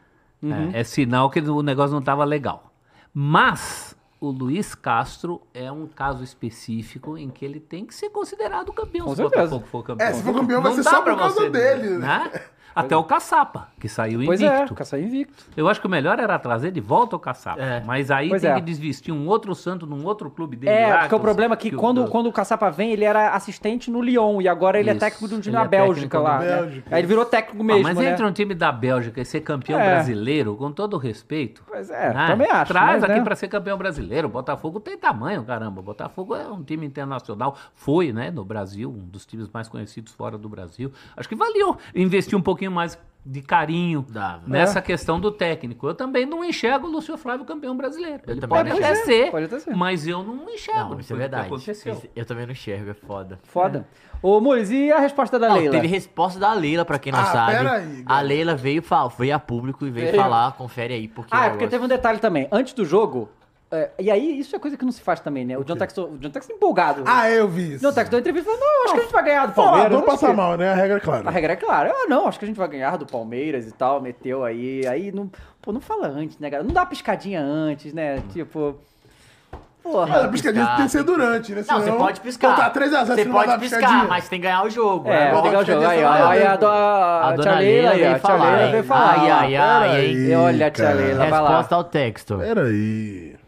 S4: é, é sinal que o negócio não tava legal. Mas o Luiz Castro é um caso específico em que ele tem que ser considerado campeão.
S1: Com
S4: se
S1: certeza.
S4: o Botafogo for campeão.
S2: É, se for campeão vai ser
S4: Não dá
S2: só
S4: pra
S2: por causa
S4: você,
S2: dele.
S4: né? Até o Caçapa, que saiu
S1: Pois
S4: invicto.
S1: é, caçar invicto.
S4: Eu acho que o melhor era trazer de volta o Caçapa.
S3: É.
S4: Mas aí
S1: Pois
S4: tem
S1: é.
S4: que desvestir um outro santo num outro clube dele.
S1: É,
S4: lá,
S1: porque o problema é que
S4: o-
S1: quando, quando o caçapa vem, ele era assistente no Lyon e agora ele é
S4: Isso,
S1: técnico de um time
S4: ele
S1: na
S4: é
S1: Bélgica
S4: técnico
S1: lá.
S2: do
S1: né?
S2: Bélgica.
S1: Aí ele virou técnico
S4: Ah,
S1: mesmo,
S4: mas
S1: né?
S4: entra um time da Bélgica e ser campeão
S1: É.
S4: brasileiro, com todo o respeito.
S1: Pois é,
S4: né?
S1: também acho.
S4: Traz
S1: mas,
S4: aqui
S1: né?
S4: pra ser campeão brasileiro. O Botafogo tem tamanho, caramba. O Botafogo é um time internacional. Foi, né, no Brasil, um dos times mais conhecidos fora do Brasil. Acho que valeu investir um pouquinho mais de carinho
S3: Dava.
S4: nessa questão do técnico. Eu também não enxergo o Lúcio Flávio campeão brasileiro.
S3: Eu
S4: Ele
S3: também
S4: pode
S3: não
S4: até
S1: enxergo.
S4: ser,
S1: Pode até ser.
S4: mas eu não enxergo.
S3: Não, isso é
S4: Foi o que
S3: verdade.
S4: aconteceu.
S3: Isso- eu também não enxergo, é foda.
S1: Foda. Ô, Mules, e a resposta da
S3: Não,
S1: Leila? Ah,
S3: teve resposta da Leila, pra quem não
S2: Ah,
S3: sabe.
S2: pera aí,
S3: a
S2: galera.
S3: Leila veio, fa- veio a público e veio
S1: Veio.
S3: falar, confere aí, porque.
S1: Ah, é
S3: eu
S1: porque
S3: gosto.
S1: teve um detalhe também. Antes do jogo. é, e aí, isso é coisa que não se faz também, né? O John Tex, o John Tex empolgado.
S2: Ah, eu vi
S1: o
S2: isso.
S1: John Tex deu entrevista e falou: não, tá acho que a gente vai ganhar do Palmeiras.
S2: Falador
S1: acho
S2: passa
S1: que-
S2: mal, né? A regra é
S1: A
S2: clara.
S1: regra é clara. Ah, não, acho que a gente vai ganhar do Palmeiras e tal. Meteu aí. Aí, não, pô, não fala antes, né, galera? Não dá uma piscadinha antes, né?
S3: Uhum.
S1: Tipo.
S3: Ah,
S2: Mas a
S1: Porra.
S2: piscadinha tem que ser durante, né?
S3: Não, você
S2: Senão,
S3: pode piscar.
S1: Então
S2: Tá 3x0,
S3: você pode piscar, mas tem que ganhar o jogo.
S1: É,
S3: Agora,
S1: vou ligar o jogo. Aí, ó. Aí a, do, a,
S3: a dona
S1: tia Leila
S3: Leila
S1: aí, ó.
S3: veio
S1: A tia
S3: falar.
S1: Leila
S3: hein?
S1: veio falar.
S3: Ai, ai, ai, hein?
S1: E olha, a tia Leila, vai lá.
S3: Resposta ao texto.
S2: Peraí.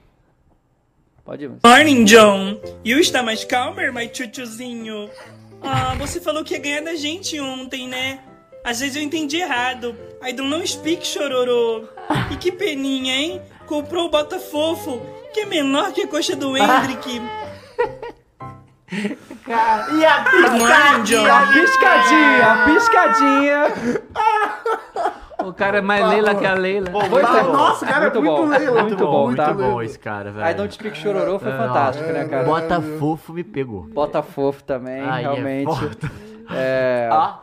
S1: Pode ir. mas-
S6: Morning, John. You está mais calmer, my tchutchuzinho? Ah, você falou que ia ganhar da gente ontem, né? Às vezes eu entendi errado. I don't know speak, chororô. E que peninha, hein? Comprou o Botafofo, que é menor que a coxa do Hendrick.
S3: E a
S6: Morning,
S1: A
S6: John.
S1: piscadinha, a piscadinha.
S4: O cara é mais Leila que a Leila.
S1: Pois é.
S2: Nossa, cara, muito
S1: bom.
S2: Leila.
S1: Muito bom,
S2: muito
S1: tá?
S3: muito bom esse cara, velho.
S1: Aí Don't Speak Chororô
S3: É.
S1: foi fantástico, né, cara?
S3: Bota fofo me pegou.
S1: Bota fofo também,
S3: Aí
S1: realmente.
S3: É foda.
S1: É.
S3: Ó.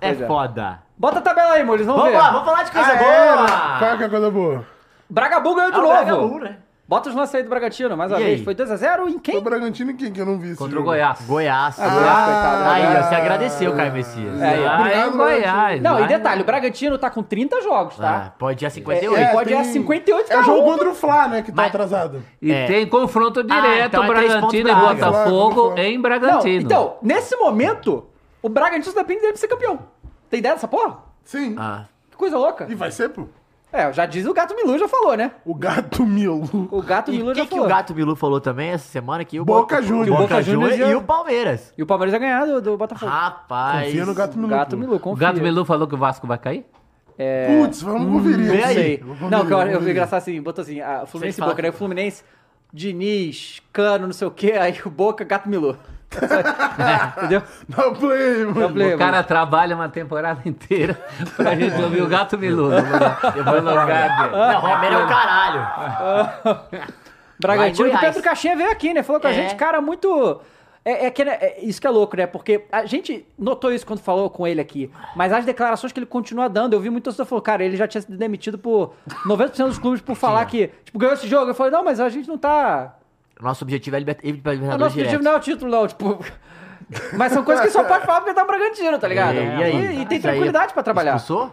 S3: É
S1: Pois é.
S3: foda.
S1: Bota a tabela aí, Mules, vamos,
S3: Vamos
S1: ver.
S3: lá, vamos falar de coisa boa.
S2: Qual que é a coisa boa?
S1: Bragabu ganhou de
S3: Ah, o
S1: novo.
S3: Bragabu, né?
S1: Bota os lances aí do Bragantino, mais uma
S3: E
S1: vez.
S3: aí?
S1: Foi 2x0 em
S2: Foi
S1: quem?
S2: o Bragantino e quem que eu não vi esse
S4: Contra o
S2: jogo? Ah,
S4: Goiás.
S3: Ah, Goiás.
S1: Goiás, coitado, né,
S3: aí,
S1: cara?
S3: ó, você agradeceu, Caio Messias.
S1: É,
S4: Lá
S2: Obrigado,
S4: em Goiás.
S1: Não,
S4: lá
S1: e detalhe,
S4: em-
S1: o Bragantino tá com 30 jogos,
S3: Ah,
S1: tá?
S3: pode ir a
S1: É,
S3: 58.
S1: é, pode ir a
S2: né? tem-
S1: 58
S2: É
S1: cada
S2: jogo
S1: um.
S2: contra o Fla, né? Que tá
S3: Mas-
S2: atrasado.
S4: E
S3: É.
S4: tem confronto direto,
S3: então é três pontos
S4: Bragantino e
S3: pra área.
S4: Botafogo
S2: Claro,
S4: em
S1: Não,
S4: Bragantino.
S1: então, nesse momento, o Bragantino só depende dele pra ser campeão. Tem ideia dessa porra?
S2: Sim.
S3: Ah,
S1: Que coisa louca.
S2: E vai ser, pô.
S1: É, já diz o Gato Milu, já falou, né?
S2: O gato Milo.
S1: O Gato
S3: E
S1: Milu
S3: o
S1: já
S3: que, que
S1: falou.
S3: o Gato Bilu falou também essa semana? Que o
S2: Boca
S3: Bo-
S2: Juniors.
S3: que o Boca,
S1: Boca Juniors
S3: Juniors
S1: já-
S3: e o Palmeiras.
S1: E o Palmeiras já ganhado do, do Botafogo.
S3: Rapaz.
S2: Confia no gato
S1: O
S2: Milo.
S1: Gato
S2: pô.
S1: Milu,
S4: o
S1: confia. É,
S4: Gato Belu falou que o Vasco vai cair?
S2: Putz, vamos conferir.
S1: Não sei.
S2: Vamos conferir,
S1: Não, que eu,
S2: vamos
S1: eu vi
S2: conferir.
S1: engraçado assim, botou assim, ah, Fluminense e
S3: falam
S1: Boca, né? Fluminense, Diniz, Cano, não sei o quê, aí o Boca, Gato Milu. É, Entendeu?
S2: Dá play,
S1: Dá
S2: mano.
S1: play,
S4: O cara trabalha uma temporada <laughs> inteira pra gente ouvir o Gato Milu. né? Eu vou
S3: Não, o Romero
S1: Ah,
S3: é o caralho.
S1: Bragantino,
S3: Lá em
S1: que o
S3: Goiás.
S1: Pedro Caixinha veio aqui, né? Falou com a
S3: É.
S1: gente, cara, muito. É, é que, né, é isso que é louco, né? Porque a gente notou isso quando falou com ele aqui. Mas as declarações que ele continua dando, eu vi muito torcedor falou, cara, ele já tinha sido demitido por 90% dos clubes por falar que, tipo, ganhou esse jogo. Eu falei, não, mas a gente não tá.
S3: Nosso objetivo é libertar ele pra
S1: O
S3: Libertadores
S1: nosso objetivo não é o título, não, tipo. Mas são coisas que só pode falar porque tá o Bragantino, tá ligado?
S3: E, e aí? é
S1: E, tem tranquilidade pra trabalhar.
S3: Expulsou?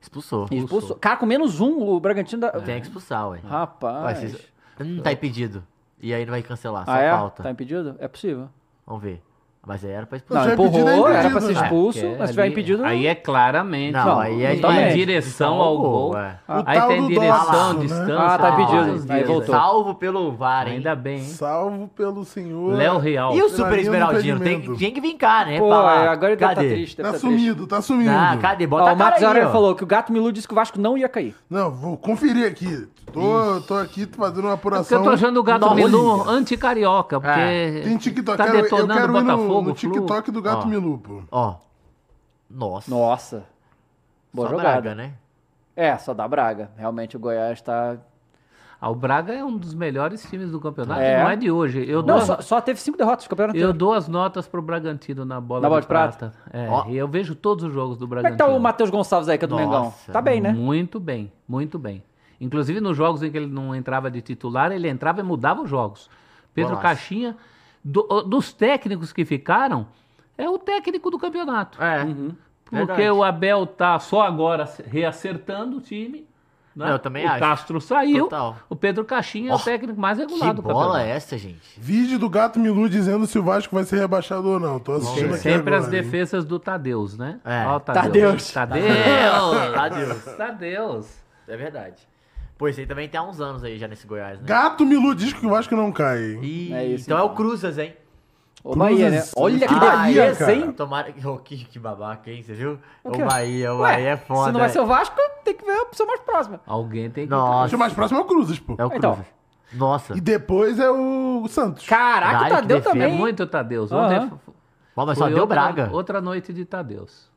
S3: Expulsou.
S1: E Expulsou. Ah. Cara, com menos um, o Bragantino da.
S3: É. Tem que expulsar, ué. Ué,
S1: Rapaz.
S3: vocês- Hum, tá impedido. E aí não vai cancelar, só
S1: ah, é?
S3: falta.
S1: Tá impedido? É possível.
S3: Vamos ver. Mas aí era
S1: Não,
S3: pra expulsar.
S2: Se é
S1: empurrou,
S2: impedido, é
S1: era pra ser
S2: impedido.
S1: expulso, mas se tiver
S4: ali-
S1: impedido. não-
S4: Aí é claramente.
S3: Não,
S1: Não,
S3: aí é
S1: então
S4: vai
S1: é.
S4: em direção
S3: Então,
S4: ao
S3: gol,
S4: gol.
S3: é.
S2: O
S4: Aí
S2: tal
S4: tem
S2: do
S4: direção,
S2: Dawson, né?
S4: distância.
S1: Ah, tá
S4: tem
S1: impedido.
S4: todos os
S1: Aí
S4: dias,
S1: voltou.
S4: né?
S3: Salvo pelo VAR, hein?
S4: Ainda bem, hein?
S2: Salvo pelo senhor.
S4: Léo Real.
S3: E o
S2: Pela
S3: Super
S2: linha do
S3: Esmeraldino? Tem,
S2: impedimento.
S3: tem que vincar, né?
S1: Pô,
S3: Falar,
S1: agora ele deve tá
S3: cadê?
S1: triste, deve
S2: Tá
S1: tá triste.
S2: sumido, tá sumindo.
S3: Ah, cadê? Bota
S1: Ó,
S3: a
S1: o Max
S3: cara aí,
S1: Aurélio
S3: ó.
S1: falou que o Gato Milu disse que o Vasco não ia cair.
S2: Não, vou conferir aqui. Tô, tô aqui fazendo uma
S4: Porque
S2: apuração.
S4: eu tô achando o Gato
S3: Nossa.
S4: Milu anti-carioca, porque
S3: É.
S2: Tem TikTok.
S4: tá
S2: eu, quero- eu
S4: detonando
S2: quero
S4: o
S2: ir no-
S4: Botafogo.
S2: no,
S4: Flu.
S2: TikTok do Gato
S3: Ó.
S2: Milu, pô.
S3: Ó. Nossa.
S1: Nossa. Boa
S3: Só
S1: jogada.
S3: Braga, né?
S1: É, só dá Braga. Realmente o Goiás tá.
S4: Ah, o Braga é um dos melhores times do campeonato,
S1: É.
S4: não é de hoje. Eu
S1: Não,
S4: dou,
S1: só, só teve cinco derrotas no campeonato.
S4: eu dou as notas pro Bragantino na bola,
S1: Na bola
S4: de
S1: de prata?
S4: prata. É,
S3: Ó.
S4: e eu vejo todos os jogos do
S1: Como é que
S4: Bragantino.
S1: tá o Matheus Gonçalves aí, que é do
S3: então. Nossa.
S1: Mengão? Tá bem, né?
S4: Muito bem, muito bem. Inclusive nos jogos em que ele não entrava de titular, ele entrava e mudava os jogos. Pedro
S3: Golaço.
S4: Caixinha, do- ó, dos técnicos que ficaram, é o técnico do campeonato.
S3: É.
S1: Uhum.
S4: Porque
S3: verdade.
S4: o Abel tá só agora se- reacertando o time. né?
S3: Não, eu também
S4: o
S3: acho.
S4: Castro saiu.
S3: Total.
S4: O Pedro Caixinha é
S3: Ó,
S4: o técnico mais
S3: Que
S4: regulado do
S3: bola
S4: campeonato.
S3: é essa, gente?
S2: Vídeo do Gato Milu dizendo se o Vasco vai ser rebaixado ou não. Tô assistindo
S4: Tem
S2: aqui
S4: sempre
S2: agora,
S4: as
S2: hein.
S4: defesas né? do Tadeus, né?
S3: É.
S4: Ó, o
S1: Tadeus.
S4: Tadeus.
S3: Adeus. <laughs>
S4: Tadeus.
S3: É verdade. Pô, esse aí também tem há uns anos aí já nesse Goiás, né?
S2: Gato Milu diz que o Vasco não cai. hein?
S3: Ih,
S1: É isso,
S3: então é
S1: então.
S3: o Cruzas, hein?
S1: O Bahia, né?
S2: Cruzes.
S1: Olha que
S2: Ah,
S1: Bahia,
S2: cara.
S1: hein?
S3: Tomara que. Oh, que, que babaca, hein? Você viu? O,
S1: quê?
S3: Bahia, o
S1: Ué,
S3: Bahia é foda.
S1: Se não vai ser
S3: hein?
S1: o Vasco, tem que ver a opção mais próxima.
S4: Alguém tem que...
S2: Acho que
S3: Nossa.
S2: o mais próximo é o Cruzes, pô.
S3: É o
S1: Então.
S3: Cruzas. Nossa.
S2: E depois é o Santos.
S1: Caraca, o
S3: Caralho, que
S1: Tadeu
S3: defesa,
S4: É
S1: também.
S4: muito Tadeus.
S1: Aham.
S4: Ontem f-
S3: Ó, mas
S4: foi
S3: só deu
S4: outra-
S3: Braga.
S4: Outra noite de Tadeus.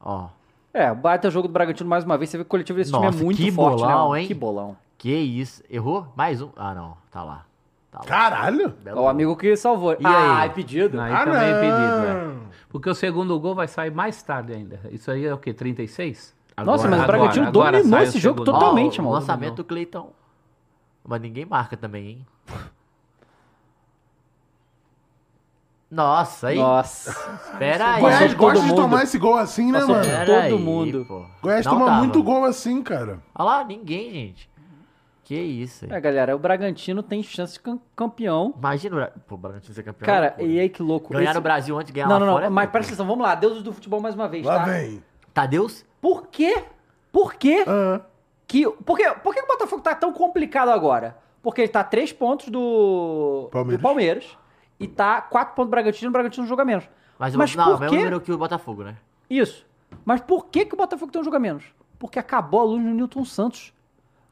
S3: Ó.
S1: É, baita jogo do Bragantino mais uma vez. Você vê que o coletivo desse time
S3: Nossa,
S1: é muito
S3: que
S1: forte,
S3: bolão,
S1: né?
S3: hein?
S1: Que bolão.
S3: Que isso? Errou? Mais um? Ah, não. Tá lá. Tá lá.
S2: Caralho!
S1: É o amigo que salvou. E
S3: aí?
S1: Ah, é pedido.
S4: Aí
S2: ah,
S4: também é
S2: não.
S4: pedido, é. Porque o segundo gol vai sair mais tarde ainda. Isso aí é o quê? 36?
S1: Nossa, mas o
S4: agora,
S1: Bragantino
S4: agora
S1: dominou
S4: sai o
S1: esse jogo
S4: segundo.
S1: totalmente.
S3: Ó, o
S1: mano.
S3: Lançamento do Cleitão. Mas ninguém marca também, hein? Nossa, aí.
S1: Nossa.
S3: Pera aí.
S2: Goiás
S1: todo
S2: gosta de
S1: mundo.
S2: tomar esse gol assim, né,
S1: Passou
S2: mano?
S1: todo
S3: Pera aí,
S1: mundo.
S3: pô.
S2: Goiás
S3: Não
S2: toma
S3: tava.
S2: muito gol assim, cara.
S3: Olha lá, ninguém, gente. Que isso aí.
S1: É, galera, o Bragantino tem chance de cam- campeão.
S3: Imagina o Bra- pô, o Bragantino ser campeão.
S1: Cara,
S3: pô.
S1: e aí que louco.
S3: Ganhar
S1: Esse-
S3: o Brasil antes de ganhar
S1: Não,
S3: lá
S1: não, não.
S3: fora. é
S1: Mas presta atenção, vamos lá. Deuses do futebol mais uma vez,
S2: Lá
S1: tá?
S2: vem.
S3: Tadeus?
S1: Por quê? Por quê
S2: Ah,
S1: que... Por quê? Por que o Botafogo tá tão complicado agora? Porque ele tá três pontos do...
S2: Palmeiras.
S1: do Palmeiras. E tá quatro pontos do Bragantino, o Bragantino joga menos.
S3: Mas,
S1: Mas
S3: o, não, é
S1: por
S3: o mesmo
S1: quê?
S3: número que o Botafogo, né?
S1: Isso. Mas por que, que o Botafogo tem um jogo a menos? Porque acabou a luz no Newton Santos.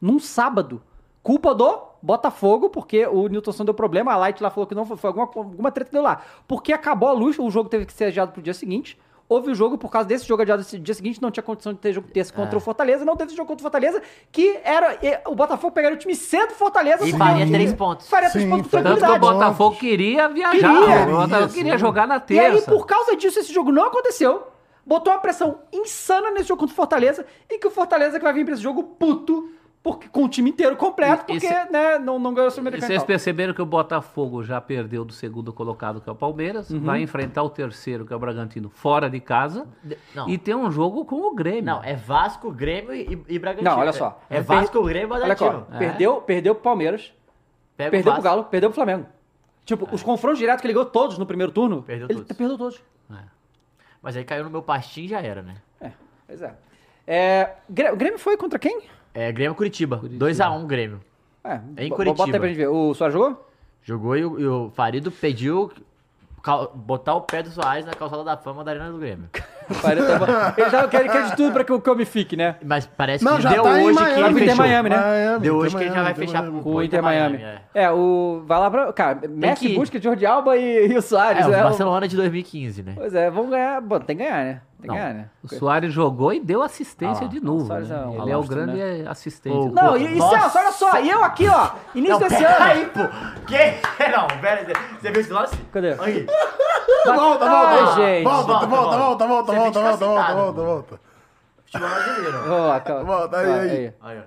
S1: Num sábado. Culpa do Botafogo, porque o Newton Santos deu problema, a Light lá falou que não foi, foi alguma, alguma treta que deu lá. Porque acabou a luz, o jogo teve que ser adiado pro dia seguinte. Houve o jogo, por causa desse jogo adiado esse dia seguinte, não tinha condição de ter jogo terça
S3: É.
S1: contra o Fortaleza, não teve jogo contra o Fortaleza, que era. e- O Botafogo pegaria o time cedo do Fortaleza,
S3: E
S1: porque-
S3: faria três pontos.
S1: faria três
S2: Sim,
S1: pontos com
S2: foi-
S4: Tanto que o
S1: tranquilidade.
S4: Botafogo queria viajar.
S1: É Queria.
S4: o Botafogo
S2: Isso.
S4: queria jogar na
S1: E aí,
S4: terça.
S1: por causa disso, esse jogo não aconteceu. Botou uma pressão insana nesse jogo contra o Fortaleza. E que o Fortaleza que vai vir pra esse jogo puto, porque, com o time inteiro completo,
S4: E-
S1: porque,
S4: esse- é
S1: né, não, não ganhou o
S4: E
S1: Sul-Americano. e
S4: vocês
S1: tal.
S4: perceberam que o Botafogo já perdeu do segundo colocado, que é o Palmeiras.
S3: Uhum.
S4: Vai enfrentar o terceiro, que é o Bragantino, fora de casa.
S3: De- Não.
S4: E tem um jogo com o Grêmio.
S3: Não, é Vasco, Grêmio e, e Bragantino.
S1: Não, olha só.
S3: É, é
S1: Per-
S3: Vasco, Grêmio e
S1: Olha aqui, ó,
S3: Bragantino.
S1: perdeu, perdeu pro Palmeiras,
S3: Pega o
S1: perdeu pro
S3: Vasco.
S1: Galo, perdeu pro Flamengo. Tipo, os confrontos diretos que ele ganhou todos no primeiro turno,
S3: Perdeu
S1: ele
S3: todos.
S1: perdeu todos.
S3: Mas aí caiu no meu pastinho e já era, né?
S1: É, pois é. É, Grê- o Grêmio foi contra quem?
S3: É Grêmio e Curitiba. 2x1 Grêmio.
S1: É,
S3: Em
S1: bo-
S3: Curitiba.
S1: Bota aí pra gente ver. O Soares jogou?
S3: Jogou e o, e o Farido pediu cal- botar o pé do Soares na calçada da fama da Arena do Grêmio.
S1: <laughs> ele já quer, quer de tudo pra que o Come fique, né?
S3: Mas parece
S2: Não,
S3: que
S2: já
S3: deu
S2: tá em
S3: hoje que
S2: Miami.
S1: Vai pro
S3: ele
S2: Inter
S3: fechou.
S1: Miami, né?
S2: Miami,
S3: Deu
S2: Inter
S3: hoje que ele já vai
S2: Miami,
S3: fechar
S2: Inter
S3: com
S1: O Inter Miami. É. o. Vai lá pra. Cara, Messi,
S3: que-
S1: Busca, Jordi Alba e, <laughs> e o Soares.
S3: É, o
S1: é,
S3: Barcelona de 2015, né?
S1: Pois é, vamos ganhar. Bom, tem que ganhar, né? Tem que ganhar, né?
S4: O Soares jogou e deu assistência
S3: Ah lá.
S4: de novo.
S1: Soares
S4: né?
S1: é um
S4: Ele é o
S1: monstro,
S4: grande
S3: né?
S4: assistente.
S3: Pô,
S4: do
S1: Não,
S4: Botafogo.
S1: e, e
S3: Nossa.
S1: Celso, olha só, e eu aqui, ó, início desse ano.
S3: aí, pô. Que? <laughs> Não, pera aí. Você viu esse lance?
S1: Cadê?
S3: Aí.
S2: Volta,
S1: Ai,
S2: volta,
S1: gente.
S2: volta, volta,
S3: Volta,
S2: volta, volta, volta,
S3: volta. Você
S2: volta, volta,
S3: fica citado.
S2: volta, <laughs> volta.
S3: Futebol brasileiro.
S1: Ó, calma.
S2: Volta, aí,
S1: Ó,
S2: aí.
S3: Aí, ó.
S1: tá.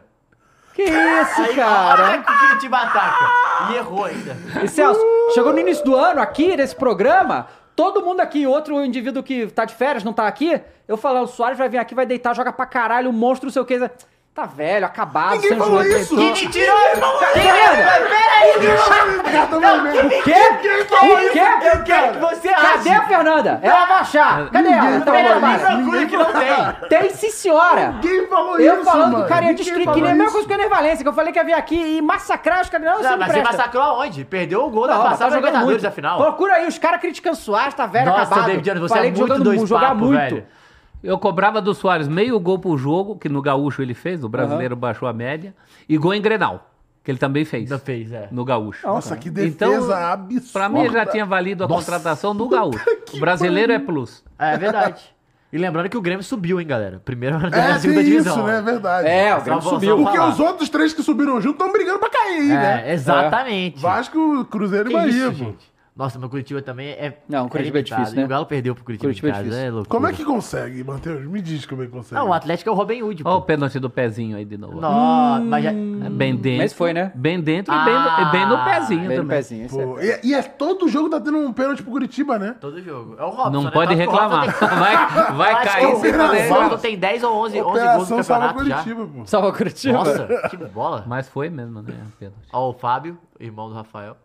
S1: Que isso,
S3: Aí,
S1: cara?
S3: olha que o Curitiba ataca. E errou ainda.
S1: E Celso, chegou no início do ano aqui, nesse programa, todo mundo aqui, outro indivíduo que tá de férias, não tá aqui, eu falando, o Soares vai vir aqui, vai deitar, joga pra caralho, o monstro, não sei o que. Tá velho, acabado,
S2: Ninguém
S1: sem Tá
S2: falou
S1: joelho,
S2: isso.
S1: sem-
S2: Ninguém
S3: Tirou ele,
S2: Cartão vermelho.
S1: O quê? O quê?
S3: é
S2: É
S3: Eu quero que você Tá
S1: Cadê a Fernanda? Ela vai achar. Cadê ela? Tá vendo,
S2: falou
S1: Mara?
S3: Procura que não tem.
S1: Tem sim, senhora.
S2: Quem falou isso,
S1: Eu falando que
S2: mano?
S1: o cara ia
S2: Ninguém
S1: destruir, que
S2: falou
S1: nem a mesma
S2: isso.
S1: coisa que o Ener Valência, que eu falei que ia vir aqui e massacrar os caras. Não, isso
S3: Não,
S1: não
S3: mas você
S1: presta.
S3: massacrou aonde? Perdeu o gol da
S1: Não, mas tá
S3: passada da
S1: jogando muito.
S3: Libertadores da é final.
S1: Procura aí, os caras criticam o Soares, tá velho,
S3: Nossa,
S1: acabado.
S3: David Jones, você
S1: Falei
S3: é
S1: que
S3: muito
S1: jogando
S3: dois
S1: muito, jogar
S3: papo,
S1: muito.
S3: velho.
S4: Eu cobrava do Soares meio gol pro jogo, que no Gaúcho ele fez, o brasileiro baixou a média, e gol em Grenal, que ele também fez,
S3: Ainda fez, é.
S4: no Gaúcho.
S2: Nossa, que defesa
S4: Então,
S2: absurda.
S4: Pra mim ele já tinha valido a contratação no Gaúcho. O brasileiro é plus.
S3: É verdade. E lembrando que o Grêmio subiu, hein, galera. Primeiro ano da
S2: É,
S3: segunda
S2: tem
S3: divisão.
S2: isso, né? É verdade.
S1: É, o
S3: Só
S1: Grêmio
S3: vou-
S1: subiu.
S3: só vou
S2: Porque
S3: falar.
S2: os outros três que subiram junto estão brigando pra cair, né?
S3: É, exatamente.
S2: Vasco, Cruzeiro e
S3: Que isso,
S2: Bahia, pô.
S3: gente. Nossa, mas o Curitiba também é.
S1: Não, o Curitiba é
S3: limitado.
S1: difícil, né?
S3: E o Galo perdeu pro Curitiba,
S1: Curitiba é
S3: em casa,
S1: difícil.
S3: é loucura.
S2: Como é que consegue, Matheus? Me diz como é que consegue.
S3: Não, o Atlético é o Robin Hood,
S4: Olha o
S3: pô.
S4: pênalti do pezinho aí de novo.
S3: Nossa, mas já...
S2: hum.
S4: É Bem dentro.
S1: Mas foi, né?
S4: Bem dentro e bem no, e bem no
S3: Ah,
S4: pezinho
S1: Bem no
S4: também.
S1: pezinho, isso é.
S2: Pô, e, e é todo jogo tá tendo um pênalti pro Curitiba, né?
S3: Todo jogo. É o Robson,
S4: Não
S3: né?
S4: pode
S1: Tá
S3: Tanto que o Robson
S4: reclamar.
S1: <laughs>
S3: tem-
S4: <laughs> Vai, vai
S3: Acho
S4: cair
S3: que
S4: sem
S2: sem
S3: O
S2: fazer
S3: Robson
S2: nada.
S3: tem 10 ou 11, 11 gols no
S2: Operação Salva
S3: campeonato já.
S2: Curitiba, pô.
S1: Salva Curitiba.
S3: Nossa, que bola.
S4: Mas foi mesmo, né? o pênalti.
S3: Ó, o Fábio, irmão do Rafael.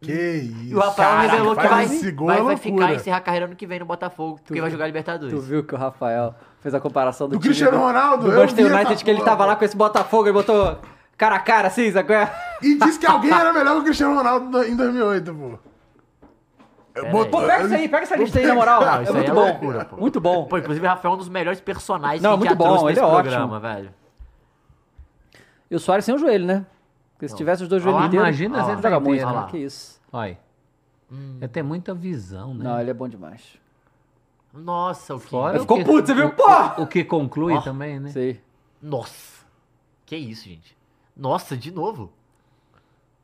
S2: Que isso.
S3: E o Rafael
S2: Caraca,
S3: revelou que
S2: faz
S3: vai,
S2: esse gol, é
S3: vai, vai
S2: loucura.
S3: ficar e encerrar a carreira ano que vem no Botafogo, porque vai jogar
S1: Tu
S3: Libertadores.
S1: viu que o Rafael fez a comparação do,
S2: Do
S1: time
S2: Cristiano Ronaldo,
S1: do
S2: eu
S1: Manchester
S2: vi essa
S1: United, que ele
S2: porra,
S1: tava lá
S2: pô.
S1: com esse Botafogo, ele botou cara a cara assim, sabe qual é?
S2: E disse que alguém era melhor que o Cristiano Ronaldo do- em 2008, pô.
S1: Pô, pega isso aí, pega essa lista aí, na moral.
S3: Não, isso
S1: é
S3: aí
S1: muito
S3: é
S1: bom.
S3: loucura, pô.
S1: Muito bom.
S3: Pô, inclusive o Rafael é um dos melhores personagens
S1: Não,
S3: que a gente
S1: muito
S3: já trouxe
S1: bom,
S3: nesse
S1: ele é
S3: programa, velho.
S1: E o Soares sem o joelho, né? Porque se tivesse os dois
S3: Olha lá,
S1: joelhos inteiros,
S4: imagina se ele
S1: joga
S4: tá
S1: muito,
S4: inteiro.
S1: né?
S3: Olha lá.
S1: Que isso. Hum.
S4: Olha aí. Ele tem muita É, visão, né?
S1: Não, ele é bom demais.
S3: Nossa, o que?
S4: Fora
S1: Ficou
S4: o que-
S1: puto, você viu?
S4: o-
S1: Pô!
S4: O, o que conclui
S3: Ó.
S4: também, né?
S1: Sei.
S3: Nossa. Que isso, gente. Nossa, de novo.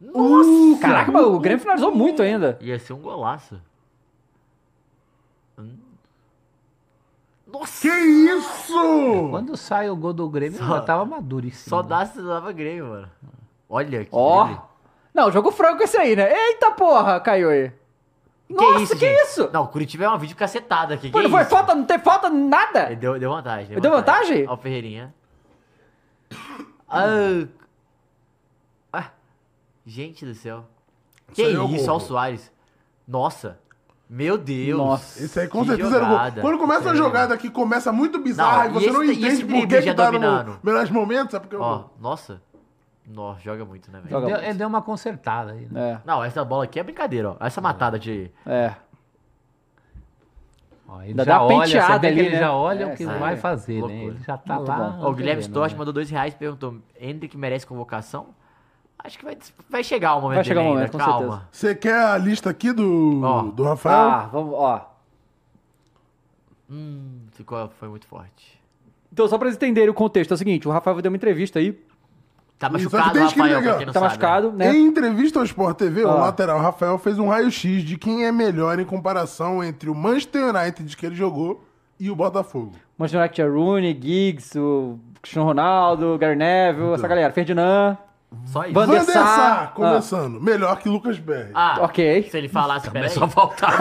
S1: Nossa! Uh, Caraca, mas o Grêmio finalizou muito ainda.
S3: Ia ser um golaço. Hum. Nossa!
S2: Que isso?
S4: Quando sai o gol do Grêmio,
S3: Só-
S4: já tava maduríssimo.
S3: Só dá se dava Grêmio, mano. Olha que
S1: Ó.
S3: drible.
S1: Não, jogo franco esse aí, né? Eita porra, caiu aí. Nossa, que isso?
S3: gente? Não, Curitiba é uma vídeo cacetada aqui.
S1: Pô,
S3: que
S1: não foi
S3: isso? É
S1: falta, não tem falta nada?
S3: Ele Deu, deu vantagem.
S1: Deu vantagem?
S3: Ó, o Ferreirinha. Ah, Ah, gente do céu. Que
S2: aí é um eu
S3: isso, ó, o
S2: corro.
S3: Soares. Nossa. Meu Deus.
S1: Nossa.
S2: Isso aí com
S3: Que
S2: certeza era gol.
S3: jogada.
S2: Quando começa a
S3: Sério.
S2: jogada que começa muito bizarra
S3: Não,
S2: e você
S3: e
S2: não
S3: esse- e
S2: entende
S3: esse
S2: por que
S3: drible já
S2: que tá no
S3: dominando?
S2: melhores momentos, é porque
S3: Ó,
S2: eu...
S3: nossa. Nossa, joga muito, né, velho?
S1: Joga.
S4: Deu, ele deu uma consertada aí, né?
S1: É,
S3: Não, essa bola aqui é brincadeira, ó. Essa matada de.
S1: é.
S4: Ó, ele
S1: Ainda
S4: já
S1: dá uma
S4: olha,
S1: penteada
S4: você vê que
S1: ali,
S4: ele
S1: né?
S4: já olha
S1: É,
S4: o que
S1: sim.
S4: vai fazer,
S3: Loucura.
S4: né? Ele já tá
S1: Muito
S4: lá.
S1: bom.
S3: Ó, o Guilherme
S4: antevendo,
S3: Storch
S4: né?
S3: mandou dois reais e perguntou: Hendrick merece convocação? Acho que vai, vai chegar o momento
S1: Vai chegar
S3: dele
S1: o
S3: ainda,
S1: momento, com
S3: calma.
S1: certeza.
S2: Você quer a lista aqui do,
S3: Ó.
S2: do Rafael?
S1: Ah, vamos, ó.
S3: Hum, ficou, foi muito forte.
S1: Então, só pra vocês entenderem o contexto, é o seguinte, o Rafael deu uma entrevista aí,
S3: Tá
S2: Isso, só que
S3: machucado o
S2: tem escrito
S3: Rafael,
S2: aqui,
S3: pra
S2: ó.
S3: quem não
S1: tá
S3: sabe.
S1: machucado, né?
S2: Em entrevista ao Sport TV,
S1: Ah.
S2: o lateral Rafael fez um raio-x de quem é melhor em comparação entre o Manchester United de que ele jogou e o Botafogo.
S1: Manchester United tinha Rooney, Giggs, o Cristiano Ronaldo, Gary Neville, essa galera. Ferdinand.
S3: Só isso.
S1: Van der
S2: Van der Sar,
S1: Sar,
S2: começando. Melhor que Lucas Berry.
S3: Ah,
S1: Ok.
S3: se ele falasse, peraí.
S4: Tá, Só faltava.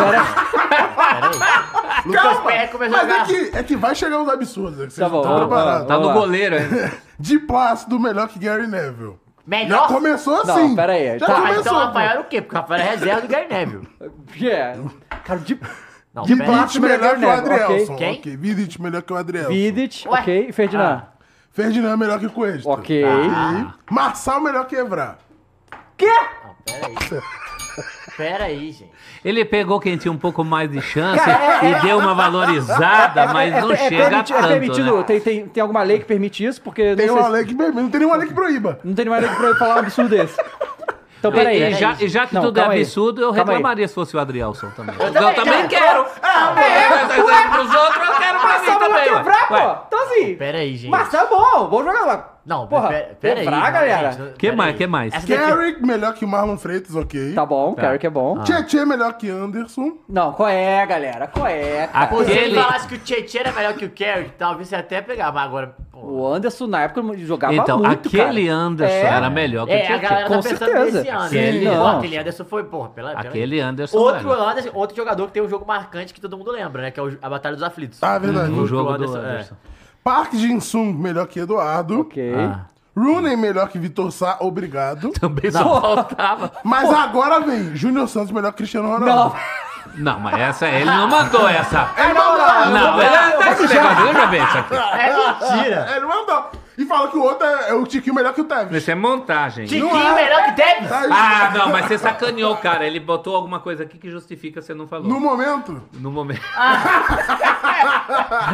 S3: Lucas Perry começou a
S2: Mas é
S3: jogar.
S2: que, é que vai chegar uns absurdos, é que vocês
S1: Tá né? bom,
S2: estão
S1: vamos lá,
S2: preparados.
S4: Tá
S1: Vamos
S4: no
S1: lá.
S4: goleiro ainda.
S2: De Plácido, melhor que Gary Neville. Já
S3: Melhor.
S2: começou
S1: Não,
S2: assim.
S1: pera aí.
S2: Já
S1: Tá,
S3: Ah,
S2: começou.
S3: então o
S2: pô.
S3: Rafael era o quê? Porque o Rafael era reserva do Gary Neville.
S1: Yeah. Cara,
S4: <laughs>
S1: de
S3: Não,
S2: De
S3: pera-
S2: Blat melhor que o
S1: melhor que o
S2: Adrielson.
S3: Quem?
S2: Ok, Vidic melhor que o Adrielson.
S1: Vidic,
S3: Ué?
S1: ok. E Ferdinand.
S4: Ah.
S2: Ferdinand melhor que o Cuesta.
S1: Ok.
S2: E Marçal melhor que Evra.
S3: Não, peraí. Peraí, gente.
S4: <laughs> Ele pegou quem tinha um pouco mais de chance
S1: Cara, é-
S4: e deu uma valorizada, mas não chega a
S1: permiti- é
S4: tanto,
S1: permitido,
S4: né?
S1: tem, tem, tem alguma lei que permite isso, porque
S2: Tem
S1: não,
S2: uma
S1: sei se-
S2: lei um que proíbe. Não tem nenhuma lei
S1: <laughs>
S2: que proíba.
S1: não tem nenhuma lei pra eu falar um absurdo desse. Então,
S4: E-
S1: peraí.
S4: e,
S1: peraí,
S4: já,
S1: gente.
S4: e já que
S1: Não,
S4: tudo é
S1: calma aí.
S4: absurdo, eu
S1: Calma aí.
S4: reclamaria se fosse o Adrielson também. Eu,
S3: também,
S4: também
S3: cara.
S4: quero. É, é, pros outros, eu quero pra mim
S1: Marçal melhor
S4: também.
S1: que
S4: ué.
S1: Evra,
S4: tá Ué,
S1: pô. Então, assim...
S3: Peraí, gente.
S1: Marçal é bom, bom jogar lá.
S3: Não,
S1: porra.
S3: pera,
S2: é
S3: pera aí.
S1: Evra,
S3: não,
S1: galera.
S3: gente, não-
S4: Que
S3: pera
S4: mais,
S3: aí.
S4: que mais?
S3: Essa daqui-
S2: Carrick melhor que Marlon Freitas, ok.
S1: Tá bom, quero que é bom.
S4: Ah.
S2: Tietê melhor que Anderson.
S1: Não, qual é, galera? Qual é, cara?
S4: Ah.
S3: Pô, se ele
S4: Aquele,
S3: falasse que o Tietchan era melhor que o Carrick, talvez você até pegava. Mas agora. pô.
S1: O Anderson, na época, jogava
S4: então,
S1: muito,
S4: aquele
S1: cara.
S4: Anderson
S1: É.
S4: era melhor que o
S3: É, a
S4: Tietchan.
S3: galera
S1: Com
S3: tá pensando
S1: certeza.
S3: nesse ano.
S4: Sim,
S3: Ele,
S1: não.
S3: pô, aquele Anderson foi, porra, pela. pela-
S4: Aquele Anderson
S3: Outro,
S4: era.
S3: Anderson, outro jogador que tem um jogo marcante que todo mundo lembra, né? Que é o- a Batalha dos Aflitos.
S2: Ah, verdade.
S1: Uhum.
S4: O jogo
S3: Anderson,
S4: do
S3: é.
S4: Anderson.
S2: Park Jin-sung melhor que Eduardo.
S1: Ok.
S4: Ah.
S2: Rooney melhor que Vitor Sá, obrigado.
S3: <laughs>
S4: Também só faltava.
S3: Tá
S2: Mas agora vem Júnior Santos melhor que Cristiano
S1: Não,
S2: Ronaldo.
S4: Não, mas essa ele não mandou essa.
S2: Ele mandou.
S4: Não, ele tá esse negócio, deixa eu ver isso aqui.
S2: ah,
S3: É mentira!
S2: Ele mandou. E fala que o outro é, é o Tiquinho melhor que o Tevez.
S4: Isso é montagem.
S3: Tiquinho
S2: Não é.
S3: melhor que Tevez!
S2: Tá aí.
S4: Ah, não, mas você sacaneou, cara. Ele botou alguma coisa aqui que justifica você não falou.
S2: No
S4: No,
S2: momento.
S3: <laughs>
S4: momento.
S3: Ah.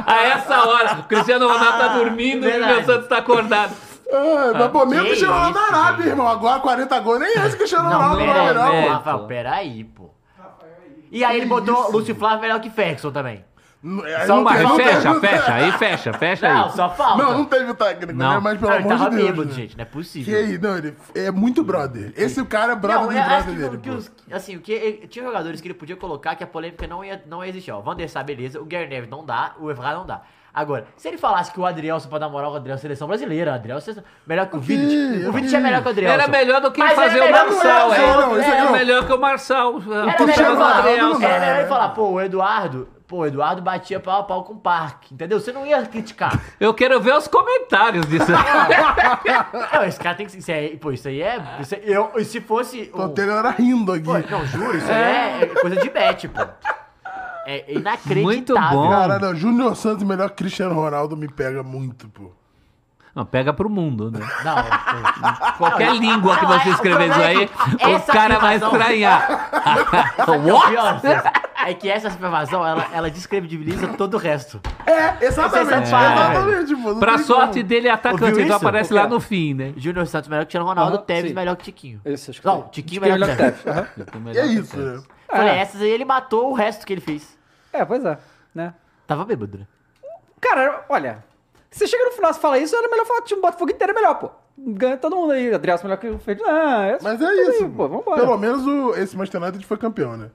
S4: A essa hora, o Cristiano Ronaldo tá dormindo e o
S3: Ah, verdade.
S4: meu Santos tá acordado.
S2: Ah, mas pô, mesmo
S3: que
S2: Cristiano Ronaldo
S3: isso,
S2: na Arábia,
S3: gente.
S2: irmão. Agora 40 gols, nem esse Cristiano
S3: Não,
S2: Ronaldo
S3: peraí,
S2: não é melhor,
S4: né?
S2: pô.
S4: pô.
S3: Rafael, peraí, pô. E aí ele botou Lúcio Flávio melhor que Ferguson também.
S2: Não, aí
S4: Só
S2: não
S4: uma,
S2: tem- não
S4: fecha,
S2: teve-
S4: fecha, aí fecha, fecha aí.
S3: Não, só falta.
S2: Não, não teve o técnico,
S4: Não.
S2: né? Mas pelo
S3: Não, ele
S2: amor de
S3: tava
S2: Deus.
S3: bêbado,
S2: né?
S3: gente, não é
S2: Que
S3: possível.
S2: aí, não, ele é muito brother. Esse cara é brother
S3: Não,
S2: do
S3: eu acho
S2: brother
S3: que,
S2: dele.
S3: que
S2: pô.
S3: os- assim, o que ele- tinha jogadores que ele podia colocar que a polêmica não ia, não ia existir. Ó, o Van der Sar, beleza, o Gary Neville não dá, o Evra não dá. Agora, se ele falasse que o Adrielson, pra dar moral, o Adrielson é seleção brasileira, o Adrielson é melhor que o Vidic, o Vidic é melhor que o Adrielson.
S4: Era melhor do que
S3: Mas
S4: fazer
S3: era
S4: o
S3: melhor que o
S4: Marçal,
S2: Anderson,
S4: é.
S2: não, isso aqui
S4: Era
S2: não.
S4: melhor que o Marçal.
S3: Era melhor
S2: Cristiano
S3: ele falar,
S2: Ronaldo não dá,
S3: era melhor ele
S2: né?
S3: falar, pô, o Eduardo, pô, o Eduardo batia pau a pau com o Parque, entendeu? Você não ia
S1: <laughs>
S3: criticar.
S4: Eu quero ver os comentários disso. <laughs>
S3: Não, esse cara tem que. Isso aí, pô, isso aí é. Isso aí, eu, e se fosse.
S2: Tô
S3: um-
S2: tendo galera rindo aqui.
S3: pô, não, juro, isso aí é, coisa de bet, pô. É inacreditável.
S4: Muito bom.
S2: Caralho, Júnior Santos melhor que Cristiano Ronaldo me pega muito, pô.
S4: Não, pega pro mundo, né?
S3: Não, é,
S1: <laughs>
S3: pô.
S4: Qualquer língua que você
S3: o
S4: escrever isso
S3: problema é
S4: aí,
S3: que
S4: o
S3: essa
S4: cara vai
S3: afirmação-
S4: estranhar.
S3: é, O pior é que essa afirmação, ela, ela descredibiliza todo o resto.
S2: É, exatamente.
S3: Essa é a parada,
S2: exatamente, pô. não
S4: Pra
S2: tem
S4: sorte
S2: como.
S4: dele, é atacante,
S3: Ouviu
S4: então
S3: isso?
S4: aparece lá no fim, né?
S3: Júnior Santos melhor que Cristiano Ronaldo,
S1: Aham,
S3: Tevez
S1: sim.
S3: melhor que Tiquinho.
S1: Esse, acho que
S3: Não,
S1: sim.
S3: Tiquinho
S1: Acho que é
S3: melhor que Tevez.
S1: Tevez. Aham.
S2: É isso, né?
S3: Falei,
S1: É.
S3: essas aí ele matou o resto que ele fez.
S1: É, pois é, né?
S3: Tava bêbado, né?
S1: Cara, olha, você chega no final e fala isso, era melhor falar que o time do Botafogo inteiro é melhor, pô. Ganha todo mundo aí, Adriano é melhor que o Ferdinand. Ah, é
S2: Mas
S1: tudo
S2: é isso.
S1: Aí, pô, vambora.
S2: Pelo menos o, esse Manchester United foi campeão, né?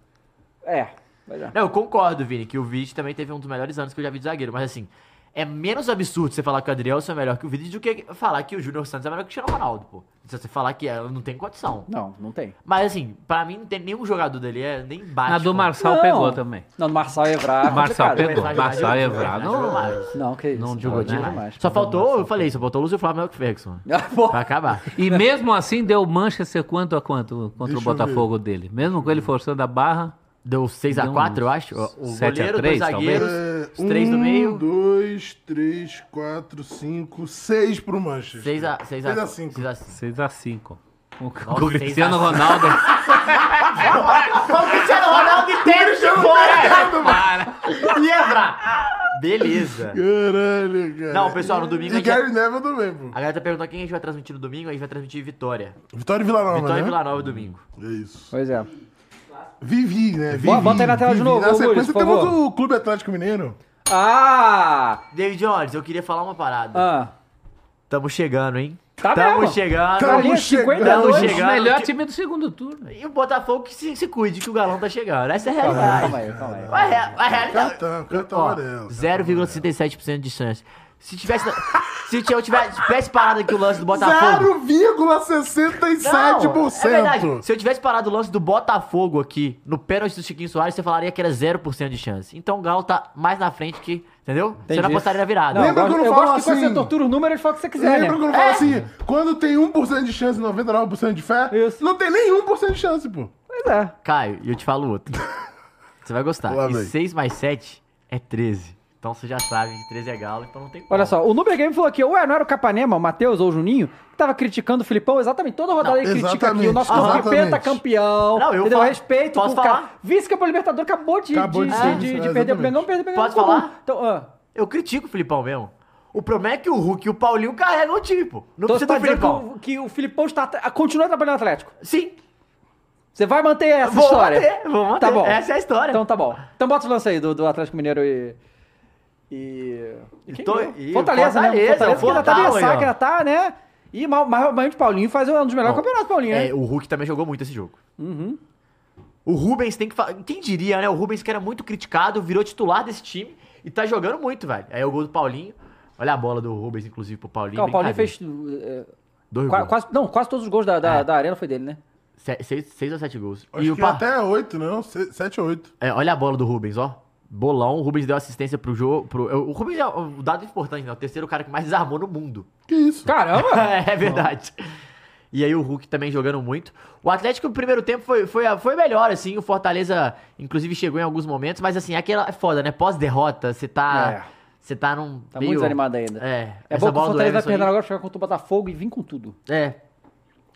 S1: É, mas é.
S3: Não, eu concordo, Vini, que o Vidi também teve um dos melhores anos que eu já vi de zagueiro, mas assim, é menos absurdo você falar que o Adrielson é melhor que o Vidi do que falar que o Júnior Santos é melhor que o Cristiano Ronaldo, pô. Se você falar que ela não tem condição.
S1: Não, não tem.
S3: Mas assim, pra mim não tem nenhum jogador dele, é nem bate.
S4: Na do
S3: com-
S4: Marçal
S1: Não.
S4: pegou também.
S1: Não, no Marçal e Evra. é
S4: Marçal
S1: complicado.
S4: pegou.
S3: Mas-
S4: Marçal e
S3: mas-
S4: Evra.
S3: mas- jogou
S4: Não.
S3: mais.
S1: Não, que isso.
S4: Não
S3: Jogou
S4: Jogou
S3: demais.
S1: demais.
S3: Só faltou, eu falei, só faltou o Lúcio Flávio melhor que o Ferguson.
S1: Ah, <laughs> pô.
S3: Pra acabar.
S4: E mesmo assim deu Manchester quanto a quanto contra
S2: Deixa
S4: o
S2: eu
S4: Botafogo dele? Mesmo com ele forçando a barra.
S3: Hum. Deu 6x4,
S4: Deu
S3: eu
S4: uns
S3: acho. O
S4: 7 a
S3: goleiro, dois
S4: 3, talvez.
S3: zagueiros,
S2: É,
S3: os três do
S2: um,
S3: meio.
S2: dois, três, quatro, cinco, seis pro Manchester.
S3: 6x5. 6
S2: Seis a
S3: a
S2: cinco.
S3: 6 a cinco.
S4: 6x5. O
S3: Nossa,
S4: o
S3: 6 a
S4: Cristiano
S3: cinco.
S4: Ronaldo.
S3: O Cristiano Ronaldo inteiro chegou, Para. E Evra. Beleza.
S2: Caralho, cara.
S3: Não, pessoal, no domingo a
S2: E
S3: gente-
S2: Gary Neville também, pô.
S3: A galera tá perguntando quem a gente vai transmitir no domingo, a gente vai transmitir Vitória.
S2: Vitória e Vila Nova,
S3: Vitória
S2: né?
S3: e Vila Nova domingo.
S2: É isso.
S1: Pois é.
S2: Vivi, né? Vivi,
S1: bota aí na tela de
S2: Vivi.
S1: novo,
S2: Na
S1: ô, Gulis,
S2: sequência
S1: por
S2: temos
S1: favor.
S2: o Clube Atlético Mineiro.
S1: Ah!
S3: David Jones, eu queria falar uma parada.
S1: ah
S3: Tamo chegando, hein?
S1: Tá
S3: Tamo
S1: mesmo.
S3: chegando.
S2: Tamo
S1: Ali,
S2: chegando.
S1: 52.
S3: Tamo chegando.
S4: o melhor
S3: que-
S4: time do segundo turno.
S3: E o Botafogo que se, se cuide, que o galão tá chegando. Essa é a
S1: Calma aí,
S3: realidade.
S1: calma aí, calma aí.
S3: A rea- a realidade.
S2: Cartão, cartão
S3: Ó,
S2: amarelo.
S3: 0,67% de chance. Se tivesse. se eu tivesse, tivesse parado aqui o lance do Botafogo.
S2: 0,67%.
S3: é verdade. Se eu tivesse parado o lance do Botafogo aqui no pênalti do Chiquinho Soares, você falaria que era 0% de chance. Então o Galo tá mais na frente que. Entendeu? Você não
S1: Entendi.
S3: apostaria na virada.
S1: Não,
S2: Lembra
S1: eu gosto-
S2: quando
S1: eu
S2: fala
S1: gosto que quando
S2: assim-
S1: você tortura o número, ele fala o que você quiser,
S2: Lembra
S1: né?
S2: quando eu falo assim, quando tem 1% de chance e 99% de fé,
S1: Isso.
S2: não tem nenhum por cento de chance, pô.
S1: Pois é.
S3: Caio, e eu te
S1: <laughs>
S3: falo outro. Você vai gostar.
S2: Lá
S3: E
S2: vem.
S3: 6 mais 7 é 13. Então você já sabe que 13 é galo, então não tem como.
S1: Olha só, o Nuber Game falou aqui, ué, não era o Capanema, o Matheus ou o Juninho, que tava criticando o Filipão, exatamente, toda rodada ele critica
S2: exatamente,
S1: aqui, o nosso clube
S2: exatamente.
S1: pentacampeão,
S3: Não, eu
S1: entendeu?
S3: falo-
S1: respeito
S3: posso
S1: com o cara,
S3: falar?
S1: vice-campeão libertador, acabou de,
S2: Acabou
S1: de,
S2: de
S1: de-
S2: ser,
S1: de- de
S2: é,
S1: perder o
S2: exatamente.
S1: Pleno, não perdeu o Pleno.
S3: Posso
S1: tá bom.
S3: falar?
S1: Então, ah,
S3: Eu critico o Filipão mesmo. O problema é que o Hulk e o Paulinho carregam o time, pô. Não
S1: então você
S3: precisa do
S1: tá dizendo que
S3: Filipão.
S1: o, que o Filipão está, tra- continua trabalhando no Atlético?
S3: Sim,
S1: Você vai manter essa
S3: vou
S1: história?
S3: manter, vou manter.
S1: Tá bom.
S3: Essa é a história.
S1: Então tá bom. Então bota o lance aí do, do Atlético Mineiro e... E... e quem
S3: Tô-
S1: ganhou?
S3: e
S1: Fortaleza, né?
S3: Fortaleza,
S1: Fortaleza, que ainda tá
S3: Fortal,
S1: meio
S3: aí, ó.
S1: sacra, tá, né? E mal, mal, mal de Paulinho faz um dos melhores
S3: Não,
S1: campeonatos, Paulinho, né?
S3: É, o Hulk também jogou muito esse jogo.
S1: Uhum.
S3: O Rubens tem que falar. Quem diria, né? O Rubens, que era muito criticado, virou titular desse time e tá jogando muito, velho. Aí o gol do Paulinho. Olha a bola do Rubens, inclusive, pro Paulinho.
S1: Não, o Paulinho
S3: brincadeira.
S1: fez. eh,
S3: Dois
S1: qua-
S3: gols.
S1: quase, não, quase todos os gols da, da,
S3: É.
S1: da arena foi dele, né?
S3: Se- seis, seis ou sete gols.
S2: Acho
S3: e o
S2: que
S3: Pa-
S2: até 8, não? 7 ou 8.
S3: é, olha a bola do Rubens, ó. Bolão, o Rubens deu assistência pro jogo. Pro... O Rubens é um dado importante, né? O terceiro cara que mais desarmou no mundo.
S2: Que isso?
S1: Caramba!
S3: <laughs> É, é verdade. E aí o Hulk também jogando muito. O Atlético no primeiro tempo foi, foi, a- foi melhor, assim. O Fortaleza, inclusive, chegou em alguns momentos, mas assim, aquela é foda, né? Pós-derrota, você tá.
S1: É.
S3: Você tá num.
S1: Tá muito desanimado ainda.
S3: É.
S1: É
S3: essa
S1: bom que o
S3: bola do
S1: Fortaleza vai
S3: Everson.
S1: perdendo
S3: aí-
S1: agora, chegar contra o Botafogo e vir com tudo.
S3: É.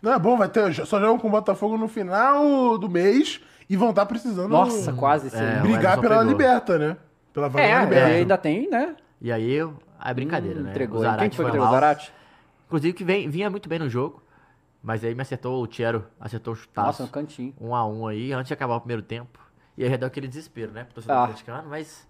S2: Não é bom, vai ter. Só jogam com o Botafogo no final do mês e vão estar precisando
S1: Nossa, quase sim.
S3: Hum. É, o
S2: brigar
S3: Everson
S2: pela
S3: pegou.
S2: liberta, né? Pela
S1: É,
S2: vaga
S1: é,
S2: na liberta.
S1: ainda tem, né? Hum,
S3: E aí, eu- ah, é brincadeira, né?
S1: Entregou.
S3: O
S1: hein? Quem
S3: Zarate
S1: que foi
S3: foi
S1: que entregou? O
S3: mal.
S1: Zarate?
S3: Inclusive, que vem- vinha muito bem no jogo. Mas aí me acertou o Tiero, acertou o chutaço.
S1: Nossa, no cantinho.
S3: um a um aí, antes de acabar o primeiro tempo. E aí deu aquele desespero, né? Pro torcedor
S1: Ah.
S3: atleticano, mas.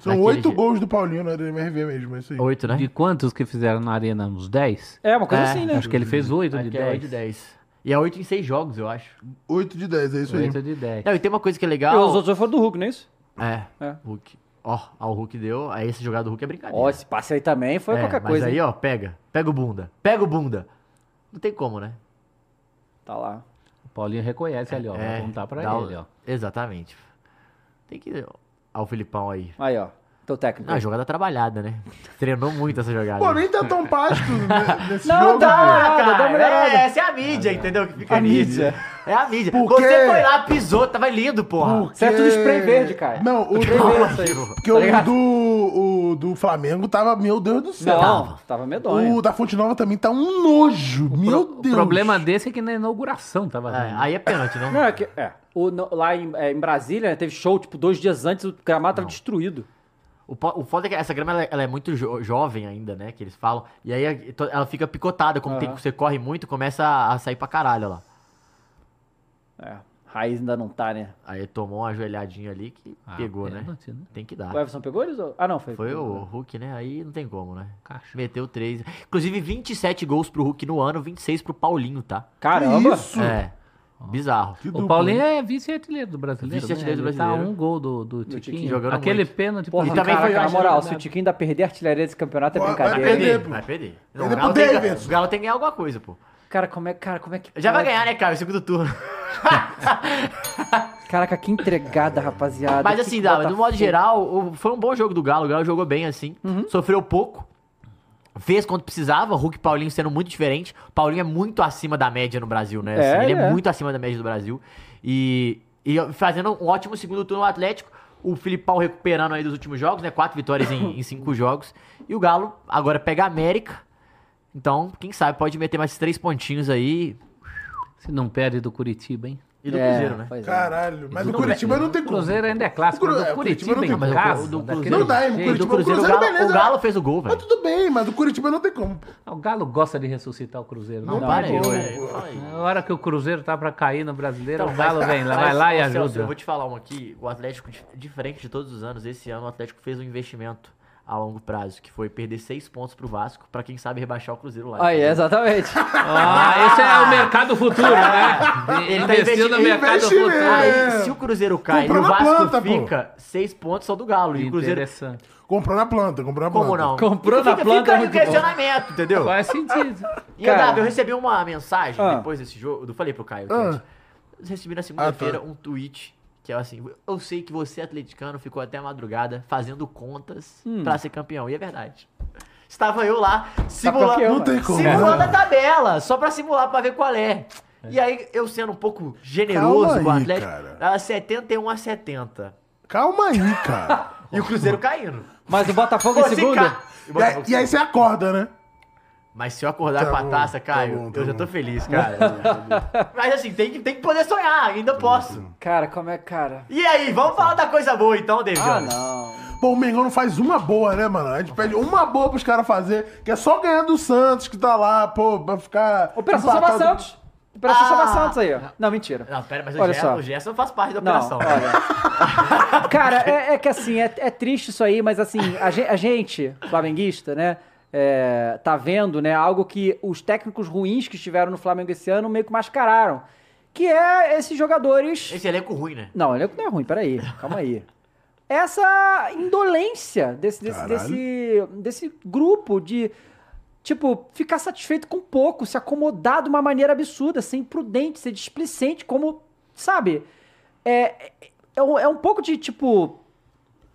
S2: São
S3: Daquele
S2: 8
S3: jeito.
S2: gols do Paulinho na MRV mesmo, é isso aí.
S3: Oito, né?
S4: De quantos que fizeram na arena? Uns 10?
S1: É, uma coisa
S3: É,
S1: assim, né?
S4: Acho que ele fez 8 de
S3: Aqui é
S4: 10.
S3: 8 de 10. E é 8 em 6 jogos, eu acho.
S2: 8 de 10, é isso aí.
S4: 8 de 10.
S3: Não, e tem uma coisa que é
S1: E
S3: legal.
S1: os outros foram do Hulk, não é isso?
S3: É,
S1: É.
S3: Hulk. Ó, ó, o Hulk deu. Aí esse jogado do Hulk é brincadeira.
S1: Ó, esse passe aí também foi
S3: É,
S1: qualquer
S3: mas
S1: coisa.
S3: aí,
S1: hein?
S3: ó, pega. Pega o bunda. Pega o bunda. Não tem como, né?
S1: Tá lá.
S4: O Paulinho reconhece ali, ó.
S3: é,
S4: Vai contar pra
S3: dá o-
S4: ele, ó.
S3: Exatamente. Tem que. Ó, o Filipão aí.
S1: Aí, ó. Teu técnico.
S3: Ah, jogada trabalhada, né? <laughs> Treinou muito essa jogada.
S2: Pô, nem tá tão
S1: <laughs>
S2: pasto né, nesse
S1: Não
S2: jogo.
S1: tá,
S2: velho.
S1: Melhorada, deu uma melhorada.
S3: é, essa é a mídia, entendeu? Que fica
S1: Ah, A
S3: ali.
S1: mídia.
S3: É a mídia.
S2: Por
S3: Você
S2: quê?
S3: foi lá, pisou, tava lindo, porra.
S2: Porque-
S1: Certo do spray verde, cara.
S2: Não, o
S1: Spray
S2: do,
S1: verde, isso aí.
S2: porque
S1: Tá
S2: o,
S1: ligado?
S2: do, o do Flamengo tava, meu Deus do céu.
S1: Não, tava medonho.
S2: O da Fonte Nova também tá um nojo, meu
S4: O
S2: Deus.
S4: problema desse é que na inauguração tava
S3: <laughs> É,
S4: ruim, né?
S3: aí é pênalti, né?
S1: Não, é que, é. O- no- lá em, é, em Brasília, né, teve show, tipo, dois dias antes, o gramado tava destruído.
S3: O, po- o foda é que essa grama ela, ela é muito jo- jovem ainda, né? Que eles falam. E aí a- to- ela fica picotada. Como tem
S1: Aham.
S3: que você corre muito, começa a, a sair pra caralho lá.
S1: É. Raiz ainda não tá, né?
S3: Aí tomou uma ajoelhadinha ali que
S4: Ah,
S3: pegou, né?
S4: pênalti, né?
S3: Tem que dar.
S1: O Everson pegou eles? ou- Ah, não, foi.
S3: Foi o Hulk, né? Aí não tem como, né? Meteu três. Inclusive, 27 gols pro Hulk no ano, 26 pro Paulinho, tá?
S1: Caramba!
S2: Isso.
S3: É. Bizarro.
S2: Que
S4: O
S2: duplo,
S4: Paulinho é vice-artilheiro do brasileiro.
S3: Vice-artilheiro
S4: né?
S3: do
S4: Ele tá a
S3: brasileiro.
S4: um gol do, do Tiquinho.
S3: jogando
S4: Aquele
S3: muito.
S4: pênalti.
S1: Porra,
S4: pô,
S3: E também
S1: caraca,
S3: foi
S1: na moral,
S4: jogado.
S1: se o Tiquinho ainda perder a artilharia desse campeonato é
S2: Vai- vai
S1: brincadeira.
S2: perder,
S1: hein?
S2: pô.
S3: Vai perder. Não,
S2: Ele é
S3: o, Galo
S2: poder,
S3: tem, que ganhar-
S2: Davidson.
S3: o Galo tem que ganhar alguma coisa, pô.
S1: Cara, como é, cara, como é que.
S3: Já vai
S1: pode?
S3: ganhar, né, cara? O segundo turno.
S1: Caraca, que entregada, rapaziada.
S3: Mas
S1: Que
S3: assim,
S1: que
S3: Dava, do
S1: Botafogo-
S3: modo geral, o- foi um bom jogo do Galo. O Galo jogou bem, assim.
S1: Uhum.
S3: Sofreu pouco. Fez quando precisava. Hulk e Paulinho sendo muito diferente. Paulinho é muito acima da média no Brasil, né?
S1: É,
S3: Assim, ele é,
S1: é.
S3: muito acima da média do Brasil. E, e fazendo um ótimo segundo turno no Atlético. O Filipão recuperando aí dos últimos jogos, né? Quatro vitórias em,
S1: <laughs>
S3: em cinco jogos. E o Galo agora pega a América. Então, quem sabe pode meter mais três pontinhos aí.
S4: Se não perde do Curitiba, hein?
S3: E do
S1: É,
S3: Cruzeiro, né?
S1: pois é.
S2: Caralho, mas o Curitiba não tem
S4: O
S2: como.
S4: Cruzeiro ainda é clássico.
S2: O Cru-
S4: mas
S2: é,
S4: o
S2: o
S4: Curitiba,
S2: Curitiba não tem
S4: em
S2: como.
S4: casa.
S3: O do
S4: daquele
S3: Cruzeiro-
S2: Não dá, hein? O
S3: E
S4: jeito.
S3: do
S2: Curitiba,
S3: Cruzeiro, o
S2: Cruzeiro,
S3: Galo,
S2: beleza.
S3: o
S1: né?
S3: Galo fez o gol, velho.
S2: Mas tudo bem, mas o Curitiba não tem como.
S4: Ah, O Galo gosta de ressuscitar o Cruzeiro. né? Não,
S1: Não,
S4: para
S1: não,
S4: de-
S1: não.
S3: velho. Fala aí.
S4: Na hora que o Cruzeiro tá pra cair no brasileiro,
S3: Então,
S4: o
S3: mas-
S4: Galo
S1: <laughs>
S4: vem lá,
S3: mas,
S4: vai lá e
S3: Celso, eu vou
S4: ajuda.
S3: te falar uma aqui. O Atlético, dif- diferente de todos os anos, esse ano o Atlético fez um investimento a longo prazo, que foi perder seis pontos pro Vasco, pra quem sabe rebaixar o Cruzeiro lá.
S1: Aí,
S3: <laughs>
S1: exatamente.
S4: Ah, esse é o mercado futuro, né?
S3: Ele
S4: Ele
S3: tá
S4: investiu
S3: investindo-
S4: no mercado
S1: né?
S2: investimento.
S4: futuro.
S3: Aí,
S2: É.
S3: se o Cruzeiro cai e o
S2: Comprou na
S3: Vasco
S2: planta, pô.
S3: fica, seis pontos são do Galo. E o Cruzeiro...
S4: Interessante.
S2: Comprou na planta, comprou na planta.
S3: Como não?
S1: Comprou
S3: Fica-
S1: na planta,
S3: Fica
S1: é
S3: aí o
S1: muito bom.
S3: questionamento, entendeu?
S4: Faz sentido.
S3: E eu,
S1: Cara.
S3: Davi, eu recebi uma mensagem
S1: Ah.
S3: depois desse jogo. Eu falei pro Caio.
S2: Ah.
S3: Ah. Recebi na segunda-feira um tweet que é assim: Eu sei que você, atleticano, ficou até a madrugada fazendo contas pra ser campeão. E é verdade. Estava eu lá simulando,
S1: campeão,
S2: Não tem como.
S3: simulando a tabela, só pra simular pra ver qual é. E aí, eu sendo um pouco generoso
S2: Calma
S3: com o
S2: aí,
S3: Atlético,
S2: cara.
S3: era 71 a 70.
S2: Calma aí, cara.
S3: E o Cruzeiro caindo.
S1: Mas o Botafogo em
S3: Pô, se
S1: segundo?
S3: ca-
S2: E aí- e aí você acorda, né?
S3: Mas se eu acordar
S2: Tá
S3: com a
S2: bom,
S3: taça,
S2: tá
S3: Caio,
S2: bom, tá
S3: eu já
S2: bom.
S3: tô feliz, <laughs> cara. Mas assim, tem que, tem que poder sonhar, ainda posso.
S1: Cara, como é, cara?
S3: E aí, vamos falar da coisa boa então, David.
S1: Ah,
S3: Jones?
S1: não.
S2: Pô, o Mengão não faz uma boa, né, mano? A gente pede uma boa pros caras fazer, que é só ganhar do Santos, que tá lá, pô, pra ficar.
S1: Operação Salva
S2: empatado.
S1: Santos. Operação
S3: Ah.
S1: Salva Santos aí, ó. Não, mentira.
S3: Não, pera, mas
S1: Olha
S3: o,
S1: só.
S3: Gerson, o Gerson faz parte da
S1: Não,
S3: operação. né?
S1: olha. <laughs> Cara, é, é que assim, é, é triste isso aí, mas assim, a gen- a gente, flamenguista, né? é, tá vendo, né? Algo que os técnicos ruins que estiveram no Flamengo esse ano meio que mascararam. Que é esses jogadores.
S3: Esse elenco ruim, né?
S1: Não, ele não é ruim, peraí, calma aí. Essa indolência desse, desse,
S2: Caralho.
S1: desse, desse grupo de, tipo, ficar satisfeito com pouco, se acomodar de uma maneira absurda, ser imprudente, ser displicente, como, sabe? É, é, um- é um pouco de, tipo,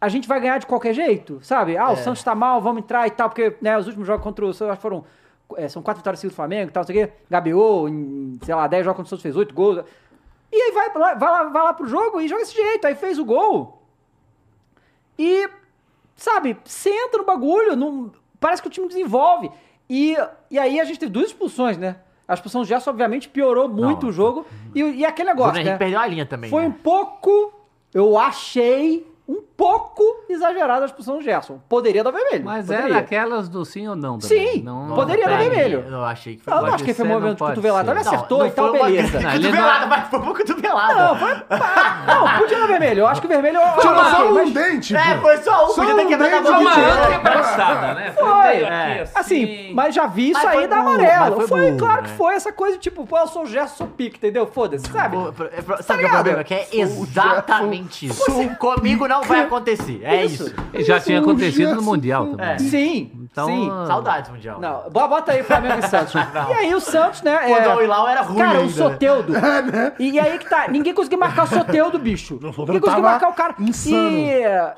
S1: a gente vai ganhar de qualquer jeito, sabe?
S3: É.
S1: Ah, o Santos tá mal, vamos entrar e tal, porque né, os últimos jogos contra o Santos foram. é, são quatro vitórias seguidas do Flamengo e tal, não sei o quê. Gabiô, em, sei lá, 10 jogos contra o Santos fez 8 gols. E aí vai, pra lá- vai, lá, vai lá pro jogo e joga desse jeito. Aí fez o gol. E, sabe, senta no bagulho. não- parece que o time desenvolve. E, e aí a gente teve duas expulsões, né? A expulsão do Gerson, obviamente, piorou muito o jogo. E, e aquele
S3: O
S1: negócio,
S3: tá. Bruno Henrique
S1: né?
S3: perdeu a linha também.
S1: Foi um
S3: né?
S1: pouco, eu achei, um pouco exagerada a expulsão do Gerson. Poderia dar vermelho.
S4: Mas é
S1: poderia.
S4: daquelas do sim ou não também.
S1: Sim,
S4: não, tá
S1: poderia
S4: não
S1: dar
S4: tem.
S1: vermelho.
S3: Eu achei que foi
S1: Eu não
S3: pode
S1: acho que
S4: ser,
S1: foi um
S4: não
S1: movimento de
S4: pode
S1: cotovelada. Ele
S4: ser.
S3: é Não,
S1: acertou
S3: não
S1: e tal,
S3: foi uma
S1: beleza.
S4: Não, ele
S3: Cotovelada, mas foi um
S1: <laughs>
S3: pouco
S1: é. Não,
S3: cotovelada.
S1: foi. um Não, podia dar vermelho. Eu acho que o vermelho. eu-
S2: Tirou
S1: eu
S2: só
S1: marquei,
S2: um
S1: mas-
S2: dente,
S3: É,
S1: tipo,
S2: pô.
S3: foi só um,
S2: Só
S3: podia ter
S2: um
S3: quebrado a
S2: dente
S4: Foi
S3: mão
S4: uma
S2: de
S3: inteira.
S2: tiro.
S4: antebraçada, né?
S1: Foi.
S4: Meio
S1: É.
S4: aqui,
S1: Assim, mas já vi isso
S3: Mas
S1: aí
S3: foi
S1: da
S3: burro,
S1: amarela.
S3: mas foi
S1: Foi,
S3: burro,
S1: claro
S3: né?
S1: que foi essa coisa, tipo, pô, eu sou o Gerson, sou pique, entendeu? Foda-se, sabe?
S3: Pô, pro- é pro- Sabe o que é o
S1: ligado?
S3: problema? Que é exatamente isso. Comigo não vai acontecer. É isso.
S4: E Já
S1: um
S4: tinha acontecido no Mundial
S1: assim.
S4: também.
S3: É.
S1: Sim,
S4: Então,
S1: sim.
S4: ah,
S3: Saudades, Mundial.
S1: Não, bo- bota aí Flamengo e
S3: <laughs>
S1: Santos. E aí o Santos, né?
S3: Quando
S1: é-
S3: o um Ilau era ruim
S1: Cara, o
S3: ainda, né?
S1: Soteudo.
S2: <laughs> É, né?
S1: E, e aí que tá, ninguém conseguiu marcar o Soteudo, bicho.
S2: Não, o Soteudo
S1: ninguém conseguiu
S2: tava
S1: marcar o cara.
S2: insano.
S1: E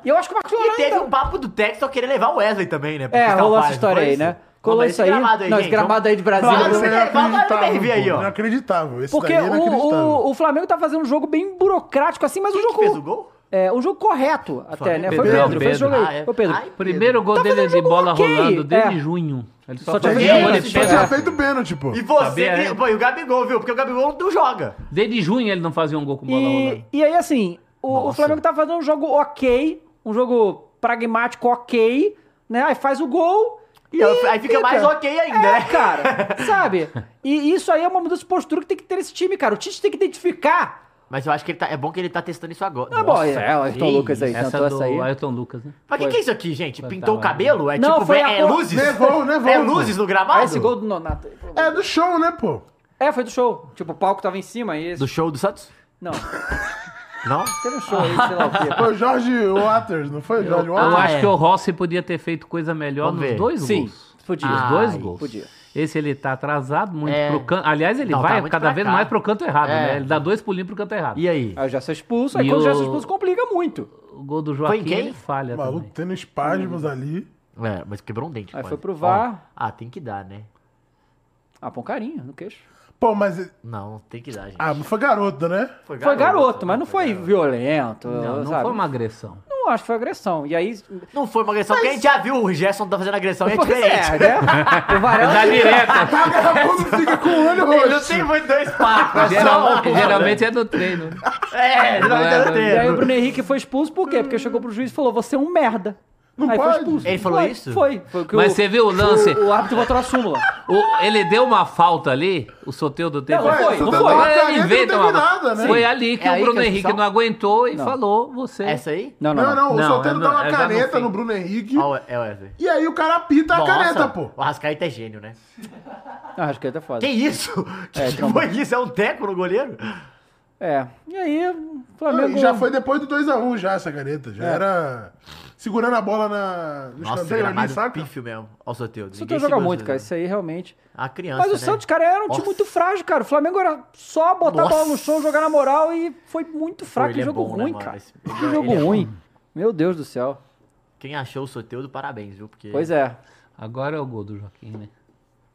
S1: e eu acho que o Marcos
S3: E
S1: Leonardo...
S3: teve um papo do Tex só querer levar o Wesley também, né? pro
S1: É,
S3: Crystal
S1: rolou essa
S3: Palace,
S1: história
S3: foi
S1: aí,
S3: isso?
S1: né?
S3: Não,
S1: Colou
S3: mas
S1: isso
S3: esse
S1: aí.
S3: gramado aí,
S1: Não, esse
S3: gente,
S1: gramado aí de Brasil.
S3: Não,
S1: né?
S3: você-
S2: inacreditável.
S3: aí, ó.
S2: pô, Inacreditável. Esse
S1: Porque
S2: daí é
S1: o,
S2: inacreditável.
S1: o, o Flamengo tá fazendo um jogo bem burocrático, assim, mas um
S3: Quem que
S1: jogo.
S3: fez o gol?
S1: É, um jogo correto, até, né? Foi o
S4: Pedro,
S1: Pedro, fez
S4: Pedro.
S1: o jogo aí.
S3: Ah, é.
S1: Foi o Pedro.
S3: Ai,
S4: Primeiro gol
S1: Tá
S4: dele
S1: fazendo
S4: de
S1: jogo
S4: bola
S1: ok.
S4: rolando desde
S1: É.
S4: junho. Ele só,
S1: Só
S4: fez
S1: tinha
S4: gol
S1: feito,
S4: de
S1: pênalti.
S2: Só tinha
S4: pênalti.
S2: feito pênalti,
S1: tipo?
S2: pô.
S3: E você,
S4: Sabia,
S3: que-
S4: hein?
S3: pô, e o Gabigol, viu? Porque o Gabigol não joga.
S4: Desde junho ele não fazia um gol com bola
S1: E,
S4: rolando.
S1: e aí, assim, o, o
S4: Nossa.
S1: Flamengo tá fazendo um jogo ok, um jogo pragmático ok, né? Aí faz o gol.
S3: E aí fica mais ok ainda,
S1: É,
S3: né? <laughs>
S1: cara, sabe? E isso aí é uma mudança de postura que tem que ter esse time, cara. O Tite tem que identificar
S3: Mas eu acho que ele tá, é bom que ele tá testando isso agora.
S1: Ah, bom, é, o Ayrton
S3: que
S1: Lucas aí,
S4: Essa
S1: tentou
S4: do
S1: então essa aí.
S4: Ayrton Lucas, né?
S3: Mas o que, que é isso aqui, gente? Pintou o
S4: Fantasma.
S3: cabelo? É
S1: Não,
S3: tipo,
S1: foi
S3: é,
S1: a
S3: é
S1: cor-
S3: luzes?
S2: Nevou, nevou.
S3: É luzes no gramado?
S1: Ah, esse gol do Nonato aí, pô.
S2: É do show, né, pô?
S1: É, foi do show. Tipo, o palco tava em cima e esse.
S3: Do show do Santos?
S1: Não,
S3: Não?
S1: teve um show aí, sei lá o quê.
S2: Foi o Jorge Waters, não foi o Jorge
S4: Eu
S2: Waters?
S3: Ah,
S4: acho
S3: é.
S4: que o Rossi podia ter feito coisa melhor
S3: Vamos
S4: nos
S3: ver.
S4: <laughs> dois
S1: Sim,
S4: gols.
S1: podia.
S4: Os
S3: Ah,
S4: dois
S3: Ai,
S4: gols.
S1: podia.
S4: Esse ele tá atrasado muito
S3: É.
S4: pro canto. Aliás, ele
S3: Não, tá
S4: vai
S3: muito
S4: cada
S3: pra
S4: vez
S3: cá.
S4: mais pro canto errado,
S3: É.
S4: né? Ele dá dois pulinhos pro canto errado.
S3: E aí?
S1: Aí já sou expulso, aí
S4: E
S1: quando já sou
S4: o-
S1: expulso complica muito.
S4: O gol do
S3: em
S4: Joaquim
S3: quem?
S4: ele falha
S2: O maluco
S4: também.
S2: tendo espasmos ali.
S3: É, mas quebrou um dente.
S1: Aí
S3: quase.
S1: foi pro VAR.
S3: Ó, Ah, tem que dar, né?
S1: Ah, põe um carinho no queixo.
S2: Pô, mas.
S3: Não, tem que dar, gente.
S2: Ah, mas foi garoto, né?
S1: Foi garoto, mas não foi
S3: garoto.
S1: violento,
S4: Não, não
S1: sabe?
S4: foi uma agressão.
S1: Não acho que foi agressão. E aí...
S3: Não foi uma agressão, porque a gente já viu o Gerson tá fazendo agressão e é
S1: Pois
S3: diferente.
S1: é, né? O
S3: <laughs> É
S4: Na
S1: Varela...
S4: direta. <laughs>
S2: Vagabundo fica com o olho
S3: Ele não
S2: roxo.
S3: tem muito dois papos.
S4: Geral- geralmente é do treino. né?
S3: um. É, geralmente é do
S1: né? E aí o
S3: treino.
S1: Bruno Henrique foi expulso por quê? Porque chegou pro juiz e falou, você é um merda.
S2: Não
S1: aí
S2: pode.
S1: foi expulso.
S3: Ele falou
S1: Foi,
S3: isso?
S1: Foi. foi o que
S4: Mas
S1: o-
S4: você viu o lance?
S1: O, o árbitro botou na súmula.
S4: O- ele deu uma falta ali, o Soteudo teve.
S1: Não, não foi, não
S4: Ele
S1: foi.
S2: Claramente não
S4: inventa
S2: teve
S4: uma-
S2: nada, né?
S4: Foi ali que
S3: É
S4: o
S3: aí
S4: Bruno
S3: que a
S4: Henrique
S3: expulsão-
S4: não aguentou e
S1: Não.
S4: falou: você.
S3: Essa aí?
S1: Não, não,
S2: Não, não, o
S4: Não,
S2: solteiro
S4: é
S2: dá
S4: no-
S2: uma
S4: é lá no
S2: caneta
S4: fim.
S2: no Bruno Henrique.
S3: Ó, é o Wesley.
S2: E aí o cara apita Tá a
S3: Nossa,
S2: caneta, pô.
S3: O Arrascaeta é gênio, né?
S1: Ah, acho que é até foda.
S3: Que isso? <laughs> Que,
S1: É,
S3: que
S1: calma.
S3: foi isso? É um teco no goleiro?
S1: É. E aí, o Flamengo...
S2: E já foi depois do 2x1 já essa caneta. Já era segurando a bola na, no
S3: Nossa,
S2: escanteio ali,
S3: gramado
S2: saca?
S3: um pífio mesmo. Ó o Soteldo.
S1: Isso joga muito, cara. Isso aí, realmente...
S3: A criança,
S1: Mas o
S3: né?
S1: Santos, cara, era um time
S3: Nossa.
S1: muito frágil, cara. O Flamengo era só botar a bola no
S3: Nossa.
S1: chão, jogar na moral e foi muito fraco.
S3: Pô,
S1: Que
S3: ele é
S1: jogo
S3: bom, né,
S1: ruim,
S3: mano?
S1: cara.
S3: Esse-
S1: Que
S3: ele é-
S1: jogo
S3: ele é
S1: ruim. Meu Deus do céu.
S3: Quem achou o Soteldo, parabéns, viu? Porque...
S1: Pois é.
S4: Agora é o gol do Joaquim, né?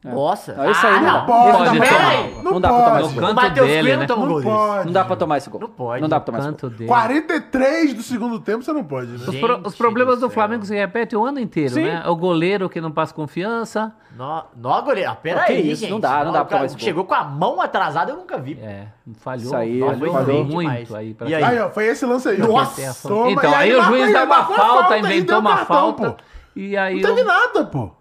S3: Nossa.
S1: Não, É isso aí né?
S3: Ah,
S1: não, dá.
S2: pode
S1: Esse não dá pra-
S3: tomar.
S1: Não,
S2: Não
S1: dá pra tomar
S2: pode.
S1: esse gol.
S4: No
S3: O
S4: canto
S3: Matheus
S4: dele,
S3: Coelho
S4: né?
S3: não tomou
S2: Não
S3: gol desse.
S2: pode.
S1: Não dá pra tomar esse gol.
S3: Não pode.
S1: Não dá pra tomar esse gol.
S4: Canto dele.
S2: 43 do segundo tempo você não pode, né?
S4: Os, pro- os
S3: Gente
S4: problemas
S3: do
S4: do
S3: céu.
S4: Flamengo se repetem o ano inteiro,
S1: Sim.
S4: né? O goleiro que não passa confiança.
S3: Nó, nó goleiro. Ah, Pera
S1: Ah, que
S3: aí,
S1: isso,
S3: gente.
S1: não dá, não dá pra
S3: o
S1: tomar
S3: cara
S1: esse gol.
S3: Chegou com a mão atrasada, eu nunca vi.
S4: É, falhou,
S1: Isso aí,
S4: falhou,
S1: falhou
S3: demais.
S4: muito aí pra
S3: E aí?
S2: Aí, ó, foi esse lance aí.
S4: Nossa.
S2: Toma,
S4: Então,
S2: e
S4: aí, o
S2: marcou-
S4: juiz dá uma
S2: marcou a
S4: falta,
S2: e deu
S4: inventou uma
S2: cartão, pô.
S4: falta. E aí,
S2: Não teve
S4: o,
S2: nada, pô.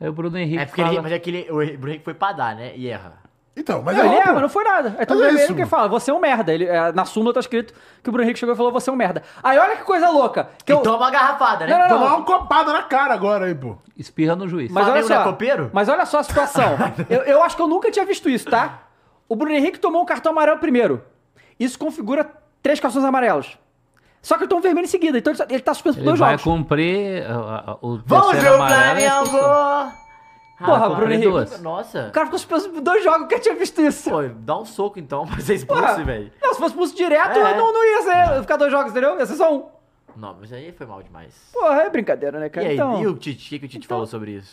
S4: aí o Bruno Henrique
S3: É porque ele,
S4: fala-
S3: mas é que ele, o Bruno Henrique foi pra dar, né? E erra.
S2: Então, mas
S1: Não, ele
S2: aí,
S1: erra,
S2: pô.
S1: mas não foi nada. É tudo
S2: Mas é
S1: vermelho
S2: isso.
S1: que ele fala, você é um merda. Ele, é, na súmula tá escrito que o Bruno Henrique chegou e falou, você é um merda. Aí olha que coisa louca. Que
S3: E
S1: eu...
S3: toma uma garrafada, né?
S1: Não, não, não.
S2: Tomar uma copada na cara agora aí, pô.
S4: espirra no juiz.
S1: Mas olha
S3: Flamengo não
S1: só,
S3: é copeiro?
S1: mas olha só a
S3: <laughs>
S1: situação. eu, eu acho que eu nunca tinha visto isso, tá? O Bruno Henrique tomou um cartão amarelo primeiro. Isso configura três cartões amarelos. Só que ele tomou um vermelho em seguida, então ele só- ele tá suspenso por
S4: Ele
S1: dois
S4: vai
S1: jogos.
S4: cumprir ah, ah, o
S3: Vamos ver
S4: terceiro
S3: o
S4: amarelo e a expulsão.
S3: Flamengo!
S1: Porra,
S3: Ah,
S1: Bruno Henrique.
S4: duas.
S3: Nossa.
S1: O cara ficou suspenso por dois jogos, eu nunca tinha visto isso.
S3: Pô, dá um soco então <laughs> pra ser
S1: Porra.
S3: expulso, velho.
S1: Não, se fosse expulso direto, então
S3: É.
S1: não, não ia ser, ficar dois jogos, entendeu? Ia ser só um.
S3: Não, mas aí foi mal demais.
S1: Porra, é brincadeira, né,
S3: E
S1: cara?
S3: aí,
S1: então...
S3: e o Tite? O que, que o Tite falou sobre isso?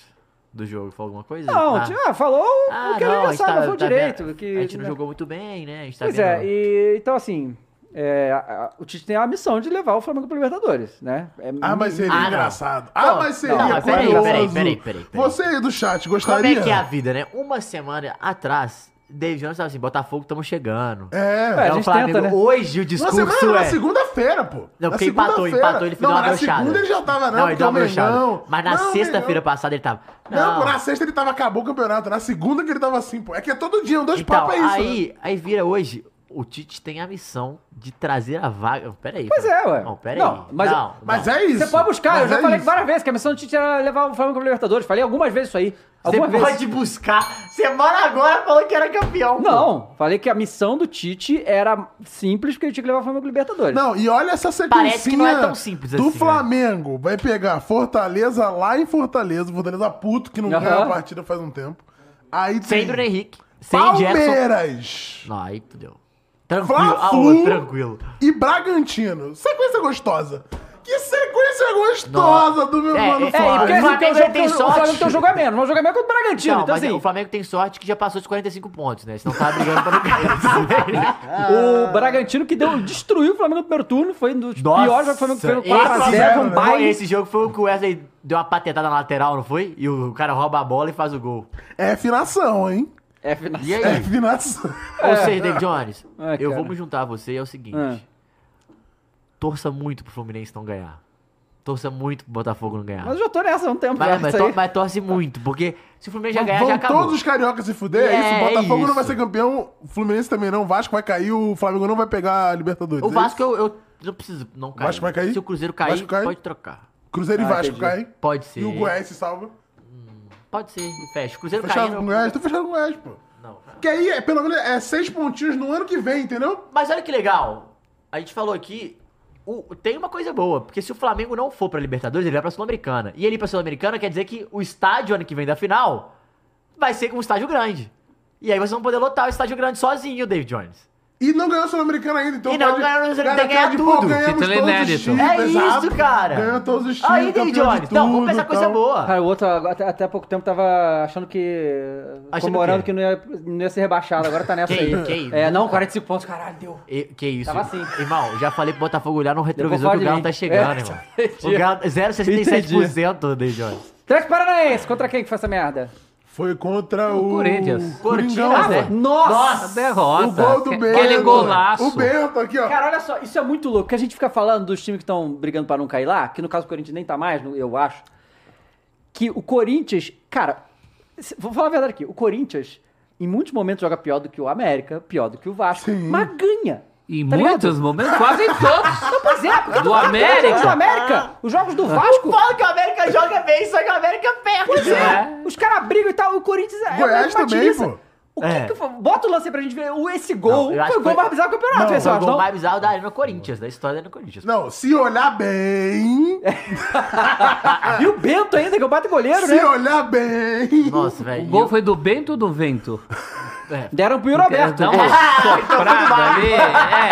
S3: Do jogo? Falou alguma coisa?
S1: Não,
S3: Ah.
S1: ah, falou
S3: Ah,
S1: o que era
S3: não, a gente
S1: engraçado,
S3: tá-
S1: falou
S3: tá
S1: direito.
S3: vendo-
S1: que,
S3: A gente não jogou muito bem, né? A gente tá
S1: Pois
S3: vendo.
S1: é, e, então assim, é, a- a- o Tite tem a missão de levar o Flamengo para Libertadores, né? É
S2: Ah, mas seria
S3: Ah, não.
S2: engraçado. Ah,
S1: Não,
S2: mas seria
S1: não,
S2: não,
S1: mas peraí,
S3: peraí, peraí, peraí, peraí.
S2: Você aí do chat,
S3: Como
S2: gostaria?
S3: é que é a vida, né? Uma semana atrás, David Jones tava assim, Botafogo, estamos chegando.
S2: É.
S1: É, a
S3: o
S1: gente
S3: Flamengo.
S1: tenta, né?
S3: Hoje o
S2: Na
S3: discurso
S2: semana, na
S3: é...
S2: segunda-feira, pô.
S3: Não,
S2: Na
S3: porque empatou,
S2: segunda-feira.
S3: empatou, ele foi
S2: Não,
S3: dar uma
S2: na
S3: brochada.
S2: segunda ele já tava, não,
S3: Não,
S2: porque
S3: ele deu uma
S2: o Mengão-
S3: brochada. Mas na
S2: Não,
S3: sexta-feira
S2: Mengão-
S3: passada ele tava...
S2: Não, pô, na sexta ele tava, acabou o campeonato. Na segunda que ele tava assim, pô. É que é todo dia, um dois
S3: Então,
S2: papos é isso. né?
S3: aí, aí vira hoje, o Tite tem a missão de trazer a vaga... Peraí.
S1: Pois é, ué.
S3: Não, peraí.
S1: Não, mas-
S3: não,
S2: Mas
S3: não.
S2: é isso.
S1: Você pode buscar,
S2: Mas
S1: eu já
S2: é
S1: falei
S2: isso.
S1: várias vezes que a missão do Tite era levar o Flamengo para Libertadores, falei algumas vezes isso aí.
S3: Você
S1: Alguma vez.
S3: <laughs> pode buscar. Semana agora falou que era campeão. pô.
S1: Não, falei que a missão do Tite era simples, porque ele tinha que levar o Flamengo para Libertadores.
S2: Não, e olha essa sequencinha
S3: Parece que não é tão simples
S2: do
S3: assim,
S2: Flamengo. Vai pegar Fortaleza lá em Fortaleza, Fortaleza puto, que não
S1: Aham.
S2: ganha a partida faz um tempo. Aí
S3: Sem
S2: tem
S3: Bruno Henrique. Sem Jetson.
S2: Palmeiras
S3: Não, aí fudeu. Tranquilo. Ah, ô,
S2: Fla-Flu.
S3: tranquilo.
S2: e Bragantino. Sequência gostosa. Que sequência gostosa do meu
S3: É,
S2: mano
S3: é,
S1: É, e porque
S2: Flávio.
S3: O
S1: assim, tem um
S3: Flamengo já
S1: jogo
S3: tem
S1: que o- o
S3: sorte.
S1: Flamengo tem um jogo a menos, mas o jogo a menos é contra o Bragantino,
S3: Não,
S1: então
S3: mas o
S1: assim,
S3: Flamengo tem sorte que já passou de 45 pontos, né? Senão tava brigando pra não cair.
S1: o Bragantino que deu, destruiu o Flamengo no primeiro turno, foi um dos
S3: <laughs> Ah. Nossa,
S1: piores jogos do Flamengo, Flamengo 4 a
S3: esse,
S1: 0 um
S2: né?
S1: baile.
S3: esse jogo é foi o que o Wesley deu uma patetada na lateral, não foi? E o cara rouba a bola e faz o gol.
S2: É afinação, hein?
S1: É, final.
S3: E aí?
S2: É afinação.
S3: Ou seja, David Jones,
S1: Ai,
S3: eu
S1: É. cara.
S3: é
S1: É.
S3: vou me juntar a você e é o seguinte.
S1: Ah.
S3: Torça muito pro Fluminense não ganhar. Torça muito pro Botafogo não ganhar.
S1: Mas eu já tô nessa há um tempo. já,
S3: Mas, mas,
S1: isso aí.
S3: tor- mas torce muito, porque se o Fluminense já ganhar,
S2: Vão
S3: já acabou.
S2: todos os cariocas se fuder, é
S3: É,
S2: isso. O Botafogo
S3: isso.
S2: não vai ser campeão, o Fluminense também não, o Vasco vai cair, o Flamengo não vai pegar a Libertadores.
S3: O
S2: É
S3: Vasco eu, eu não preciso, não cai.
S2: Vasco vai cair?
S3: Se o Cruzeiro cair,
S2: Vasco cai?
S3: pode trocar.
S2: isso. Cruzeiro e
S1: Ah,
S2: Vasco
S1: entendi.
S2: caem.
S3: Pode ser.
S2: é E o Goiás se salva.
S3: Pode ser, fecha. O Cruzeiro
S2: Fechado
S3: cair.
S2: com o
S3: não-
S2: Goiás? Tô fechado com o Goiás, pô.
S3: Não.
S2: Que aí, é, pelo menos, é seis pontinhos no ano que vem, entendeu?
S3: Mas olha que legal. A gente falou aqui. o- tem uma coisa boa, porque se o Flamengo não for pra Libertadores, ele vai pra Sul-Americana. E ele ir pra Sul-Americana quer dizer que o estádio ano que vem da final vai ser um estádio grande. E aí vocês vão poder lotar o estádio grande sozinho, David Jones.
S2: E não ganhou o Sul-Americano ainda, então
S3: E não
S2: pode-
S3: ganhou, você tem
S2: cara,
S3: que
S2: aquela
S3: ganhar
S2: de,
S3: tudo.
S2: pô, ganhamos
S4: Título
S2: todos os
S4: inédito.
S2: títulos,
S3: É
S2: exato.
S3: isso, cara.
S2: Ganhou todos os títulos,
S3: Aí, David
S2: campeão de
S3: Jones. Então, vamos pensar
S2: tudo,
S3: coisa
S2: tal.
S3: boa.
S1: Cara, o outro até, até há pouco tempo tava achando que.
S3: Achando
S1: comemorando
S3: o
S1: que
S3: quê?
S1: não ia, não ia ser rebaixado, agora tá nessa
S3: Que
S1: aí.
S3: isso, que isso.
S1: É, não, 45 pontos, caralho, deu.
S3: E- que isso?
S1: Tava assim.
S3: Irmão, já falei pro Botafogo olhar no retrovisor
S1: fala
S3: que o
S1: de
S3: Galo
S1: mim.
S3: tá chegando,
S1: É,
S4: <laughs>
S3: irmão.
S1: entendi.
S3: O Galo, 0,67%, David Jones.
S1: Atlético Paranaense, contra quem que foi essa merda?
S2: Foi contra o...
S4: Corinthians.
S2: Coringão,
S3: Corinthians,
S2: pô.
S3: né?
S1: Nossa!
S4: Nossa, derrota.
S2: O gol do Bento.
S4: Aquele golaço.
S2: O Bento aqui, ó.
S1: Cara, olha só, isso é muito louco, porque a gente fica falando dos times que estão brigando pra não cair lá, que no caso o Corinthians nem tá mais, no- eu acho. Que o Corinthians, cara, se- vou falar a verdade aqui, o Corinthians em muitos momentos joga pior do que o América, pior do que o Vasco, mas ganha.
S4: Em
S1: tá ligado?
S4: muitos momentos,
S1: <laughs>
S4: quase em todos.
S1: Não, pois é, porque
S4: Do
S1: não tá-
S4: América?
S1: os jogos do América, os jogos do Vasco,
S3: Fala que Ah. o América joga bem, só que o América perde. né?
S1: pois é, os caras brigam e tal, o Corinthians é
S2: Goiás
S1: uma
S2: também,
S1: batiriça.
S2: pô.
S1: O que
S3: É.
S1: que foi? Bota o lance aí pra gente ver. o- Esse gol
S3: Não, eu acho
S1: foi o
S3: que
S1: gol
S3: foi-
S1: mais bizarro do campeonato, esse
S3: Foi o
S1: eu acho,
S3: gol
S1: não?
S3: mais bizarro da Arena Corinthians, da história da Arena Corinthians.
S2: Não, se olhar bem...
S3: É
S1: E o Bento ainda, que é o bate goleiro,
S2: Se
S1: né?
S2: olhar
S3: <laughs>
S2: bem...
S3: Nossa, velho. é,
S4: O gol É, foi do Bento ou do Vento?
S1: Deram pro Yuri Alberto.
S4: Dá
S1: <laughs>
S4: uma soprada ali.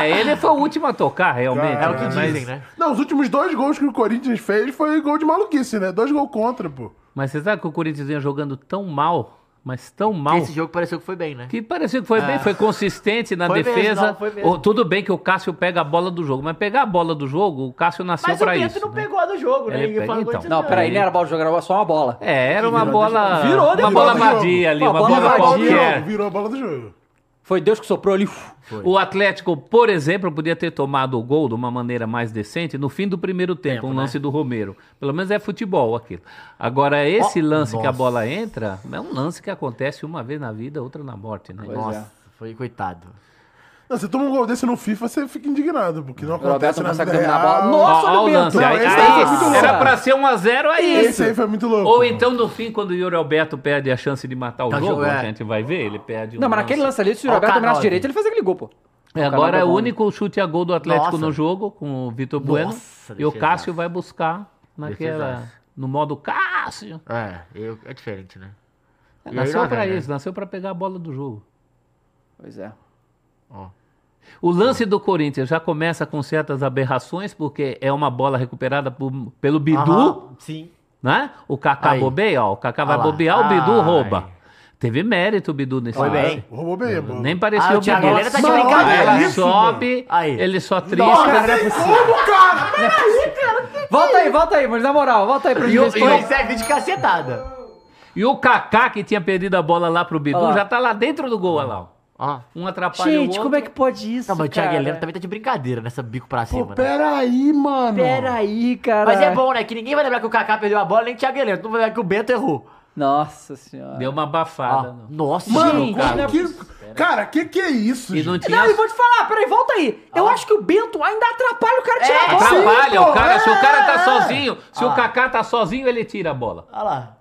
S4: É, ele foi o último a tocar, realmente.
S3: É o que
S4: mas,
S3: dizem, né?
S2: Não, os últimos dois gols que o Corinthians fez foi gol de maluquice, né? Dois gols contra, pô.
S4: mas você sabe que o Corinthians vinha jogando tão mal, mas tão mal,
S3: Esse jogo pareceu que foi bem, né?
S4: que parecia que foi bem, foi consistente na
S3: Foi mesmo,
S4: defesa.
S3: não, foi mesmo.
S4: Oh, tudo bem que o Cássio pega a bola do jogo, mas pegar a bola do jogo, o Cássio nasceu
S3: Mas o
S4: pra
S3: Bento
S4: isso.
S3: não
S4: né?
S3: pegou a do jogo, né?
S4: Ele
S3: E o
S4: pega,
S3: Flamengo
S4: então. <laughs>
S3: disse,
S1: Não, peraí, não era bola de jogo, era só uma bola.
S4: É, era uma bola.
S1: Virou, né?
S4: uma
S1: Virou
S4: bola
S2: do jogo.
S4: vadia ali,
S1: Uma
S4: uma,
S1: bola
S4: bola, É.
S1: vadia.
S4: qualquer.
S2: jogo, virou a bola do jogo.
S1: Foi Deus que soprou ali. uf.
S4: O Atlético, por exemplo, podia ter tomado o gol de uma maneira mais decente no fim do primeiro tempo,
S3: né?
S4: um lance do Romero. Pelo menos é futebol aquilo. Agora, esse lance que a
S3: nossa.
S4: bola entra, é um lance que acontece uma vez na vida, outra na morte, né?
S1: Pois
S3: Nossa, foi coitado.
S2: Não, você toma um gol desse no FIFA, você fica indignado, porque
S1: O
S2: não
S1: Roberto
S2: acontece
S1: não
S2: na
S1: consegue
S2: vida
S1: dominar a
S2: real.
S1: bola.
S4: Ó,
S1: Nossa,
S4: ó
S1: do
S4: o
S1: Bento.
S4: lance.
S1: Não,
S4: aí,
S1: esse
S4: aí
S1: daí foi muito louco.
S4: era pra ser 1 a 0 é isso.
S2: Esse aí foi muito louco.
S4: Ou então, no fim, quando o Yuri Alberto perde a chance de matar o
S3: Tá,
S4: jogo,
S3: é.
S4: a gente vai ver, ele perde um
S1: Não, mas naquele lance ali, se o
S3: Ó,
S1: Roberto
S3: o
S1: dominasse
S3: K9.
S1: direito, ele fazia aquele gol, pô.
S4: É, agora é
S1: Caramba,
S4: o
S1: bom.
S4: único chute a gol do Atlético
S3: Nossa.
S4: no jogo, com o Vitor Bueno.
S3: Nossa,
S4: e o
S3: defesaço.
S4: Cássio vai buscar naquela,
S3: Defesaço.
S4: no modo Cássio.
S3: É, eu- é diferente, né? E aí
S4: Nasceu
S3: lá
S4: pra
S3: vem, né?
S4: isso, nasceu pra pegar a bola do jogo.
S1: Pois é.
S3: Ó.
S4: O lance do Corinthians já começa com certas aberrações, porque é uma bola recuperada por- pelo Bidu,
S3: Aham, Sim.
S4: né? O Kaká
S3: Aí.
S4: bobeia, ó. O Kaká vai
S3: lá.
S4: bobear, o Bidu
S3: Ai.
S4: rouba. Teve mérito o Bidu nesse
S3: Foi
S4: lance.
S3: bem.
S2: Roubou bem, pô.
S4: Nem parecia
S3: Ah,
S4: o
S3: o
S4: Bidu.
S3: Thiago Helena tá de
S4: Mas
S2: brincadeira.
S4: Ela
S2: Isso,
S4: sobe,
S3: Aí.
S4: ele só trisca.
S2: Nossa, tem como, cara?
S1: é
S3: é
S1: Volta aí, volta aí, mas na moral, volta aí pra gente
S4: E o-
S1: ver se
S4: e o-
S1: foi-
S3: Foi serve é de cacetada.
S4: E o Kaká, que tinha perdido a bola lá pro Bidu,
S1: Olha lá.
S4: já tá lá dentro do gol, olha lá. ó.
S3: Ó.
S4: Um atrapalha o
S1: Gente,
S4: outro.
S1: como é que pode isso,
S3: Não, mas o Thiago
S1: cara?
S3: Helena também tá de brincadeira nessa bico pra cima,
S2: Pô,
S3: né?
S2: peraí, mano.
S1: Peraí, cara.
S3: Mas é bom, né? Que ninguém vai lembrar que o Kaká perdeu a bola, nem o Thiago Helena. Não vai lembrar que o Bento errou.
S1: Nossa senhora.
S4: Deu uma
S3: Ó,
S4: abafada. não.
S3: Nossa,
S2: Mano,
S3: gente,
S2: como
S3: cara.
S2: que... Cara, que que é isso,
S4: E não
S2: gente?
S4: tinha...
S1: Não, e vou te falar, peraí, volta aí. Eu acho que o Bento ainda atrapalha o cara tirar
S3: É,
S1: a bola.
S4: Ah. Atrapalha
S2: pô,
S4: o cara. Se o cara
S2: é,
S4: tá
S2: é.
S4: sozinho, se o Kaká tá sozinho, ele tira a bola.
S3: Olha lá.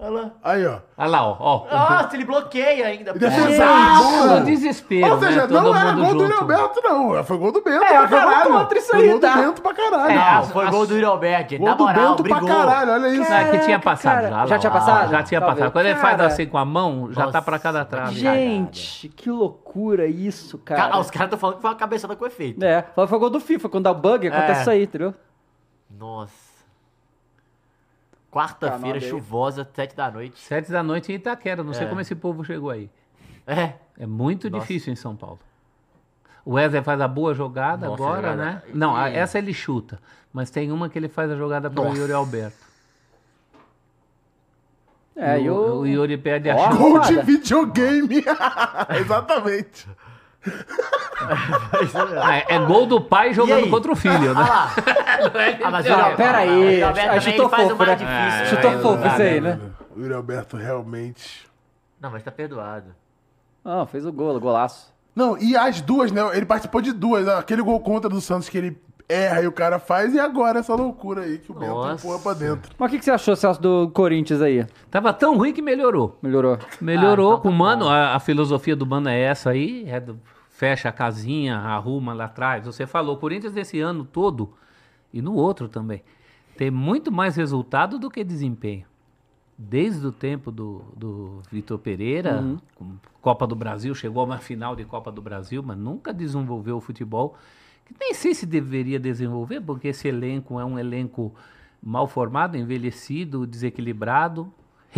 S3: Olha lá.
S2: Aí, ó.
S4: Olha lá, ó. ó.
S3: Nossa, ele bloqueia ainda. pô.
S2: Defesa
S4: Nossa,
S2: boa.
S4: o desespero,
S2: Ou seja,
S4: né? Todo
S2: não era
S4: mundo
S2: gol do
S4: junto.
S2: Leoberto, não. Foi gol do Bento
S1: É,
S2: pra
S1: foi gol
S2: caralho.
S1: contra isso
S2: Foi
S1: aí,
S2: gol
S1: tá?
S2: do Bento pra caralho.
S3: Não, foi gol do Yuri Alberti.
S2: Gol
S3: É, Na
S2: do
S3: moral,
S2: Bento pra
S3: brigou.
S2: caralho, olha isso.
S4: Não, é que tinha
S1: Caraca,
S4: passado
S1: cara.
S4: já. lá,
S1: Já tinha
S4: ó.
S1: passado?
S4: Já tinha
S1: Talvez.
S4: passado. Quando ele faz
S1: Cara.
S4: assim com a mão, já tá pra cada trave.
S1: Gente, que loucura isso, cara.
S3: Ah, os caras estão falando que foi uma cabeçada com efeito.
S1: É, foi o gol do FIFA, quando dá bug, acontece
S3: É.
S1: isso aí, entendeu?
S3: Nossa. Quarta-feira,
S1: Tá, nada aí.
S3: chuvosa, sete da noite.
S4: Sete da noite em Itaquera. Não sei
S3: É.
S4: como esse povo chegou aí.
S3: É.
S1: <laughs>
S4: É muito
S3: Nossa.
S4: difícil em São Paulo. O Wesley faz a boa jogada
S3: Nossa,
S4: agora,
S3: jogada.
S4: né? Não, a-
S3: E-
S4: essa ele chuta. Mas tem uma que ele faz a jogada pro
S3: Nossa.
S4: Yuri Alberto.
S1: É,
S4: E
S1: e
S4: o,
S1: o...
S4: o Yuri perde a
S1: Ó.
S4: chance.
S2: <laughs> Gol
S1: Foda.
S2: de videogame. <laughs> Exatamente.
S4: Ah, é, é gol do pai jogando
S3: aí?
S4: contra o filho, né?
S1: <laughs>
S3: Olha lá. Ah, mas o
S4: Não,
S3: Yuri Alberto-
S1: pera aí,
S3: o Alberto
S1: aí
S3: também,
S1: chutou
S3: ele faz
S1: fofo,
S3: o mais
S1: né?
S3: difícil.
S1: Chutou
S3: né?
S1: fofo isso aí, né?
S2: O Yuri Alberto realmente.
S3: Não, mas tá perdoado.
S1: Ah, fez o golo, golaço.
S2: Não, e as duas, né? Ele participou de duas. né? Aquele gol contra do Santos que ele erra e o cara faz, e agora essa loucura aí que o Bento
S3: Nossa.
S2: empurra pra dentro.
S1: Mas o que, que você achou, Celso, do Corinthians aí?
S4: Tava tão ruim que melhorou.
S1: Melhorou.
S4: Melhorou
S3: Ah, então
S4: com o
S3: tá
S4: mano.
S3: bom.
S4: A, a filosofia do mano é essa aí. é do- fecha a casinha, arruma lá atrás. Você falou, o Corinthians esse ano todo e no outro também. Tem muito mais resultado do que desempenho. Desde o tempo do, do Vitor Pereira,
S1: Uhum.
S4: com Copa do Brasil, chegou a uma final de Copa do Brasil, mas nunca desenvolveu o futebol. Que nem sei se deveria desenvolver, porque esse elenco é um elenco mal formado, envelhecido, desequilibrado,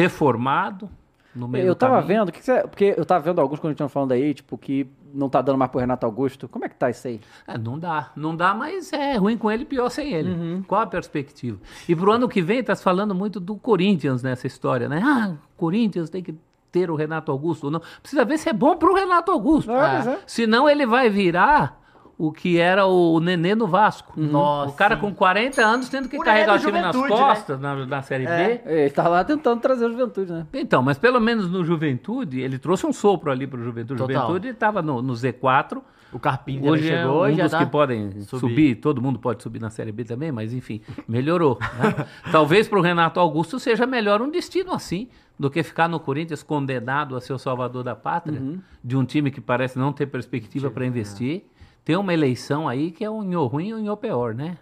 S4: reformado. No meio
S1: eu
S4: do
S1: tava
S4: caminho.
S1: vendo, o que, que você. Porque eu tava vendo alguns corintianos falando aí, tipo, que não tá dando mais pro Renato Augusto. Como é que tá isso aí?
S4: É, não dá, não dá, mas é ruim com ele, pior sem ele.
S3: Uhum.
S4: Qual a perspectiva? E pro ano que vem, tá se falando muito do Corinthians nessa história, né? Ah, o Corinthians tem que ter o Renato Augusto ou não. Precisa ver se é bom pro Renato Augusto.
S1: É, mas é.
S4: Senão ele vai virar o que era o Nenê no Vasco.
S3: Uhum. Nossa,
S4: O cara
S3: sim.
S4: com 40 anos tendo que
S3: O Nenê
S4: carregar o
S3: do
S4: time nas
S3: Juventude, né? É.
S4: costas, na, na Série B.
S1: Ele tá lá tentando trazer a juventude, né?
S4: Então, mas pelo menos no Juventude, ele trouxe um sopro ali pro Juventude. O
S3: Total.
S4: Juventude estava no, no Z4.
S3: O Carpinho também
S4: Hoje
S3: chegou
S4: é um
S3: e já
S4: dos
S3: tá...
S4: que podem subir.
S3: subir.
S4: todo mundo pode subir na Série B também, mas enfim, melhorou.
S3: <laughs>
S4: né? Talvez para o Renato Augusto seja melhor um destino assim do que ficar no Corinthians condenado a ser o salvador da pátria,
S3: Uhum.
S4: de um time que parece não ter perspectiva
S3: é.
S4: para investir. Tem uma eleição aí que é um nho ruim e um nho pior, né?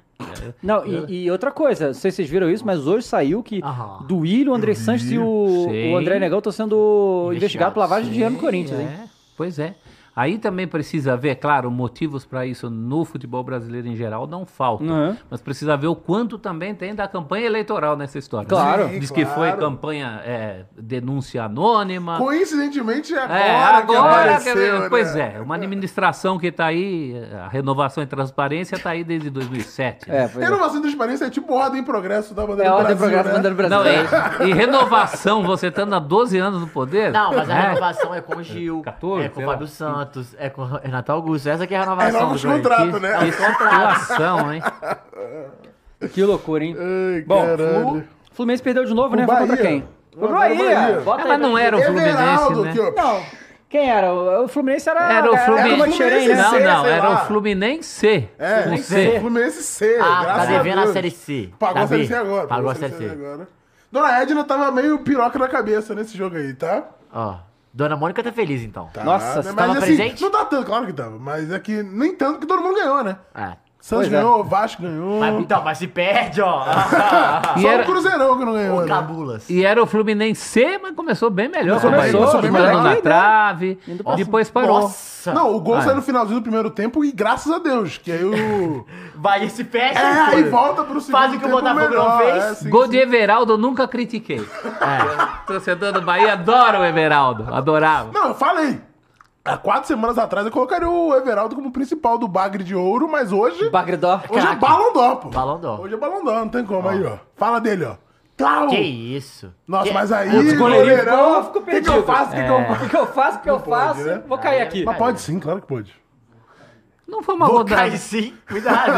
S1: Não, e, e outra coisa, não sei se vocês viram isso, mas hoje saiu que
S3: Aham.
S1: do Willian, o André Sanches e o,
S4: Sim.
S1: o André Negão estão sendo investigados por lavagem de dinheiro no
S4: Sim,
S1: Corinthians, hein?
S4: é. Pois é. Aí também precisa ver, claro, motivos para isso no futebol brasileiro em geral não faltam.
S1: Uhum.
S4: Mas precisa ver o quanto também tem da campanha eleitoral nessa história.
S1: Claro.
S4: Diz
S2: Sim,
S4: que
S2: claro.
S4: foi campanha é, denúncia anônima.
S2: Coincidentemente é agora,
S4: Ah. É,
S2: que
S4: agora, que
S2: apareceu, né?
S4: pois é, uma administração que está aí, a renovação e transparência está aí desde 2007. né?
S1: É, pois é.
S2: Renovação e transparência é tipo ordem e progresso da bandeira
S1: É a ordem
S2: do Brasil,
S1: progresso
S2: né?
S1: Bandeira
S4: Não,
S1: Brasileira.
S4: e, e renovação, você estando há 12 anos no poder?
S3: Não, mas a
S4: né?
S3: renovação é com o
S4: <laughs>
S3: Gil,
S4: 14,
S3: é com
S4: sei
S3: o
S4: lá.
S3: Fábio Santos, é com o Renato Augusto. Essa aqui é a
S2: É
S3: renovação.
S2: novo
S3: dos
S2: de
S3: dois.
S2: contrato, né?
S4: Que
S3: é
S4: situação, hein?
S1: Que loucura, hein?
S2: Ai,
S1: Bom,
S2: caralho.
S1: o Fluminense perdeu de novo,
S2: O
S1: né? Foi contra
S2: Bahia.
S1: quem? Foi pro
S2: Agora o
S1: Bahia.
S2: Bahia.
S1: É, Bota
S4: Ah,
S1: aí
S4: mas
S1: pra-
S4: não era o Fluminense,
S2: Everaldo,
S4: né?
S2: que ó,
S1: Não. Quem era? O, o Fluminense era.
S4: Era o
S2: É,
S1: Era
S4: Fluminense.
S1: o Tcherém, né?
S2: Fluminense.
S4: Não,
S2: sei
S4: não, era
S2: lá.
S4: o Fluminense.
S2: É,
S4: Com
S2: Fluminense
S4: C.
S2: Fluminense C.
S3: Ah, tá
S2: graças
S3: devendo a
S2: Deus.
S3: Série C.
S2: Pagou
S3: tá
S2: a Série
S3: bem?
S2: C agora.
S3: Pagou a Série C.
S2: agora. Dona Edna tava meio piroca na cabeça nesse jogo aí, tá?
S3: Ó, Dona Mônica tá feliz, então.
S2: Tá,
S1: Nossa,
S2: né?
S1: você
S2: Mas,
S3: tava
S2: assim,
S3: presente?
S2: Não tá tanto, claro que tava. Mas é que nem tanto que todo mundo ganhou, né?
S3: É.
S2: Santos
S1: Pois é.
S2: ganhou, Vasco ganhou.
S3: Mas, então, mas se perde,
S2: <laughs>
S3: ó.
S4: E
S2: Só
S4: era,
S2: o Cruzeirão que não ganhou,
S3: Ô,
S2: né?
S3: Cabulas.
S4: e era o Fluminense, mas começou bem melhor.
S1: Começou,
S4: Bahia.
S1: começou
S4: Chutando
S1: bem melhor.
S4: na
S1: Aí, né?
S4: trave,
S1: Indo pra
S4: depois parou.
S3: Nossa!
S2: Não, o gol
S4: Ah, é.
S2: saiu no finalzinho do primeiro tempo e graças a Deus, que aí o...
S3: Vai e se perde.
S2: É,
S3: pô.
S2: aí volta pro segundo
S3: Faz o que o
S2: tempo
S3: Botafogo
S2: melhor,
S3: não fez.
S2: é, assim,
S4: Gol de Everaldo, eu nunca critiquei.
S1: É.
S4: <laughs> Torcedor do Bahia, adoro o Everaldo, adorava.
S2: Não, eu falei. Há quatro semanas atrás eu colocaria o Everaldo como principal do Bagre de Ouro, mas hoje.
S1: Bagredó.
S2: hoje é Balão d'Or, pô.
S3: Ballon d'Or.
S2: Hoje é Balão d'Or, não tem como aí, ó. Fala dele, ó. Tlau!
S3: Que isso?
S2: Nossa,
S3: que... é
S2: mas aí.
S1: Os goleirinhos ficam- ficam
S2: O que, que eu
S1: perdidos.
S2: faço? O que, que eu faço?
S1: É. O que eu faço, o que eu faço?
S2: né?
S1: Vou cair aqui.
S2: Mas pode sim, claro que pode.
S4: Não foi uma
S3: Vou
S4: rodada,
S3: cair sim, cuidado.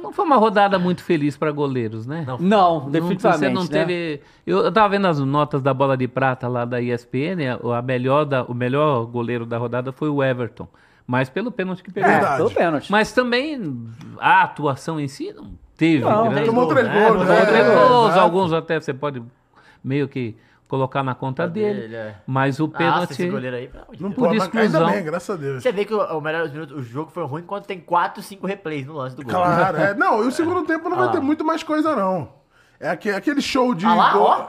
S4: não foi uma rodada muito feliz para goleiros, né?
S1: Não,
S4: Não- Você
S1: definitivamente.
S4: não
S1: né?
S4: teve. Eu, eu tava vendo as notas da bola de prata lá da ESPN. A, a melhor da- o melhor goleiro da rodada foi o Everton. Mas pelo pênalti que pegou.
S1: É,
S2: Verdade.
S1: pelo pênalti.
S4: Mas também a atuação em si não teve.
S1: Não,
S4: grande-
S2: tomou três
S4: né?
S2: gols,
S4: Tomou
S2: né?
S4: três
S2: É,
S4: gols,
S2: exato.
S4: Alguns até você pode meio que colocar na conta dele.
S3: dele, é.
S4: Mas
S2: Ah,
S4: o
S3: Nossa,
S4: <laughs> pênalti.
S3: esse goleiro aí, pelo amor de
S2: Não
S3: Deus.
S4: Por
S2: pode, mas ainda
S4: exclusão.
S2: bem, graças a Deus.
S3: Você vê que o, o melhor minuto, o jogo foi ruim quando tem 4, 5 replays no lance do gol.
S2: Claro, é. Não, e o segundo tempo não vai
S3: lá.
S2: ter muito mais coisa, não. É aque- aquele show de.
S3: Ah lá,
S2: gol-
S3: ó.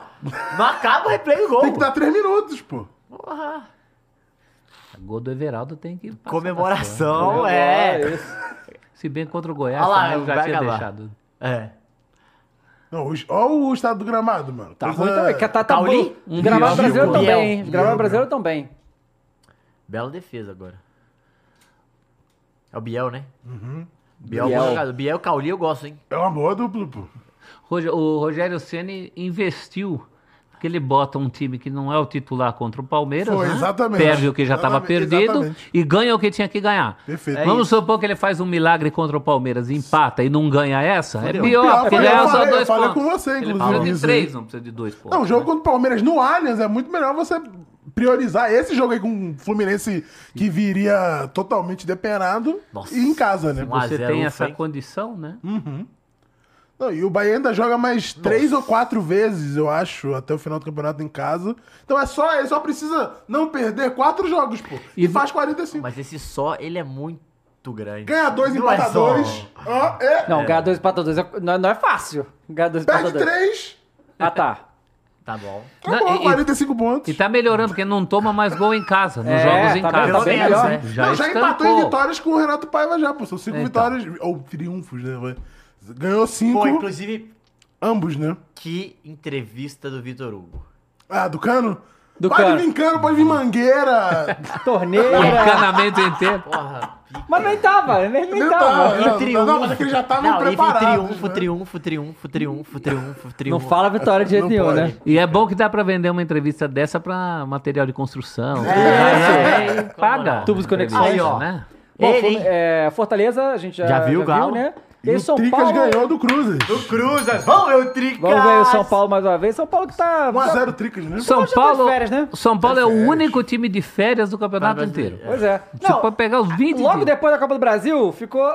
S3: Não acaba o replay do gol.
S2: Tem que dar três minutos, pô.
S3: Porra.
S2: é-
S4: Gol do Everaldo tem que. passar
S3: <laughs> Comemoração,
S1: Agora,
S3: é.
S1: isso.
S4: pra cima. Se bem contra o Goiás,
S3: Ah lá,
S4: também eu já
S3: vai
S4: tinha
S3: acabar.
S4: deixado.
S3: É.
S2: Não, os- ó o estado do gramado, mano.
S1: Tá
S2: Coisa-
S1: ruim também. Que tá, tá
S3: Tá
S1: bom.
S3: ali?
S1: Um Gramado
S4: Biel.
S1: brasileiro
S3: Biel.
S1: também, hein? Gramado
S2: Biel.
S1: brasileiro também.
S3: Bela defesa agora. É o Biel, né? Uhum.
S1: Biel.
S3: Biel, Biel. jogador. Biel e Cauli eu gosto, hein?
S2: É uma boa dupla, pô.
S4: Roge- O Rogério Ceni investiu Porque ele bota um time que não é o titular contra o Palmeiras,
S2: Foi,
S4: né?
S2: exatamente.
S4: perde o que já estava
S2: Exatamente,
S4: perdido
S2: exatamente.
S4: e ganha o que tinha que ganhar.
S2: Perfeito. É
S4: Vamos supor que ele faz um milagre contra o Palmeiras, empata e não ganha essa? É pior,
S2: Pior,
S4: porque
S2: eu
S4: ganha só
S2: falei- eu
S4: dois
S2: falei
S4: pontos.
S2: com você,
S4: ele
S2: inclusive,
S4: precisa de
S2: isso
S4: três,
S2: aí.
S4: não precisa de dois pontos. né?
S2: Não, o jogo contra o Palmeiras no Allianz é muito melhor você priorizar esse jogo aí com o Fluminense que viria totalmente depenado
S3: Nossa.
S2: e em casa, né?
S3: Sim,
S4: Você
S3: 1 a 0
S4: tem essa
S3: foi-
S4: condição, né?
S1: Hum.
S2: Não, e o Bahia ainda joga mais três ou quatro vezes, eu acho, até o final do campeonato em casa. Então é só, ele só precisa não perder quatro jogos, pô. E, faz 45.
S3: Mas esse só, ele é muito grande.
S2: Ganha dois
S3: Não é só-
S2: empatadores. ó, é.
S1: Não, ganhar dois empata dois é- não, é- não é fácil. Ganhar dois empata
S2: perde
S1: dois.
S2: três.
S1: Ah, tá.
S3: Tá bom.
S2: Tá
S4: Não,
S2: bom,
S4: e- e-
S2: 45 pontos.
S4: E tá melhorando, porque não toma mais gol em casa, nos
S1: É,
S4: jogos em
S1: tá bem-
S4: casa.
S1: tá bem
S4: Pelo
S1: melhor,
S4: menos,
S1: né?
S4: Já
S2: não, já empatou em
S4: estancou.
S2: vitórias com o Renato Paiva já, pô. São cinco
S4: Então.
S2: vitórias, ou triunfos, né? vai. Ganhou cinco,
S3: Pô, inclusive,
S2: ambos, né?
S3: que entrevista do Vitor Hugo.
S2: Ah, do Cano?
S1: Do
S2: pode
S1: Cano.
S2: vir Cano, pode vir Mangueira.
S4: É.
S1: Torneira.
S4: Encanamento em tempo.
S3: Porra, pica.
S1: Mas nem tava, nem, nem
S2: Nem
S1: tava.
S2: tava. Não, não, não, mas é que eles já estavam
S3: Não, e vem
S2: preparados,
S3: Triunfo,
S2: né?
S3: triunfo, triunfo, triunfo, triunfo,
S1: Não
S3: triunfo.
S1: fala vitória de jeito
S2: Não
S1: nenhum,
S2: pode.
S1: né?
S4: E é bom que dá pra vender uma entrevista dessa pra material de construção. né?
S3: É, é.
S4: Paga.
S1: Tubos e conexões.
S4: Aí,
S3: Aí, ó.
S4: ó. Né?
S1: Bom,
S3: Ele,
S1: Flu- é, Fortaleza, a gente já,
S3: Já viu o Galo?
S1: né?
S2: E
S1: E
S2: o
S1: São
S2: Tricas
S1: Paulo.
S2: ganhou do Cruzes.
S3: O Cruzas, vamos ver o Tricas!
S1: Vamos ver o São Paulo mais uma vez. São Paulo que tá.
S2: 1x0 Tricas, né?
S4: São
S1: já tá de
S4: Paulo,
S1: férias, né?
S4: São Paulo é o único time de férias do campeonato
S3: Brasileiro.
S4: inteiro.
S1: Pois é.
S4: Você pode
S3: Tipo,
S4: pegar os 20
S1: Logo
S4: dias.
S1: depois da Copa do Brasil, ficou.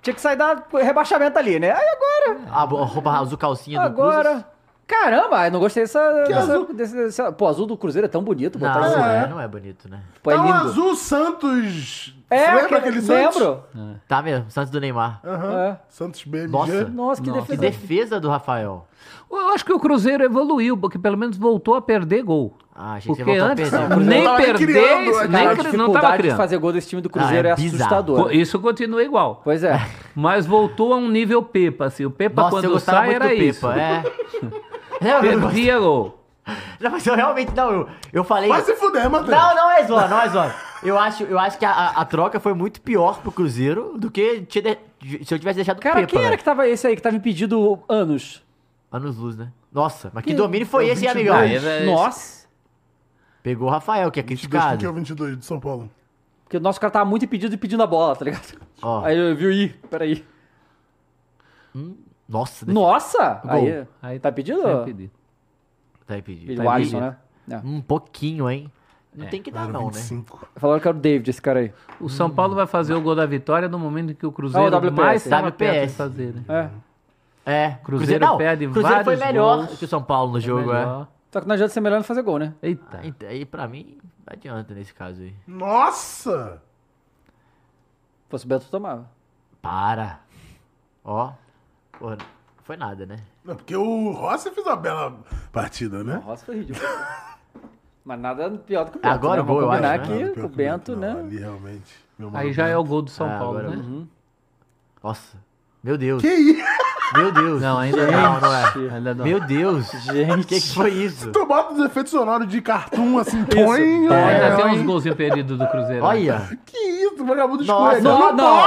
S1: Tinha que sair da rebaixamento ali, né? Aí agora,
S3: Ah, bo- rouba azul calcinha do Cruzas.
S1: agora. Caramba, eu não gostei dessa. dessa-
S2: azul?
S1: desse- desse- pô, azul do Cruzeiro é tão bonito. botar
S3: Não,
S1: azul.
S3: não
S2: É.
S3: é, não é bonito, né?
S1: Pô, é
S2: Tá um
S1: lindo.
S2: azul Santos.
S1: É,
S2: lembra aquele Santos?
S1: lembro.
S3: Tá mesmo, Santos do Neymar.
S2: Aham.
S1: É.
S2: Santos BMG.
S3: Nossa.
S1: Nossa, que
S4: Nossa,
S3: Que
S1: defesa.
S3: defesa do Rafael.
S4: Eu acho que o Cruzeiro evoluiu, porque pelo menos voltou a perder gol.
S3: Ah, achei
S4: Porque
S3: que você voltou a
S4: antes,
S3: perder.
S4: nem
S2: Tava
S4: perder,
S2: criando,
S4: isso-
S2: cara,
S4: nem
S1: Cara, a
S4: cri- não estava
S1: dificuldade de
S4: criando.
S1: fazer gol desse time do Cruzeiro
S3: Ah, é
S1: é,
S3: bizarro.
S4: Co-
S1: assustadora.
S4: Isso continua igual.
S1: Pois
S3: <laughs>
S1: é.
S4: Mas voltou a um nível Pepa, assim. O Pepa
S3: Nossa, eu
S4: quando
S3: gostava
S4: sai
S3: muito
S4: era
S3: do
S4: isso.
S3: Pepa, é. <laughs> É, eu gosto-
S4: Perdia gol.
S3: Não, mas eu realmente não, eu, eu falei.
S2: Vai se fuder, Matheus.
S3: Não, não é zoa, não é zoa. Eu acho, eu acho que a, a- a troca foi muito pior pro Cruzeiro do que tinha de- se eu tivesse deixado o
S1: Cara,
S3: Pepa.
S1: quem era
S3: velho.
S1: que tava esse aí que tava impedido anos?
S3: Anos luz, né? Nossa, mas que, domínio foi esse, hein, amigão?
S4: Ah,
S1: é, né?
S4: era-
S1: Nossa.
S3: Pegou o Rafael, que é
S2: 22, quem que é o
S3: criticado.
S2: 22 de São Paulo?
S1: Porque o nosso cara tava muito impedido e pedindo a bola, tá ligado?
S3: Ó,
S1: Aí eu vi o I, peraí.
S3: nossa, deixa
S1: Nossa!
S3: Gol.
S1: Aí,
S4: Aí
S1: tá pedido?
S4: tá pedido.
S3: tá impedido.
S1: Pedido
S3: Tá
S1: o Alisson,
S3: impedido.
S1: né? É.
S3: Um pouquinho, hein? Não tem que dar,
S2: Era
S3: não, né?
S2: 25.
S1: Falaram que era o David, esse cara aí.
S4: O São
S3: Hum.
S4: Paulo vai fazer o gol da vitória no momento em que o
S1: Ah, o
S4: Cruzeiro
S1: WPS.
S4: mais estava
S3: WPS.
S4: perto de fazer. Né?
S1: É.
S3: É,
S4: Cruzeiro
S3: não,
S4: perde
S3: Cruzeiro foi
S4: vários
S3: melhor
S4: gols.
S3: que o São Paulo no jogo, é.
S4: Melhor.
S1: Só que não adianta ser melhor não fazer gol, né?
S4: Eita.
S3: Então, Aí, pra mim, não adianta nesse caso aí.
S2: Nossa!
S1: Se fosse o Beto, tomava.
S3: Para. Ó. Porra, foi nada, né?
S2: Não, porque o Rossi fez uma bela partida, né?
S1: Nossa, foi ridículo. <laughs> Mas nada pior do que o Bento.
S3: Bento, Agora né? o gol,
S1: Vamos
S3: eu acho,
S1: combinar
S3: né?
S1: aqui,
S2: Não, pior
S1: o
S2: que
S1: Bento,
S2: não,
S1: né?
S2: Ali realmente. meu mano
S4: Aí já é
S2: Bento.
S4: o gol do São
S3: Ah,
S4: Paulo,
S3: agora
S4: né?
S3: Nossa. Meu Deus.
S2: Que isso?
S3: Meu Deus.
S4: Não, ainda
S3: não, não é.
S4: Ainda não.
S3: Meu Deus.
S1: Gente.
S3: O que, que foi isso?
S2: Tu bota os efeitos sonoros de cartoon assim,
S1: É.
S2: põe.
S4: Ainda
S2: olha,
S4: tem
S2: hein?
S4: uns golzinhos perdidos do Cruzeiro. né?
S3: Olha.
S2: Que isso, vagabundo
S3: Nossa,
S2: escorregando.
S1: não, não,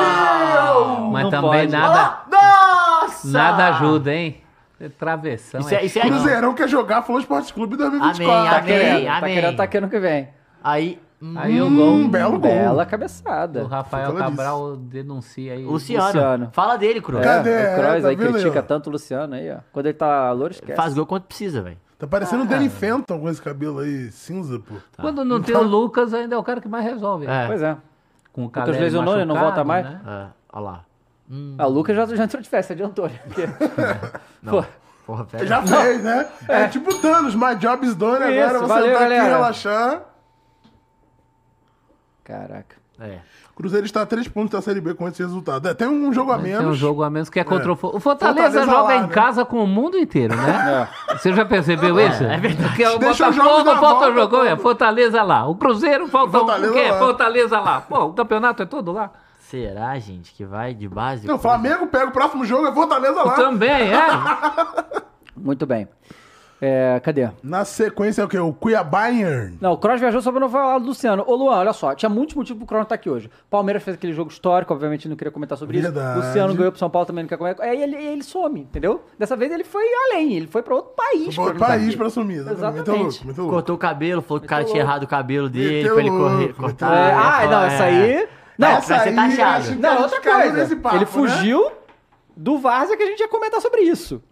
S2: não,
S4: Mas
S1: Não
S4: também
S1: pode.
S4: nada,
S3: Nossa!
S4: nada ajuda, hein? É Travessão.
S3: Isso é, isso é
S2: Cruzeirão quer jogar Flow Esporte Clube 2024.
S3: Amém, amém.
S1: Querendo, tá
S3: amém.
S1: querendo, tá querendo que vem.
S3: Aí. hum,
S4: Aí o gol
S2: Um belo gol.
S1: Bela
S4: do
S1: cabeçada.
S4: Rafael
S2: Foi pela
S4: Cabral denuncia aí.
S3: Luciano.
S1: Luciano.
S3: Fala dele, Cruz.
S2: Cadê?
S1: É, o Kroos
S2: Tá
S1: aí
S2: vendo aí,
S1: critica
S2: ó?
S1: tanto o Luciano aí, ó. Quando ele tá louro, esquece.
S3: Faz gol quanto precisa, velho.
S2: Tá parecendo o
S1: Ah.
S2: Danny Fenton com esse cabelo aí cinza, pô.
S4: Quando não tem o Lucas, ainda é o cara que mais resolve.
S3: Então- É. Então,
S1: Pois é.
S4: Com o
S1: Lucas
S4: Caleri
S1: lesionou, ele não
S4: machucado,
S1: volta mais.
S4: né?
S3: Ah, olha lá.
S1: Ah, o Lucas já, já entrou de festa, adiantou, né? Porque...
S2: <laughs>
S1: Pô,
S3: Porra, velho.
S2: Já fez, né? É. tipo o Thanos, my job is done
S1: Isso,
S2: agora, vou
S1: valeu,
S2: sentar aqui e
S1: galera.
S2: relaxar.
S1: Caraca.
S3: É.
S2: Cruzeiro está a três pontos da Série B com esse resultado. É, tem um jogo a menos.
S4: Tem um jogo a menos que é contra o Fo- O Fortaleza,
S2: Fortaleza
S4: joga
S2: lá,
S4: em
S2: né? É.
S4: casa com o mundo
S2: <laughs>
S4: inteiro,
S1: É.
S4: né? Você já percebeu isso? É verdade. <laughs> Porque o
S2: Deixa os jogos
S4: Botafogo
S2: da
S4: falta
S2: volta,
S4: o jogão, é Fortaleza lá. O Cruzeiro falta um, o
S2: Fortaleza
S4: quê?
S2: lá.
S4: Fortaleza lá. Pô, o campeonato é todo lá.
S3: Será, gente, que vai de base?
S2: Não, o <laughs> Flamengo pega o próximo jogo, é Fortaleza lá.
S4: Também, é.
S1: Muito bem. É, cadê?
S2: Na sequência é o quê? O Cuiabá Iron.
S1: Não, o Kroos viajou só pra não falar do Luciano. Ô, Luan, olha só, tinha muitos motivos pro Kroos estar aqui hoje. Palmeiras fez aquele jogo histórico, obviamente não queria comentar sobre
S2: Verdade.
S1: isso. Luciano ganhou pro São Paulo também, não quer comentar. Aí ele, ele some, entendeu? Dessa vez ele foi além, ele foi pra outro país. pra
S2: Outro
S1: não
S2: país
S1: tá aqui.
S2: pra assumir. Muito
S1: Exatamente.
S2: louco, muito louco.
S3: Cortou o cabelo, falou que o cara tinha errado o cabelo dele
S2: Meteu
S3: pra ele
S2: louco,
S3: correr,
S2: meteu
S3: cortar.
S2: louco.
S1: É,
S3: Ele
S1: ah,
S3: falou,
S1: não,
S3: é.
S1: essa aí... Não,
S3: Essa vai ser
S2: aí,
S3: taxado.
S2: acho que a
S1: Não,
S2: gente
S1: outra
S2: caiu
S1: coisa.
S2: nesse papo,
S1: ele
S2: né?
S1: fugiu do Várzea que a gente ia comentar sobre isso.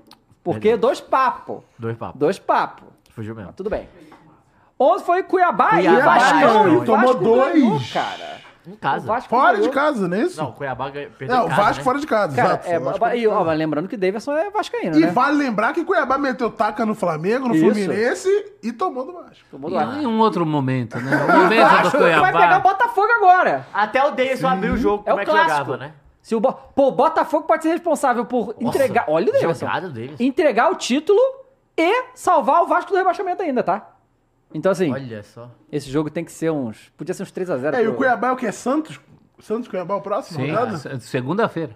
S1: Porque
S3: Verdade.
S1: dois papo.
S3: Dois papos.
S1: Dois papo.
S3: Fugiu mesmo.
S1: Mas tudo bem. 11 foi Cuiabá, e
S3: Cuiabá,
S1: Vascão. E o
S3: Vasco
S2: tomou
S1: Vasco ganhou,
S2: dois.
S1: cara.
S3: Em
S1: O
S3: casa.
S1: Vasco
S2: Fora de
S1: ganhou.
S2: casa, não é isso?
S3: Não, o Cuiabá ganhou- perdeu
S2: Não,
S3: em casa,
S2: Vasco
S3: né?
S2: fora de casa,
S1: Cara,
S2: exato.
S1: é,
S2: Vasco
S1: ba-
S2: fora de
S1: e, ó,
S2: casa.
S1: lembrando que Davidson é vascaíno,
S2: E
S1: né?
S2: vale lembrar que Cuiabá meteu taca no Flamengo, no
S1: Isso.
S2: Fluminense e tomou do Vasco.
S1: Tomou do ar.
S4: Em um outro momento, né? Um momento do
S1: Vasco vai pegar o
S4: Cuiabá.
S1: Botafogo agora.
S3: Até o Davidson abriu o jogo,
S1: É
S3: como
S1: o
S3: é que
S1: clássico.
S3: jogava, né?
S1: Se o Bo- Pô, o Botafogo pode ser responsável por entregar... Olha o Davidson.
S3: Jogada do Davidson.
S1: Entregar o título e salvar o Vasco do rebaixamento ainda, tá? Então, assim,
S3: Olha só.
S1: esse jogo tem que ser uns... Podia ser uns 3x0.
S2: É, e o Cuiabá é o quê? Santos? Santos Cuiabá é o próximo?
S4: Sim,
S2: rodada?
S4: se- segunda-feira.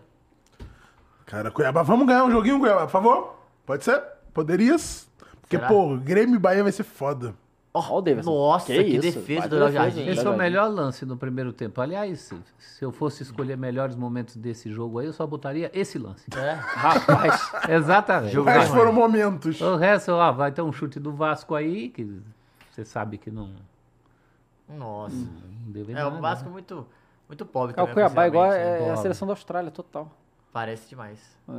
S2: Cara, Cuiabá, vamos ganhar um joguinho, Cuiabá, por favor? Pode ser? Poderias? Porque,
S3: Será?
S2: pô, Grêmio e Bahia vai ser foda.
S1: Olha o Davidson.
S3: Nossa, que defesa
S1: Bateu
S3: do Léo
S1: defesa,
S3: Jardim.
S1: né?
S4: Esse é
S1: Léo
S4: o melhor lance no primeiro tempo. Aliás, se- se eu fosse escolher melhores momentos desse jogo aí, eu só botaria esse lance.
S3: É.
S1: Rapaz,
S4: Exatamente.
S3: Jogo
S2: Mas
S3: Vai,
S2: foram momentos.
S4: O resto, ó, vai ter um chute do Vasco aí, que você sabe que não,
S3: Nossa.
S1: Hum,
S4: não deu em
S3: É
S4: nada,
S3: um Vasco muito, muito pobre
S1: é o
S3: também.
S1: Cuiabá igual
S3: oficialmente,
S1: é,
S3: né?
S1: a seleção da Austrália, total.
S3: Parece demais.
S4: É.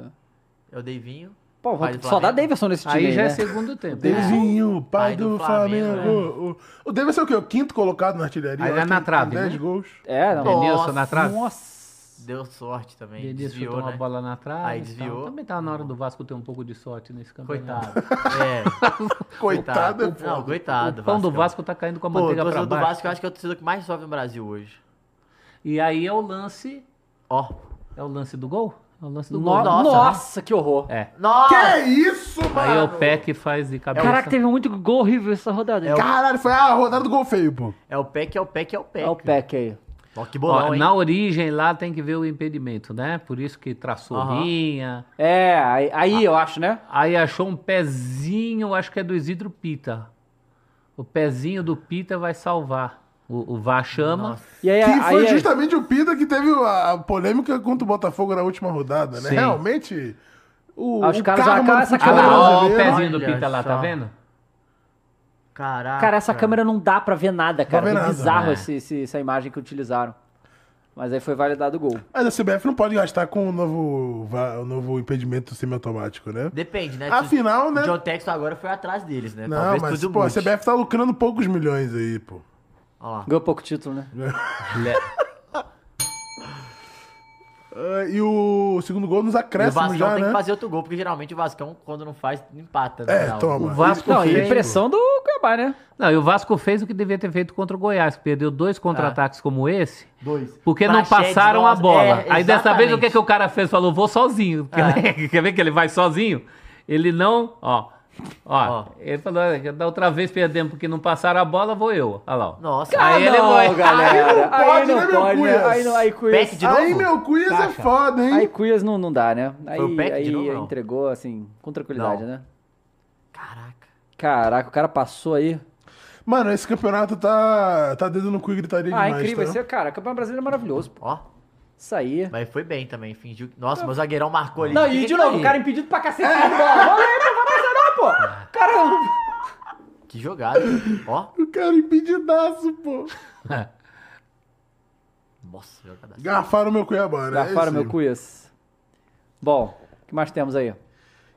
S3: Eu dei vinho.
S1: Pô,
S3: Pai do
S1: só dá
S3: Flamengo.
S1: Davidson nesse
S4: né?
S1: time
S4: Aí
S1: aí,
S4: já é
S1: né?
S4: segundo tempo. É.
S2: Devinho, pai,
S3: Pai
S2: do,
S3: do
S2: Flamengo.
S3: Flamengo,
S2: O, o, o Davis é o quê? O quinto colocado na artilharia?
S4: né? Aí
S2: Eu
S4: lá
S2: acho
S4: na
S2: que tem
S4: trave,
S2: 10
S4: né?
S2: gols.
S1: É, não.
S4: Denilson na
S3: Nossa.
S4: trave.
S1: Nossa.
S3: Deu sorte também.
S4: Denilson
S3: desviou,
S4: chutou uma
S3: né?
S4: bola na trave.
S3: Aí
S4: e tal.
S3: desviou.
S4: Também tá na hora do Vasco ter um pouco de sorte nesse campeonato.
S3: Coitado.
S4: <laughs>
S3: É.
S2: Coitado, é
S3: Não,
S2: foda.
S3: coitado.
S4: Tá, O pão do
S3: Vascão.
S4: Vasco tá caindo com a
S3: Pô, o
S4: manteiga pra
S3: torcedor do
S4: baixo.
S3: Vasco eu acho que é o torcedor que mais sofre no Brasil hoje.
S4: E aí é o lance...
S3: Ó.
S4: É o lance do gol? É o lance do
S1: No-
S4: gol.
S1: Nossa,
S3: Nossa.
S1: que horror.
S4: É.
S3: Nossa!
S2: Que isso, mano?
S4: Aí é o pé que faz de
S3: É um
S4: cabeça.
S1: Caraca, teve muito gol horrível essa rodada.
S2: É
S4: é
S1: hein?
S2: Caralho, foi a rodada do gol feio, pô.
S3: É o PEC, é o PEC, é o PEC.
S1: Olha o Peck aí.
S3: Ó, que
S4: Ó,
S3: bolão, hein?
S4: na origem lá tem que ver o impedimento, né? Por isso que traçou
S3: Aham.
S4: linha.
S1: É, aí, aí eu acho, né?
S4: Aí achou um pezinho, acho que é do Isidro Pita. O pezinho do Pita vai salvar. O, o Vá chama.
S1: E aí,
S2: Que
S1: É, aí,
S2: foi
S1: aí-
S2: justamente o Pita que teve a a polêmica contra o Botafogo na última rodada, né?
S4: Sim.
S2: Realmente, o,
S1: Ah, os
S2: o
S1: caras
S2: karma
S1: já-
S2: do
S1: essa
S4: Ah
S2: futebol
S1: câmera-
S4: lá, ó, o
S2: brasileiro-
S4: pezinho do
S3: Olha
S4: Pita lá, tá
S3: só.
S4: vendo?
S3: Caraca.
S1: Cara, essa câmera não dá pra ver nada, cara.
S2: Dá pra ver
S1: Que
S2: nada,
S1: bizarro
S4: né?
S1: esse- esse- essa imagem que utilizaram. Mas aí foi validado o gol.
S2: Mas a CBF não pode gastar com o novo, va- o novo impedimento semiautomático, né?
S3: Depende, né?
S2: Afinal, né?
S3: O John Texton agora foi atrás deles, né?
S2: Não,
S3: Talvez
S2: mas,
S3: tudo
S2: pô, a
S3: mude.
S2: CBF tá lucrando poucos milhões aí, pô.
S3: Ó
S4: <laughs>
S3: lá.
S1: Ganhou pouco título, né?
S4: Le-
S2: Ah, e o segundo gol nos
S3: E o
S2: acréscimos
S3: Vascão
S2: já,
S3: tem
S2: né?
S3: que fazer outro gol, porque geralmente o Vascão, quando não faz, empata. né? no
S2: É,
S3: final.
S2: toma.
S4: O Vasco
S1: Não,
S4: fez.
S1: e pressão do Cuiabá, né?
S4: Não, e o Vasco fez o que devia ter feito contra o Goiás, que perdeu dois contra-ataques como esse.
S3: Dois.
S4: Porque não
S3: Praxedes,
S4: passaram a
S3: nossa,
S4: bola.
S3: é,
S4: Aí dessa vez o que,
S3: exatamente.
S4: que o cara fez? Falou, vou sozinho. Porque ele- quer ver <laughs> que ele vai sozinho? Ele não, ó. Ó,
S3: Ó.
S4: ele falou, "Olha, da outra vez perdemos porque não passaram a bola, vou eu. Olha lá. ó.
S3: Nossa,
S4: Cara, Aí
S1: ah,
S4: ele
S1: não,
S4: vai-
S1: galera.
S2: Aí
S1: Aí
S2: não
S1: não
S2: pode, né, meu
S1: pode, né?
S2: Cunhas?
S1: Aí não, aí Cunhas.
S3: Peck de
S2: Aí,
S3: novo?
S2: meu Cunhas é
S4: Caixa.
S2: foda, hein?
S1: Aí Cunhas não, não dá, né? Aí,
S3: o Peck de
S1: aí
S3: novo, não?
S1: entregou, assim, com tranquilidade,
S3: Não.
S1: né?
S3: Caraca.
S1: Caraca, o cara passou aí.
S2: Mano, esse campeonato tá, tá dedo no cu e gritaria
S1: Ah,
S2: demais,
S1: incrível.
S2: tá?
S1: Esse, cara, o Campeonato Brasileiro é maravilhoso. pô.
S3: Ó.
S1: Isso aí.
S3: Mas foi bem também. Fingiu. que- Nossa, meu zagueirão marcou ali.
S1: Não,
S3: Que
S1: e
S3: que
S1: de novo,
S3: tá
S1: o cara é
S3: aí?
S1: impedido pra cacete de bola. Olha aí, não vai passar não, pô. Cara, é um
S3: Que jogada. Ó.
S2: O cara impedidaço, pô.
S3: Nossa, jogada.
S2: Garfaram meu Cuiabá, né?
S1: Gafaram
S2: Esse.
S1: meu Cunhas. Bom, o que mais temos aí?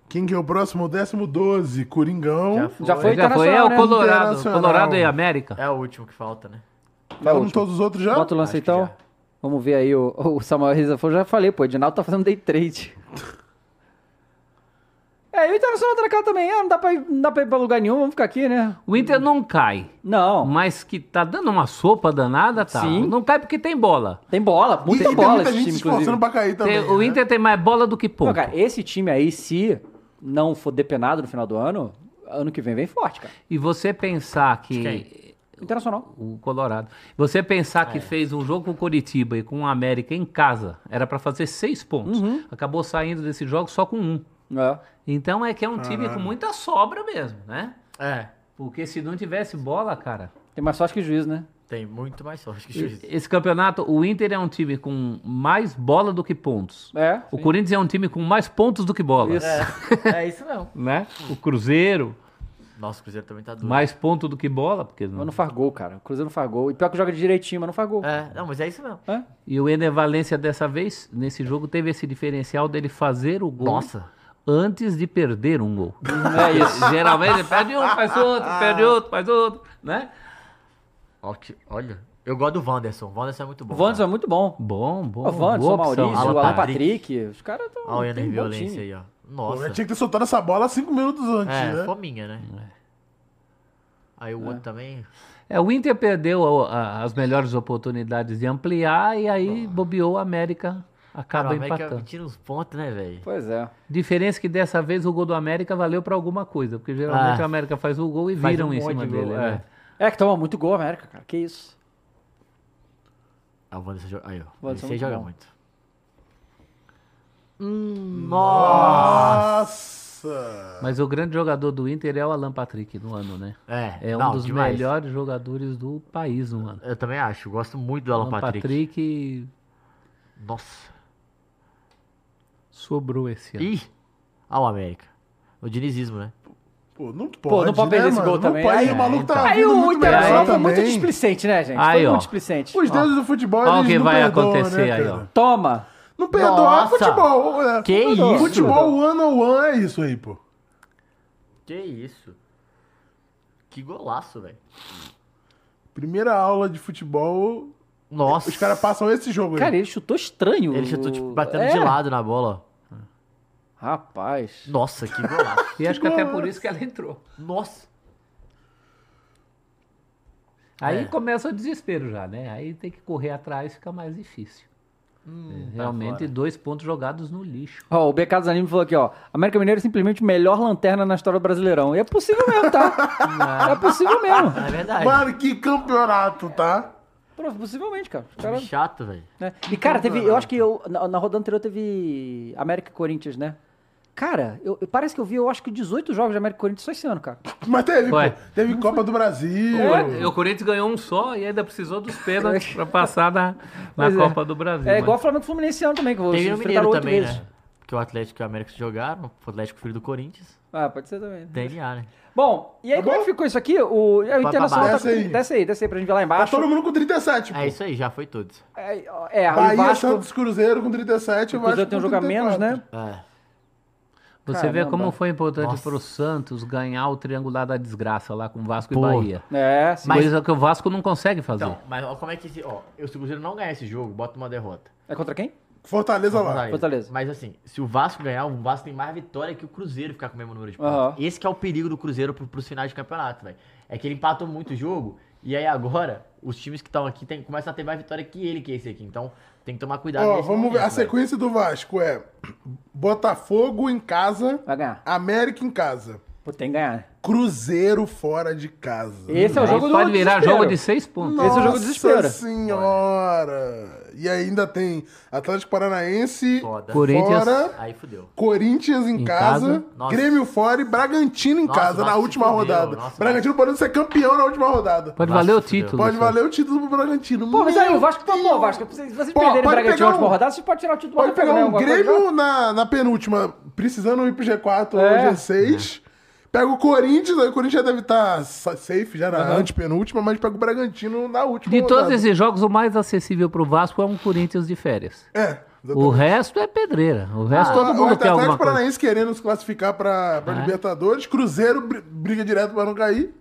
S2: Quem que é o próximo? O décimo 12, Coringão.
S3: Já foi.
S1: Já foi
S4: Já foi, é
S1: internacional,
S4: o
S1: né?
S4: Colorado.
S2: Internacional.
S4: Colorado e América.
S3: É o último que falta, né?
S2: Falamos todos os outros já?
S1: Bota o lance
S3: Acho que
S1: então.
S3: já.
S1: Vamos ver aí o, o Samuel Reza. Eu já falei, pô, o Edinaldo tá fazendo day trade. <laughs> É, e o Internacional tá na cara também. É, não dá, pra ir, não dá pra ir pra lugar nenhum, vamos ficar aqui, né?
S4: O Inter não cai,
S1: Não,
S4: mas que tá dando uma sopa danada, tá.
S1: Sim.
S4: Não cai porque tem bola.
S1: tem bola,
S2: E
S1: muita
S2: tem
S1: bola
S2: muita
S1: esse
S2: gente
S1: time,
S2: se esforçando
S1: inclusive.
S2: pra cair também.
S4: Tem- o
S2: né?
S4: Inter tem mais bola do que
S1: Não,
S4: ponto.
S1: cara, esse time aí, se não for depenado no final do ano, ano que vem vem forte, cara.
S4: E você pensar que...
S3: quem? Ah, é.
S1: Internacional.
S4: o Colorado. Você pensar que fez um jogo com o Curitiba
S3: Uhum.
S4: e com o América em casa, era pra fazer seis pontos. Acabou saindo desse jogo só com um. Então é que é um time com muita sobra mesmo, né?
S3: É,
S4: Porque se não tivesse bola, cara.
S1: Tem mais sorte que juízo, né?
S3: tem muito mais sorte que juízo.
S4: Esse campeonato, o Inter é um time com mais bola do que pontos.
S1: É.
S4: O Corinthians é um time com mais pontos do que bola.
S1: Isso.
S3: É, é isso mesmo.
S4: Né? O Cruzeiro,
S3: Nossa, o Cruzeiro também tá doido.
S4: mais pontos do que bola. Porque não...
S1: Mas não faz gol, cara. O Cruzeiro não faz gol. E pior que joga direitinho, mas não faz gol.
S3: É, não, mas é isso mesmo.
S1: É?
S4: E o Ener Valência, dessa vez, nesse jogo, teve esse diferencial dele fazer o gol
S3: Nossa.
S4: antes de perder um gol. É isso. Geralmente ele perde um, faz outro, perde outro, faz outro, né?
S3: Ó que- Olha, eu gosto do Wanderson. O Wanderson é muito bom.
S1: O Wanderson é
S3: cara.
S1: muito bom.
S4: Bom, bom.
S1: O Wanderson,
S4: boa
S1: o Maurício,
S4: opção.
S1: o
S3: Alan
S1: Alan,
S3: Patrick.
S1: Patrick. Os caras estão.
S3: Olha o Ener
S4: um
S3: Violência aí, ó. Nossa.
S2: Eu tinha que ter soltado essa bola cinco minutos antes,
S3: É,
S2: né?
S3: fominha, né? Aí o outro também.
S4: É, o Inter perdeu a- a- as melhores oportunidades de ampliar e aí bobeou a América, acaba
S3: Cara, o América
S4: empatando.
S3: é tira uns pontos, né, velho?
S1: Pois é.
S4: Diferença que dessa vez o gol do América valeu pra alguma coisa, porque geralmente
S3: Ah.
S4: o América faz o gol e
S3: Faz
S4: viram
S3: um
S4: em
S3: monte
S4: cima
S3: de gol,
S4: dele.
S3: é.
S4: né?
S1: É que toma muito gol, América, cara. Que isso.
S3: Ah, o Wanderson joga. Aí, ó. O
S1: Wanderson
S3: Wanderson
S1: muito
S3: joga
S1: bom.
S3: muito. Hum, nossa!
S2: Nossa!
S4: Mas o grande jogador do Inter é o Alan Patrick no ano, né?
S3: É,
S4: É um
S3: não,
S4: dos
S3: demais.
S4: melhores jogadores do país no ano.
S3: Eu também acho. eu Gosto muito do Alan
S4: Alan Patrick,
S3: Patrick. Nossa.
S4: sobrou esse ano.
S3: Ih! Ah, o América. O dinizismo, né?
S2: Pô, não pode,
S1: não pode perder
S2: né,
S1: esse
S2: mano?
S1: gol
S2: não
S1: também.
S2: Pode.
S1: Aí,
S2: Aí, o maluco tá
S1: Aí
S2: vindo
S1: o
S2: muito
S1: Inter
S2: melhor
S1: só foi
S2: também.
S1: muito displicente, né, gente?
S4: Aí,
S1: foi
S4: ó.
S1: muito displicente.
S2: Os deuses do futebol,
S4: Olha o
S2: eles
S4: que
S2: não
S4: vai
S2: perdoam,
S4: acontecer
S2: né,
S4: aí,
S2: cara?
S4: ó.
S1: Toma!
S2: Não perdoa, é
S3: Nossa!
S2: futebol. né?
S3: Que
S2: Futebol.
S3: isso?
S2: Futebol one on one é isso aí, pô.
S3: Que isso? Que golaço, velho.
S2: Primeira aula de futebol,
S3: Nossa.
S2: os caras passam esse jogo aí.
S1: Cara, ele chutou estranho.
S3: Ele chutou, tipo, batendo
S1: É.
S3: de lado na bola. ó.
S1: Rapaz.
S3: Nossa, que golaço. <laughs>
S4: E acho que até por isso que ela entrou.
S3: Nossa.
S4: Aí
S3: É.
S4: começa o desespero já, né? Aí tem que correr atrás, fica mais difícil. É,
S3: Hum, tá
S4: Realmente,
S3: fora.
S4: dois pontos jogados no lixo.
S1: Ó, o BK dos Anime falou aqui, ó. América Mineiro é simplesmente o melhor lanterna na história do Brasileirão. E é possível mesmo, tá? é possível mesmo.
S3: É verdade.
S2: Mano, que campeonato, tá?
S1: Pro- Possivelmente, cara. Os
S3: Que
S1: caras-
S3: É um chato, velho.
S1: né? E, cara, teve. Eu acho que eu, na, na rodada anterior teve América e Corinthians, né? Cara, eu, eu- parece que eu vi, eu acho que 18 jogos de América e Corinthians só esse ano, cara.
S2: Mas teve,
S4: Ué.
S2: pô. Teve Copa do Brasil.
S1: É.
S4: E O Corinthians ganhou um só e ainda precisou dos pênaltis pra
S1: <laughs>
S4: passar na, na
S1: Pois é.
S4: Copa do Brasil. né?
S1: É
S4: mas-
S1: igual o Flamengo e Fluminense esse ano também, que vocês
S3: Teve no
S1: enfrentaram
S3: Mineiro
S1: oito
S3: também,
S1: vezes.
S3: né? Porque o Atlético e o América se jogaram. O Atlético filho do Corinthians.
S1: Ah, pode ser também. né?
S3: DNA, né?
S1: Bom, e aí como é que ficou isso aqui? O, é, o
S3: Pra-
S1: Internacional
S2: pra
S1: tá
S2: baixo. Desce aí.
S1: Desce aí, desce aí pra gente ver lá
S2: Tá
S1: embaixo.
S2: todo mundo com 37, pô.
S3: É isso aí, já foi todos.
S1: É, ó, é o
S2: Bahia,
S1: Vasco,
S2: Santos, Cruzeiro com 37.
S1: o Cruzeiro tem um jogo a
S2: jogar
S1: menos, né?
S3: É.
S4: Você vê
S1: Caramba.
S4: como foi importante
S3: Nossa.
S4: pro Santos ganhar o triangular da desgraça lá com Vasco
S3: Pô.
S4: e Bahia.
S1: É, sim.
S4: Coisa que o Vasco não consegue fazer.
S3: Então, mas ó, como é que esse. Ó, se o Cruzeiro não ganhar esse jogo, bota uma derrota.
S1: É contra quem?
S2: Fortaleza lá.
S3: Fortaleza.
S1: Fortaleza.
S3: Mas assim, se o Vasco ganhar, o Vasco tem mais vitória que o Cruzeiro ficar com o mesmo número de
S1: Aham.
S3: pontos. Esse que é o perigo do Cruzeiro pro, pros finais de campeonato, velho. É que ele empatou muito jogo, e aí agora, os times que estão aqui tem, começam a ter mais vitória que ele, que é esse aqui. Então, tem que tomar cuidado.
S2: Ó, vamos
S3: nesse
S2: ver. A
S3: momento, velho.
S2: sequência do Vasco é Botafogo em casa,
S1: Vai ganhar.
S2: América em casa,
S1: Pô, tem que ganhar. né?
S2: Cruzeiro fora de casa.
S1: Esse é o
S4: Aí
S1: jogo do
S4: pode virar
S1: desespero.
S4: jogo de seis pontos.
S1: Esse é o jogo do desespero.
S2: senhora! E ainda tem Atlético Paranaense
S3: Foda.
S4: Corinthians.
S2: fora,
S3: Aí fudeu.
S2: Corinthians em,
S4: Em
S2: casa,
S4: casa.
S3: Nossa.
S2: Grêmio fora e Bragantino em
S3: Nossa,
S2: casa na
S3: Vasco se
S2: última
S3: fudeu,
S2: rodada.
S3: nossa,
S2: Bragantino podendo ser campeão na última rodada.
S4: Pode
S3: Vasco
S4: valer o
S3: se fudeu.
S4: título.
S2: Pode
S4: Luciano.
S2: valer o título pro Bragantino.
S1: Pô, mas aí
S2: Meu
S1: o Vasco, pô, pô,
S2: Deus.
S1: Vasco, se vocês
S2: Pô,
S1: perderem o
S2: pode
S1: Bragantino
S2: pegar
S1: na última
S2: um-
S1: rodada, vocês podem tirar o título do
S2: Pode
S1: Botafogo,
S2: pegar
S1: né?
S2: um
S1: Alguma coisa
S2: Grêmio na, na penúltima, precisando ir pro G4
S1: É.
S2: ou G6. Pega o Corinthians, aí o Corinthians já deve estar safe, já na antepenúltima, mas pega o Bragantino na última.
S4: De todos
S2: rodada.
S4: esses jogos, o mais acessível pro Vasco é um Corinthians de férias.
S2: É, exatamente.
S4: O resto é pedreira. O resto todo
S2: o
S4: mundo quer
S2: Atlético
S4: alguma coisa.
S2: Paranaense querendo se classificar pra, pra Libertadores. Cruzeiro br- briga direto pra não cair.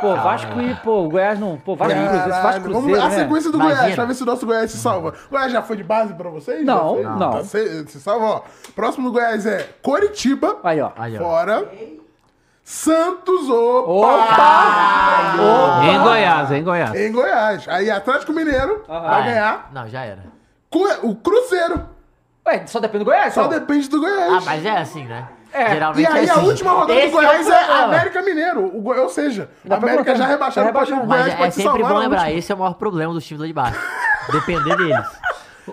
S1: Pô, Vasco e, pô, o Goiás não. Pô, Vasco e Cruzeiro. esse Vasco
S2: Caralho,
S1: e
S2: vamos ver
S1: Cruzeiro.
S2: a
S1: Né?
S2: sequência do
S3: Imagina.
S2: Goiás, pra ver se o nosso Goiás se salva. Goiás já foi de base pra vocês?
S1: Não,
S2: Já foi?
S1: não.
S2: Tá se, se salva, ó. Próximo do Goiás é Coritiba.
S1: Aí, ó.
S3: Aí, ó.
S2: Fora. Santos, opa!
S1: Opa!
S4: Em Goiás, em Goiás.
S2: Em Goiás. Aí Atlético Mineiro vai
S3: Ah, é.
S2: ganhar.
S3: Não, já era.
S2: Cu- O Cruzeiro.
S1: Ué, só depende do Goiás,
S2: Só
S1: ó.
S2: depende do
S3: Ah,
S2: Goiás.
S3: mas é assim, né?
S1: É.
S2: E
S3: Geralmente é
S2: aí a
S3: assim.
S2: última rodada
S3: Esse
S2: do Goiás
S3: é, o
S2: é,
S3: problema.
S2: América Mineiro. O Goi- Ou seja, a
S1: pra
S2: América
S1: colocar.
S2: já
S1: Já
S2: rebaixaram, pode, o
S1: rebaixaram.
S2: Goiás
S3: Mas é,
S2: pode
S3: é
S2: se
S3: sempre
S2: salvar né?
S3: bom
S2: na
S3: lembrar,
S2: última. <laughs>
S3: esse é o maior problema dos times lá de baixo. Depender deles.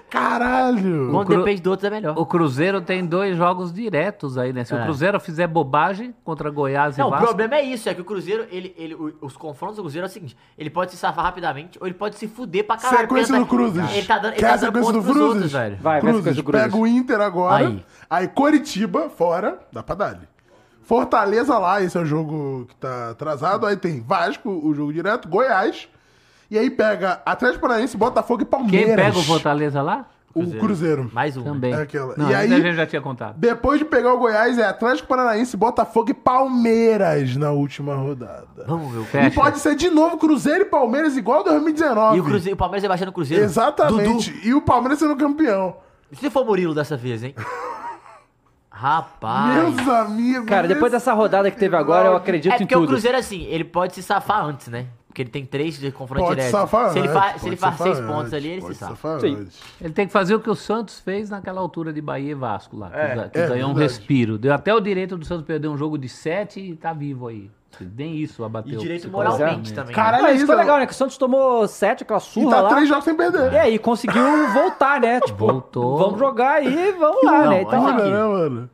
S2: Caralho!
S3: Quando
S4: Cru-
S3: depende do outro é melhor.
S4: O Cruzeiro tem dois jogos diretos aí, né? Se o
S3: É.
S4: Cruzeiro fizer bobagem contra Goiás
S3: Não,
S4: e
S3: o
S4: Vasco...
S3: problema é isso, é que o Cruzeiro, ele, ele, o- os confrontos do Cruzeiro é o seguinte, ele pode se safar rapidamente ou ele pode se fuder pra caralho. porque
S2: Sequência
S3: ele
S2: do
S3: tá-
S2: Cruzes.
S3: Ele tá dando, ele
S2: Quer
S3: tá
S2: a
S3: dando
S2: sequência
S3: ponto
S2: do
S3: pros outros,
S2: Cruzes?
S3: velho.
S1: Vai, vai,
S2: Cruzes,
S1: sequência do Cruzes.
S2: pega o Inter agora.
S3: Aí.
S2: Aí. Coritiba, fora, dá pra dar ali. Fortaleza lá, esse é o jogo que tá atrasado. Aí tem Vasco, o jogo direto, Goiás. E aí pega Atlético Paranaense, Botafogo e Palmeiras.
S4: Quem pega o Fortaleza lá?
S2: O Cruzeiro.
S3: Mais um.
S4: Também.
S2: É aquela.
S4: Não,
S2: E
S4: ainda
S2: aí-
S4: a gente já tinha contado.
S2: Depois de pegar o Goiás, é Atlético Paranaense, Botafogo e Palmeiras na última rodada.
S3: Vamos ver o
S2: E
S4: Fecha.
S2: pode ser de novo Cruzeiro e Palmeiras igual 2019.
S3: E o, Cruzeiro, o Palmeiras vai baixando o Cruzeiro.
S2: Exatamente. E o Palmeiras sendo campeão.
S3: Dudu. Se for Murilo dessa
S2: <laughs>
S3: vez, hein? Rapaz.
S2: Meus amigos.
S1: Cara, depois
S2: esse
S1: dessa rodada que teve agora, eu acredito
S3: É
S1: em
S3: porque o
S1: tudo.
S3: Cruzeiro, assim, ele pode se safar antes, né? Porque ele tem três de confronto
S2: Pode
S3: direto.
S2: safar
S3: se ele,
S2: antes,
S3: fa- se
S2: pode
S3: ele faz
S2: safar
S3: seis
S2: antes,
S3: pontos ali, ele se
S2: pode
S3: safa.
S2: safar
S1: Sim.
S2: antes.
S4: Ele tem que fazer o que o Santos fez naquela altura de Bahia e Vasco lá, que, ga- que
S2: é
S4: ganhou um
S2: verdade.
S4: respiro. Deu até o direito do Santos perder um jogo de sete e tá vivo aí. Nem isso abateu.
S3: E direito
S4: psicologicamente.
S3: moralmente também. né?
S2: Caralho,
S1: Não, isso foi
S2: Isa.
S1: legal, né? Que o Santos tomou sete, aquela
S2: E
S1: surra
S2: tá
S1: lá. É.
S2: três jogos sem perder.
S1: E aí, conseguiu voltar, né? Tipo,
S4: Voltou.
S1: vamos jogar aí, vamos lá,
S3: Não,
S1: né? Então, É.
S3: olha-
S1: o
S2: Olha, né,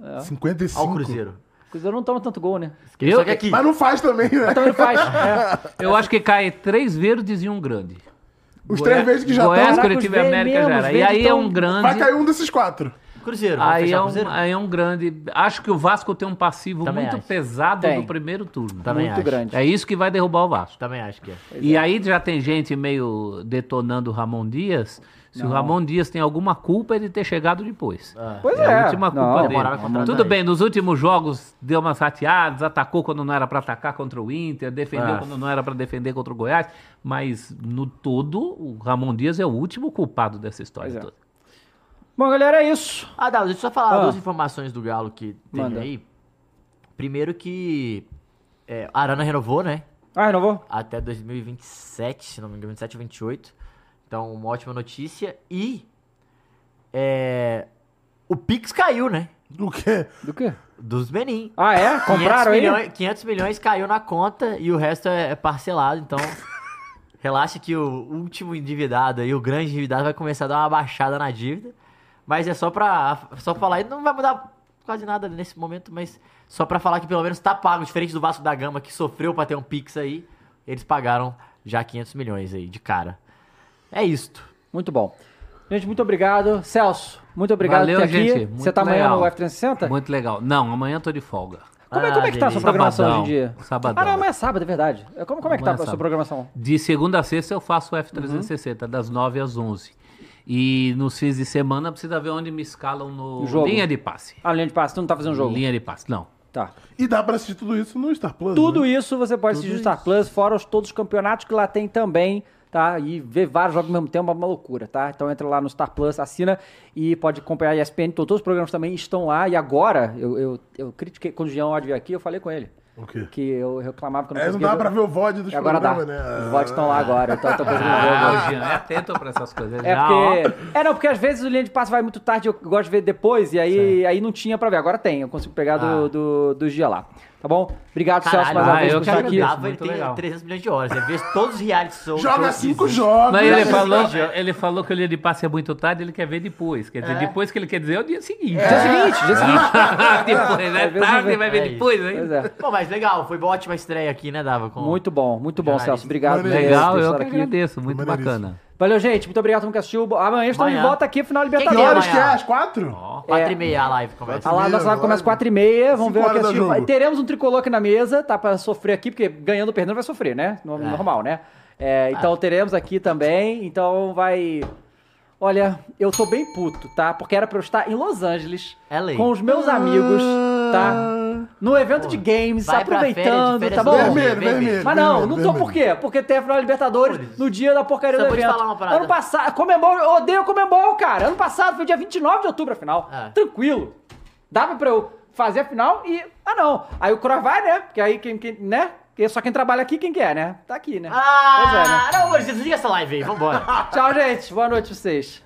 S2: mano? 55.
S3: Olha o Cruzeiro.
S1: Cruzeiro não toma tanto gol, né?
S4: Eu,
S3: Só que é aqui.
S2: Mas não faz também, né?
S1: Também faz. É.
S4: eu acho que cai três verdes e um grande.
S2: Os três vezes que já
S4: Goiás,
S2: estão.
S1: Caraca,
S4: Curitiba e
S1: os verdes
S4: América já
S1: mesmo,
S4: era.
S1: os
S4: E
S1: verdes
S4: aí é
S1: tão-
S4: um grande.
S2: Vai cair um desses quatro.
S3: Cruzeiro. vamos
S4: Aí
S3: fechar
S4: é,
S3: o
S4: um,
S3: Cruzeiro?
S4: aí é um grande. Acho que o Vasco tem um passivo
S3: Também
S4: muito
S3: acho.
S4: pesado
S1: Tem.
S4: do primeiro turno.
S3: Também
S1: Muito
S3: acho.
S1: grande.
S4: É isso que vai derrubar o Vasco.
S3: Também acho que é.
S4: E aí já tem gente meio detonando o Ramon Dias. Se o Ramon Dias tem alguma culpa, ele ter chegado depois.
S1: Pois é.
S4: É a última culpa
S1: não.
S4: dele.
S3: Demorava contra
S4: Tudo
S3: nós.
S4: bem, nos últimos jogos deu umas rateadas, atacou quando não era pra atacar contra o Inter, defendeu
S3: Ah.
S4: quando não era pra defender contra o Goiás, mas no todo o Ramon Dias é o último culpado dessa história
S1: Pois é.
S4: toda.
S1: Bom, galera, é isso.
S3: Ah, Dado, deixa eu só falar
S1: Ah.
S3: duas informações do Galo que teve
S1: Manda.
S3: aí. Primeiro que é, a Arana renovou, né?
S1: Ah, renovou?
S3: Até 2027, se não me engano, 27 ou 28. Então, uma ótima notícia. E é, o Pix caiu, né?
S2: O quê?
S1: Do quê?
S3: Dos Menin.
S1: Ah, é?
S3: 500
S1: Compraram aí?
S3: milhões, 500 milhões caiu na conta e o resto é é
S1: <laughs>
S3: parcelado, então... Relaxa que o último endividado aí, o grande endividado, vai começar a dar uma baixada na dívida. Mas é só pra, só pra falar, e não vai mudar quase nada nesse momento, mas só pra falar que pelo menos tá pago, diferente do Vasco da Gama que sofreu pra ter um Pix aí, eles pagaram já 500 milhões aí de cara. É isto.
S1: Muito bom. Gente, muito obrigado. Celso, muito obrigado
S4: Valeu,
S1: por ter aqui.
S4: gente. Muito
S1: Você tá amanhã
S4: legal.
S1: no F360?
S4: Muito legal. Não, amanhã eu tô de folga.
S1: Como, é, como é que tá a
S3: Ah,
S1: sua programação
S4: Sabadão.
S1: hoje em dia?
S4: Sabadão.
S1: Ah, não, amanhã é sábado, é verdade. Como, como é que tá
S4: Amanhã é
S1: a sua
S4: sábado.
S1: programação?
S4: De segunda a sexta eu faço o F360,
S1: Uhum.
S4: das 9 às 11. E nos fins de semana precisa ver onde me escalam no
S1: Jogo.
S4: linha de passe.
S1: Ah, linha de passe, tu não tá fazendo jogo?
S4: Linha de passe, não.
S1: Tá.
S2: E dá pra assistir tudo isso no Star Plus.
S1: Tudo
S2: né?
S1: isso você pode assistir no Star Plus, fora os, todos os campeonatos que lá tem também, tá? E ver vários jogos ao mesmo tempo é uma loucura, tá? Então entra lá no Star Plus, assina e pode acompanhar a ESPN. Todos os programas também estão lá. E agora, eu, eu, eu critiquei, quando o Jean Odd veio aqui, eu falei com ele.
S2: O quê?
S1: Que eu reclamava que eu não
S2: É, não
S1: conseguia
S2: dá
S1: ver-
S2: pra ver o VOD dos
S1: E agora dá.
S2: programas, né?
S1: Os votos estão lá agora, então eu tô conseguindo ver o VOD.
S4: Ah, Jean, é atento pra essas coisas.
S1: É,
S4: Já, ó.
S1: porque... é, não, porque às vezes o linha de passe vai muito tarde, eu gosto de ver depois, e aí, aí não tinha pra ver. Agora tem, eu consigo pegar do,
S4: Ah.
S1: do, dos dias lá. Tá bom? Obrigado, Celso, mais
S4: ah,
S1: uma vez
S4: eu
S1: por
S4: que
S1: estar aqui.
S4: agradeço.
S3: Dava, ele
S4: Muito
S3: tem
S4: legal.
S3: 300 milhões de horas, né? Vê todos os reality shows.
S2: Joga
S3: shows que
S2: cinco
S3: existem.
S2: jogos.
S4: Não, ele,
S2: né?
S4: falou, ele falou que o linha de passe é muito tarde, ele quer ver depois. Quer dizer, depois que ele quer dizer é o dia seguinte.
S1: Dia seguinte,
S4: Ah.
S1: dia seguinte.
S4: <laughs> depois,
S1: Às
S4: é
S1: vezes não
S4: tarde,
S1: vê.
S4: vai ver
S3: É isso.
S4: depois,
S1: Pois
S4: hein?
S1: é.
S3: Bom, mas legal, foi uma ótima estreia aqui, né, Dava? Com...
S1: Muito bom, muito bom,
S3: Jornalista.
S1: Celso. Obrigado.
S2: Maneiro.
S1: mesmo
S4: Legal,
S1: por
S4: eu
S1: estar
S4: que
S1: aqui. é
S4: agradeço. Muito
S2: maneiríssimo.
S4: bacana.
S1: Valeu, gente. Muito obrigado todo mundo que assistiu. Amanhã estamos de
S3: Amanhã.
S1: volta aqui, final
S2: Que
S3: Quem
S1: Libertadores.
S2: horas
S3: amanhã?
S2: que é? Às quatro?
S4: Ó,
S3: 4 e
S1: É.
S3: meia a live começa.
S1: A Ah, lá, nossa live começa
S2: Live.
S1: 4h30, vamos ver o
S2: Cinco
S1: que
S2: horas dá
S1: assistiu.
S2: jogo.
S1: Teremos um tricolor aqui na mesa, tá? Pra sofrer aqui, porque ganhando ou perdendo vai sofrer, né? No- Normal, né? É, então
S3: Ah.
S1: teremos aqui também, então vai... Olha, eu tô bem puto, tá? Porque era pra eu estar em Los Angeles
S3: LA.
S1: com os meus amigos, tá? No evento de games,
S3: vai pra
S1: aproveitando,
S3: férias de
S1: tá bom?
S3: férias do
S2: Vermelho,
S3: Vermelho.
S2: vermelho.
S1: Mas não,
S2: vermelho,
S1: não tô
S2: vermelho.
S1: por quê? Porque tem a final da Libertadores no dia da porcaria
S3: Só
S1: do
S3: vou te
S1: evento.
S3: falar uma parada.
S1: Ano passado, Comembol, eu odeio Comembol, cara. Ano passado foi dia 29 de outubro a final.
S3: Ah.
S1: Tranquilo. Dava pra eu fazer a final e... Ah, não. Aí o Croy vai, né? Porque aí quem... quem né? Porque Só quem trabalha aqui, quem quer, né? Tá aqui, né?
S3: Ah,
S1: Pois é, né? <laughs>
S3: não, amor, desliga essa live aí, vambora.
S1: Tchau, gente. Boa noite pra vocês.